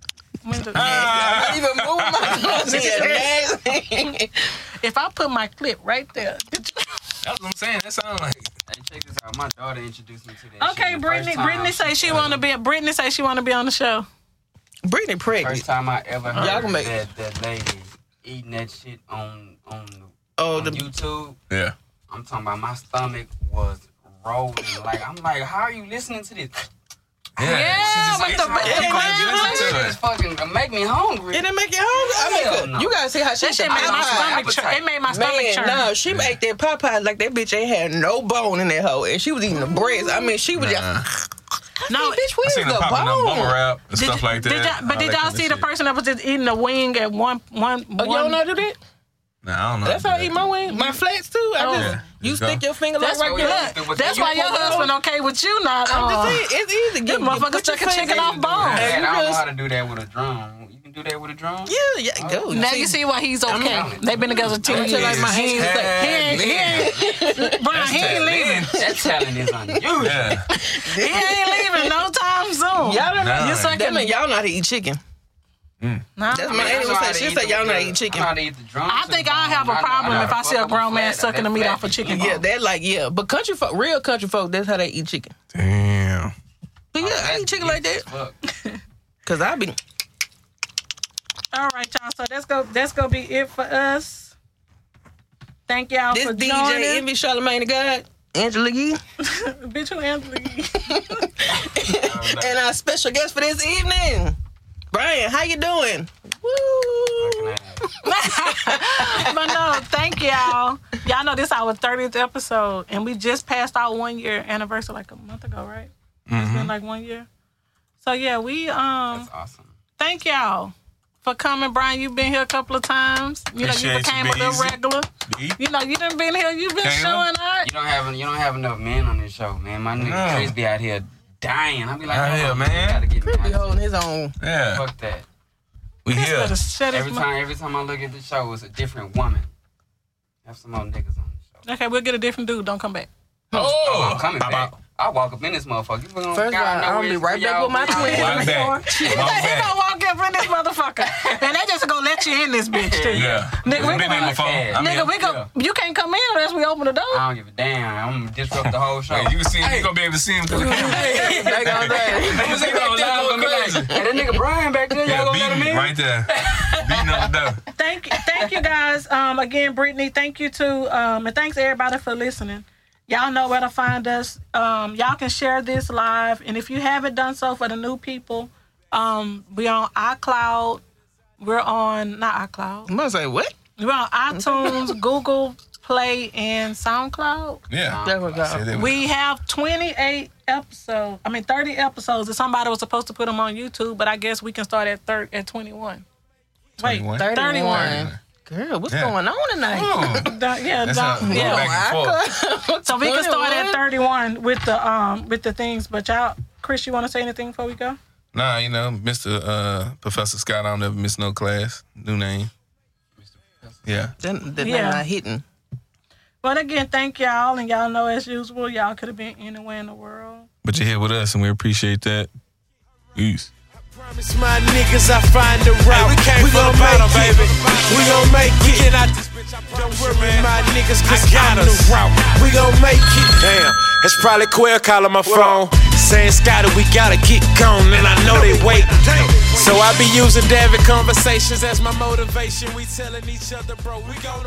Speaker 2: when
Speaker 3: Ah.
Speaker 2: the-
Speaker 4: Not even moving my tongue. It's nasty.
Speaker 2: if I put my clip right there. did you-
Speaker 3: That's what I'm saying. That sound like
Speaker 5: Hey, check this out. My daughter introduced me to that. shit
Speaker 2: Okay,
Speaker 5: the first
Speaker 2: Brittany.
Speaker 5: time-
Speaker 2: Brittany say she want to be. Brittany say she want to be on the show.
Speaker 4: Brittany
Speaker 5: First
Speaker 4: pregnant.
Speaker 5: time I ever heard
Speaker 4: can make-
Speaker 5: that, that lady eating that shit on on, the,
Speaker 4: Oh,
Speaker 5: on
Speaker 4: the
Speaker 5: YouTube.
Speaker 3: yeah.
Speaker 5: I'm talking about my stomach was rolling. Like I'm like, how are you listening to this?
Speaker 3: Yeah,
Speaker 2: Yeah,
Speaker 3: she
Speaker 2: with
Speaker 3: just-
Speaker 2: the- with the
Speaker 3: Yeah,
Speaker 2: ground
Speaker 3: listen to
Speaker 5: It's fucking it make me hungry.
Speaker 4: It didn't make you hungry. I
Speaker 5: Hell
Speaker 4: mean,
Speaker 5: no.
Speaker 4: you gotta see how she
Speaker 2: That shit
Speaker 4: said
Speaker 2: made my
Speaker 4: Popeye.
Speaker 2: stomach. Chur- it made my stomach
Speaker 4: Man,
Speaker 2: churn.
Speaker 4: nah, she make that Popeyes like that bitch ain't had no bone in that hoe, and she was eating the breast. I mean, she was just
Speaker 3: Nah.
Speaker 2: No,
Speaker 4: bitch,
Speaker 3: I
Speaker 4: where's
Speaker 3: seen
Speaker 4: the
Speaker 3: them popping up bubble
Speaker 4: bone?
Speaker 3: wrap and
Speaker 2: Did
Speaker 3: stuff
Speaker 2: you-
Speaker 3: like
Speaker 2: did
Speaker 3: that.
Speaker 2: y'all- but
Speaker 3: all
Speaker 2: did
Speaker 3: that
Speaker 2: y'all
Speaker 3: kinda
Speaker 2: see the
Speaker 3: shit.
Speaker 2: person that was just eating the wing at one one?
Speaker 4: Oh, you
Speaker 2: one-
Speaker 4: don't know how to do that?
Speaker 3: Nah, I don't know.
Speaker 4: That's how I eat my wing, my flats too. I
Speaker 2: Oh.
Speaker 4: just
Speaker 3: Yeah,
Speaker 4: you
Speaker 3: just go.
Speaker 4: stick your finger like
Speaker 2: That's
Speaker 4: right
Speaker 5: what
Speaker 2: why,
Speaker 5: we
Speaker 4: there.
Speaker 5: like.
Speaker 2: look, that's why your husband okay with you not.
Speaker 4: I'm
Speaker 2: uh,
Speaker 4: just saying, it's easy. Get
Speaker 2: motherfucker
Speaker 4: put your
Speaker 2: stuck a
Speaker 4: finger-
Speaker 2: chicken off
Speaker 5: You do
Speaker 2: bone.
Speaker 5: that.
Speaker 4: Hey, you
Speaker 5: I don't know
Speaker 4: just-
Speaker 5: how to do that with a drum. You can do that with a drum.
Speaker 4: Yeah, yeah, go.
Speaker 2: now you see why he's okay.
Speaker 5: I'm-
Speaker 2: They've been together ten
Speaker 4: just
Speaker 2: years.
Speaker 4: like my hands, like,
Speaker 2: he ain't, he ain't, Brian, he ain't leaving.
Speaker 5: That talent is unusual.
Speaker 3: Yeah.
Speaker 2: He ain't leaving no time soon.
Speaker 4: Y'all don't
Speaker 3: Nah.
Speaker 4: know.
Speaker 2: You
Speaker 4: That
Speaker 2: sucking
Speaker 4: mean y'all know how to eat chicken.
Speaker 2: Nah.
Speaker 4: That's
Speaker 5: I
Speaker 4: my
Speaker 5: mean,
Speaker 4: aunt
Speaker 5: that's why
Speaker 4: said.
Speaker 5: they
Speaker 4: She
Speaker 5: eat
Speaker 4: said
Speaker 5: the-
Speaker 4: y'all know how to
Speaker 5: I
Speaker 4: eat chicken.
Speaker 5: know how to eat the drums
Speaker 2: I
Speaker 5: to
Speaker 2: think
Speaker 5: the
Speaker 2: I'll
Speaker 5: bone.
Speaker 2: have a
Speaker 5: I know-
Speaker 2: problem
Speaker 5: know
Speaker 2: if
Speaker 5: how
Speaker 2: I
Speaker 5: to
Speaker 2: see a
Speaker 5: fuck up
Speaker 2: grown
Speaker 5: a
Speaker 2: man
Speaker 5: flat,
Speaker 2: sucking the
Speaker 5: that
Speaker 2: meat
Speaker 5: flat
Speaker 2: off a
Speaker 5: bitch.
Speaker 2: chicken.
Speaker 3: Oh.
Speaker 4: Yeah, that like yeah, but country folk, real country folk, that's how they eat chicken.
Speaker 3: Damn.
Speaker 4: But
Speaker 3: Oh,
Speaker 4: yeah, I
Speaker 5: That's
Speaker 4: eat chicken like
Speaker 5: deep as
Speaker 4: that
Speaker 5: fuck.
Speaker 4: because I be
Speaker 2: All right, y'all. So that's go. That's gonna be it for us. Thank y'all
Speaker 4: this
Speaker 2: for
Speaker 4: DJ
Speaker 2: joining.
Speaker 4: Envy Charlemagne the God, Angela Yee,
Speaker 2: Bitch, who Anthony?
Speaker 3: Oh,
Speaker 4: and our special guest for this evening, Brian. How you doing? Woo!
Speaker 2: but no, thank y'all. Y'all know this our thirtieth episode, and we just passed our one year anniversary like a month ago, right? It's
Speaker 3: Mm-hmm.
Speaker 2: been like one year. So yeah, we um
Speaker 5: That's awesome.
Speaker 2: thank y'all for coming, Brian. You've been here a couple of times. You know, you
Speaker 3: Appreciate you,
Speaker 2: became a little
Speaker 3: Beezy.
Speaker 2: regular.
Speaker 3: Eat.
Speaker 2: You know, you done been here. You've been
Speaker 3: Came.
Speaker 2: showing up.
Speaker 5: You don't have you don't have enough men on this show, man. My nigga
Speaker 3: No.
Speaker 5: Chris be out here dying. I be like,
Speaker 3: Out here,
Speaker 5: "Hold on,
Speaker 3: man.
Speaker 5: you gotta get me
Speaker 4: He
Speaker 5: out
Speaker 4: holding his own.
Speaker 5: here."
Speaker 3: Yeah.
Speaker 5: Fuck that.
Speaker 3: We
Speaker 2: Chris
Speaker 3: here.
Speaker 2: better shut his
Speaker 5: Every
Speaker 2: mouth.
Speaker 5: time every time I look at the show, it's a different woman. Have some more niggas on the show.
Speaker 2: Okay, we'll get a different dude. Don't come back.
Speaker 5: Oh, I'm
Speaker 3: Oh,
Speaker 5: coming back. I walk up in this motherfucker. You gonna-
Speaker 4: First of all, I'm
Speaker 5: God, know
Speaker 4: gonna be
Speaker 5: where
Speaker 4: right
Speaker 5: it's-
Speaker 4: back
Speaker 5: y'all-
Speaker 4: with my
Speaker 5: y'all-
Speaker 4: twin.
Speaker 3: Why back? Why
Speaker 2: He
Speaker 3: back?
Speaker 2: gonna walk up in this motherfucker, and they just gonna let you in this bitch too.
Speaker 3: Yeah.
Speaker 2: Nigga, we
Speaker 3: Been
Speaker 2: gonna-
Speaker 3: in my phone. I mean,
Speaker 2: Nigga, we go. You can't come in unless we open the door.
Speaker 5: I don't give a damn. I'm gonna disrupt the whole show.
Speaker 3: Hey, you see, you gonna be able to see him through the camera.
Speaker 4: They gonna say,
Speaker 3: Hey, you see him
Speaker 5: Back
Speaker 3: out loud,
Speaker 5: there going
Speaker 3: gonna be like,
Speaker 5: crazy. Hey, that nigga Brian back there, y'all
Speaker 3: Yeah,
Speaker 5: gonna let him
Speaker 3: beating
Speaker 5: in?
Speaker 3: right there. Beating on the door.
Speaker 2: thank you, thank you guys. Um, again, Brittany, thank you too. Um, and thanks everybody for listening. Y'all know where to find us. Um, y'all can share this live, and if you haven't done so for the new people, um, we're on iCloud. We're on not iCloud.
Speaker 4: I'm gonna say what?
Speaker 2: We're on iTunes, Google Play, and SoundCloud.
Speaker 3: Yeah.
Speaker 4: There we go.
Speaker 2: We have 28 episodes. I mean, 30 episodes. And somebody was supposed to put them on YouTube, but I guess we can start at thir- at 21. Wait,
Speaker 3: 21?
Speaker 2: 31.
Speaker 4: Girl, what's
Speaker 3: Yeah.
Speaker 4: going on tonight? Oh,
Speaker 3: Ooh.
Speaker 2: Don't- yeah,
Speaker 3: That's
Speaker 2: don't-
Speaker 3: how we
Speaker 2: yeah.
Speaker 3: back and forth.
Speaker 2: So we can start at
Speaker 4: 21?
Speaker 2: 31 with the um with the things. But y'all, Chris, you want to say anything before we go?
Speaker 3: Nah, you know, Mr. Uh, Professor Scott, I don't ever miss no class. New name. Yeah.
Speaker 4: Then then
Speaker 2: Yeah.
Speaker 4: they're not hitting.
Speaker 2: But again, thank y'all, and y'all know as usual, y'all could have been anywhere in the world.
Speaker 3: But you're here with us, and we appreciate that. Peace.
Speaker 1: Promise my niggas I find a route. we gon' make it. We gon' make it. Don't worry, my niggas, cause I am the route. We gon' make it. Damn, it's probably Quail calling my phone. Saying, Scotty, we gotta get gone, and I know they wait. So I be using David conversations as my motivation. We telling each other, bro, we gon'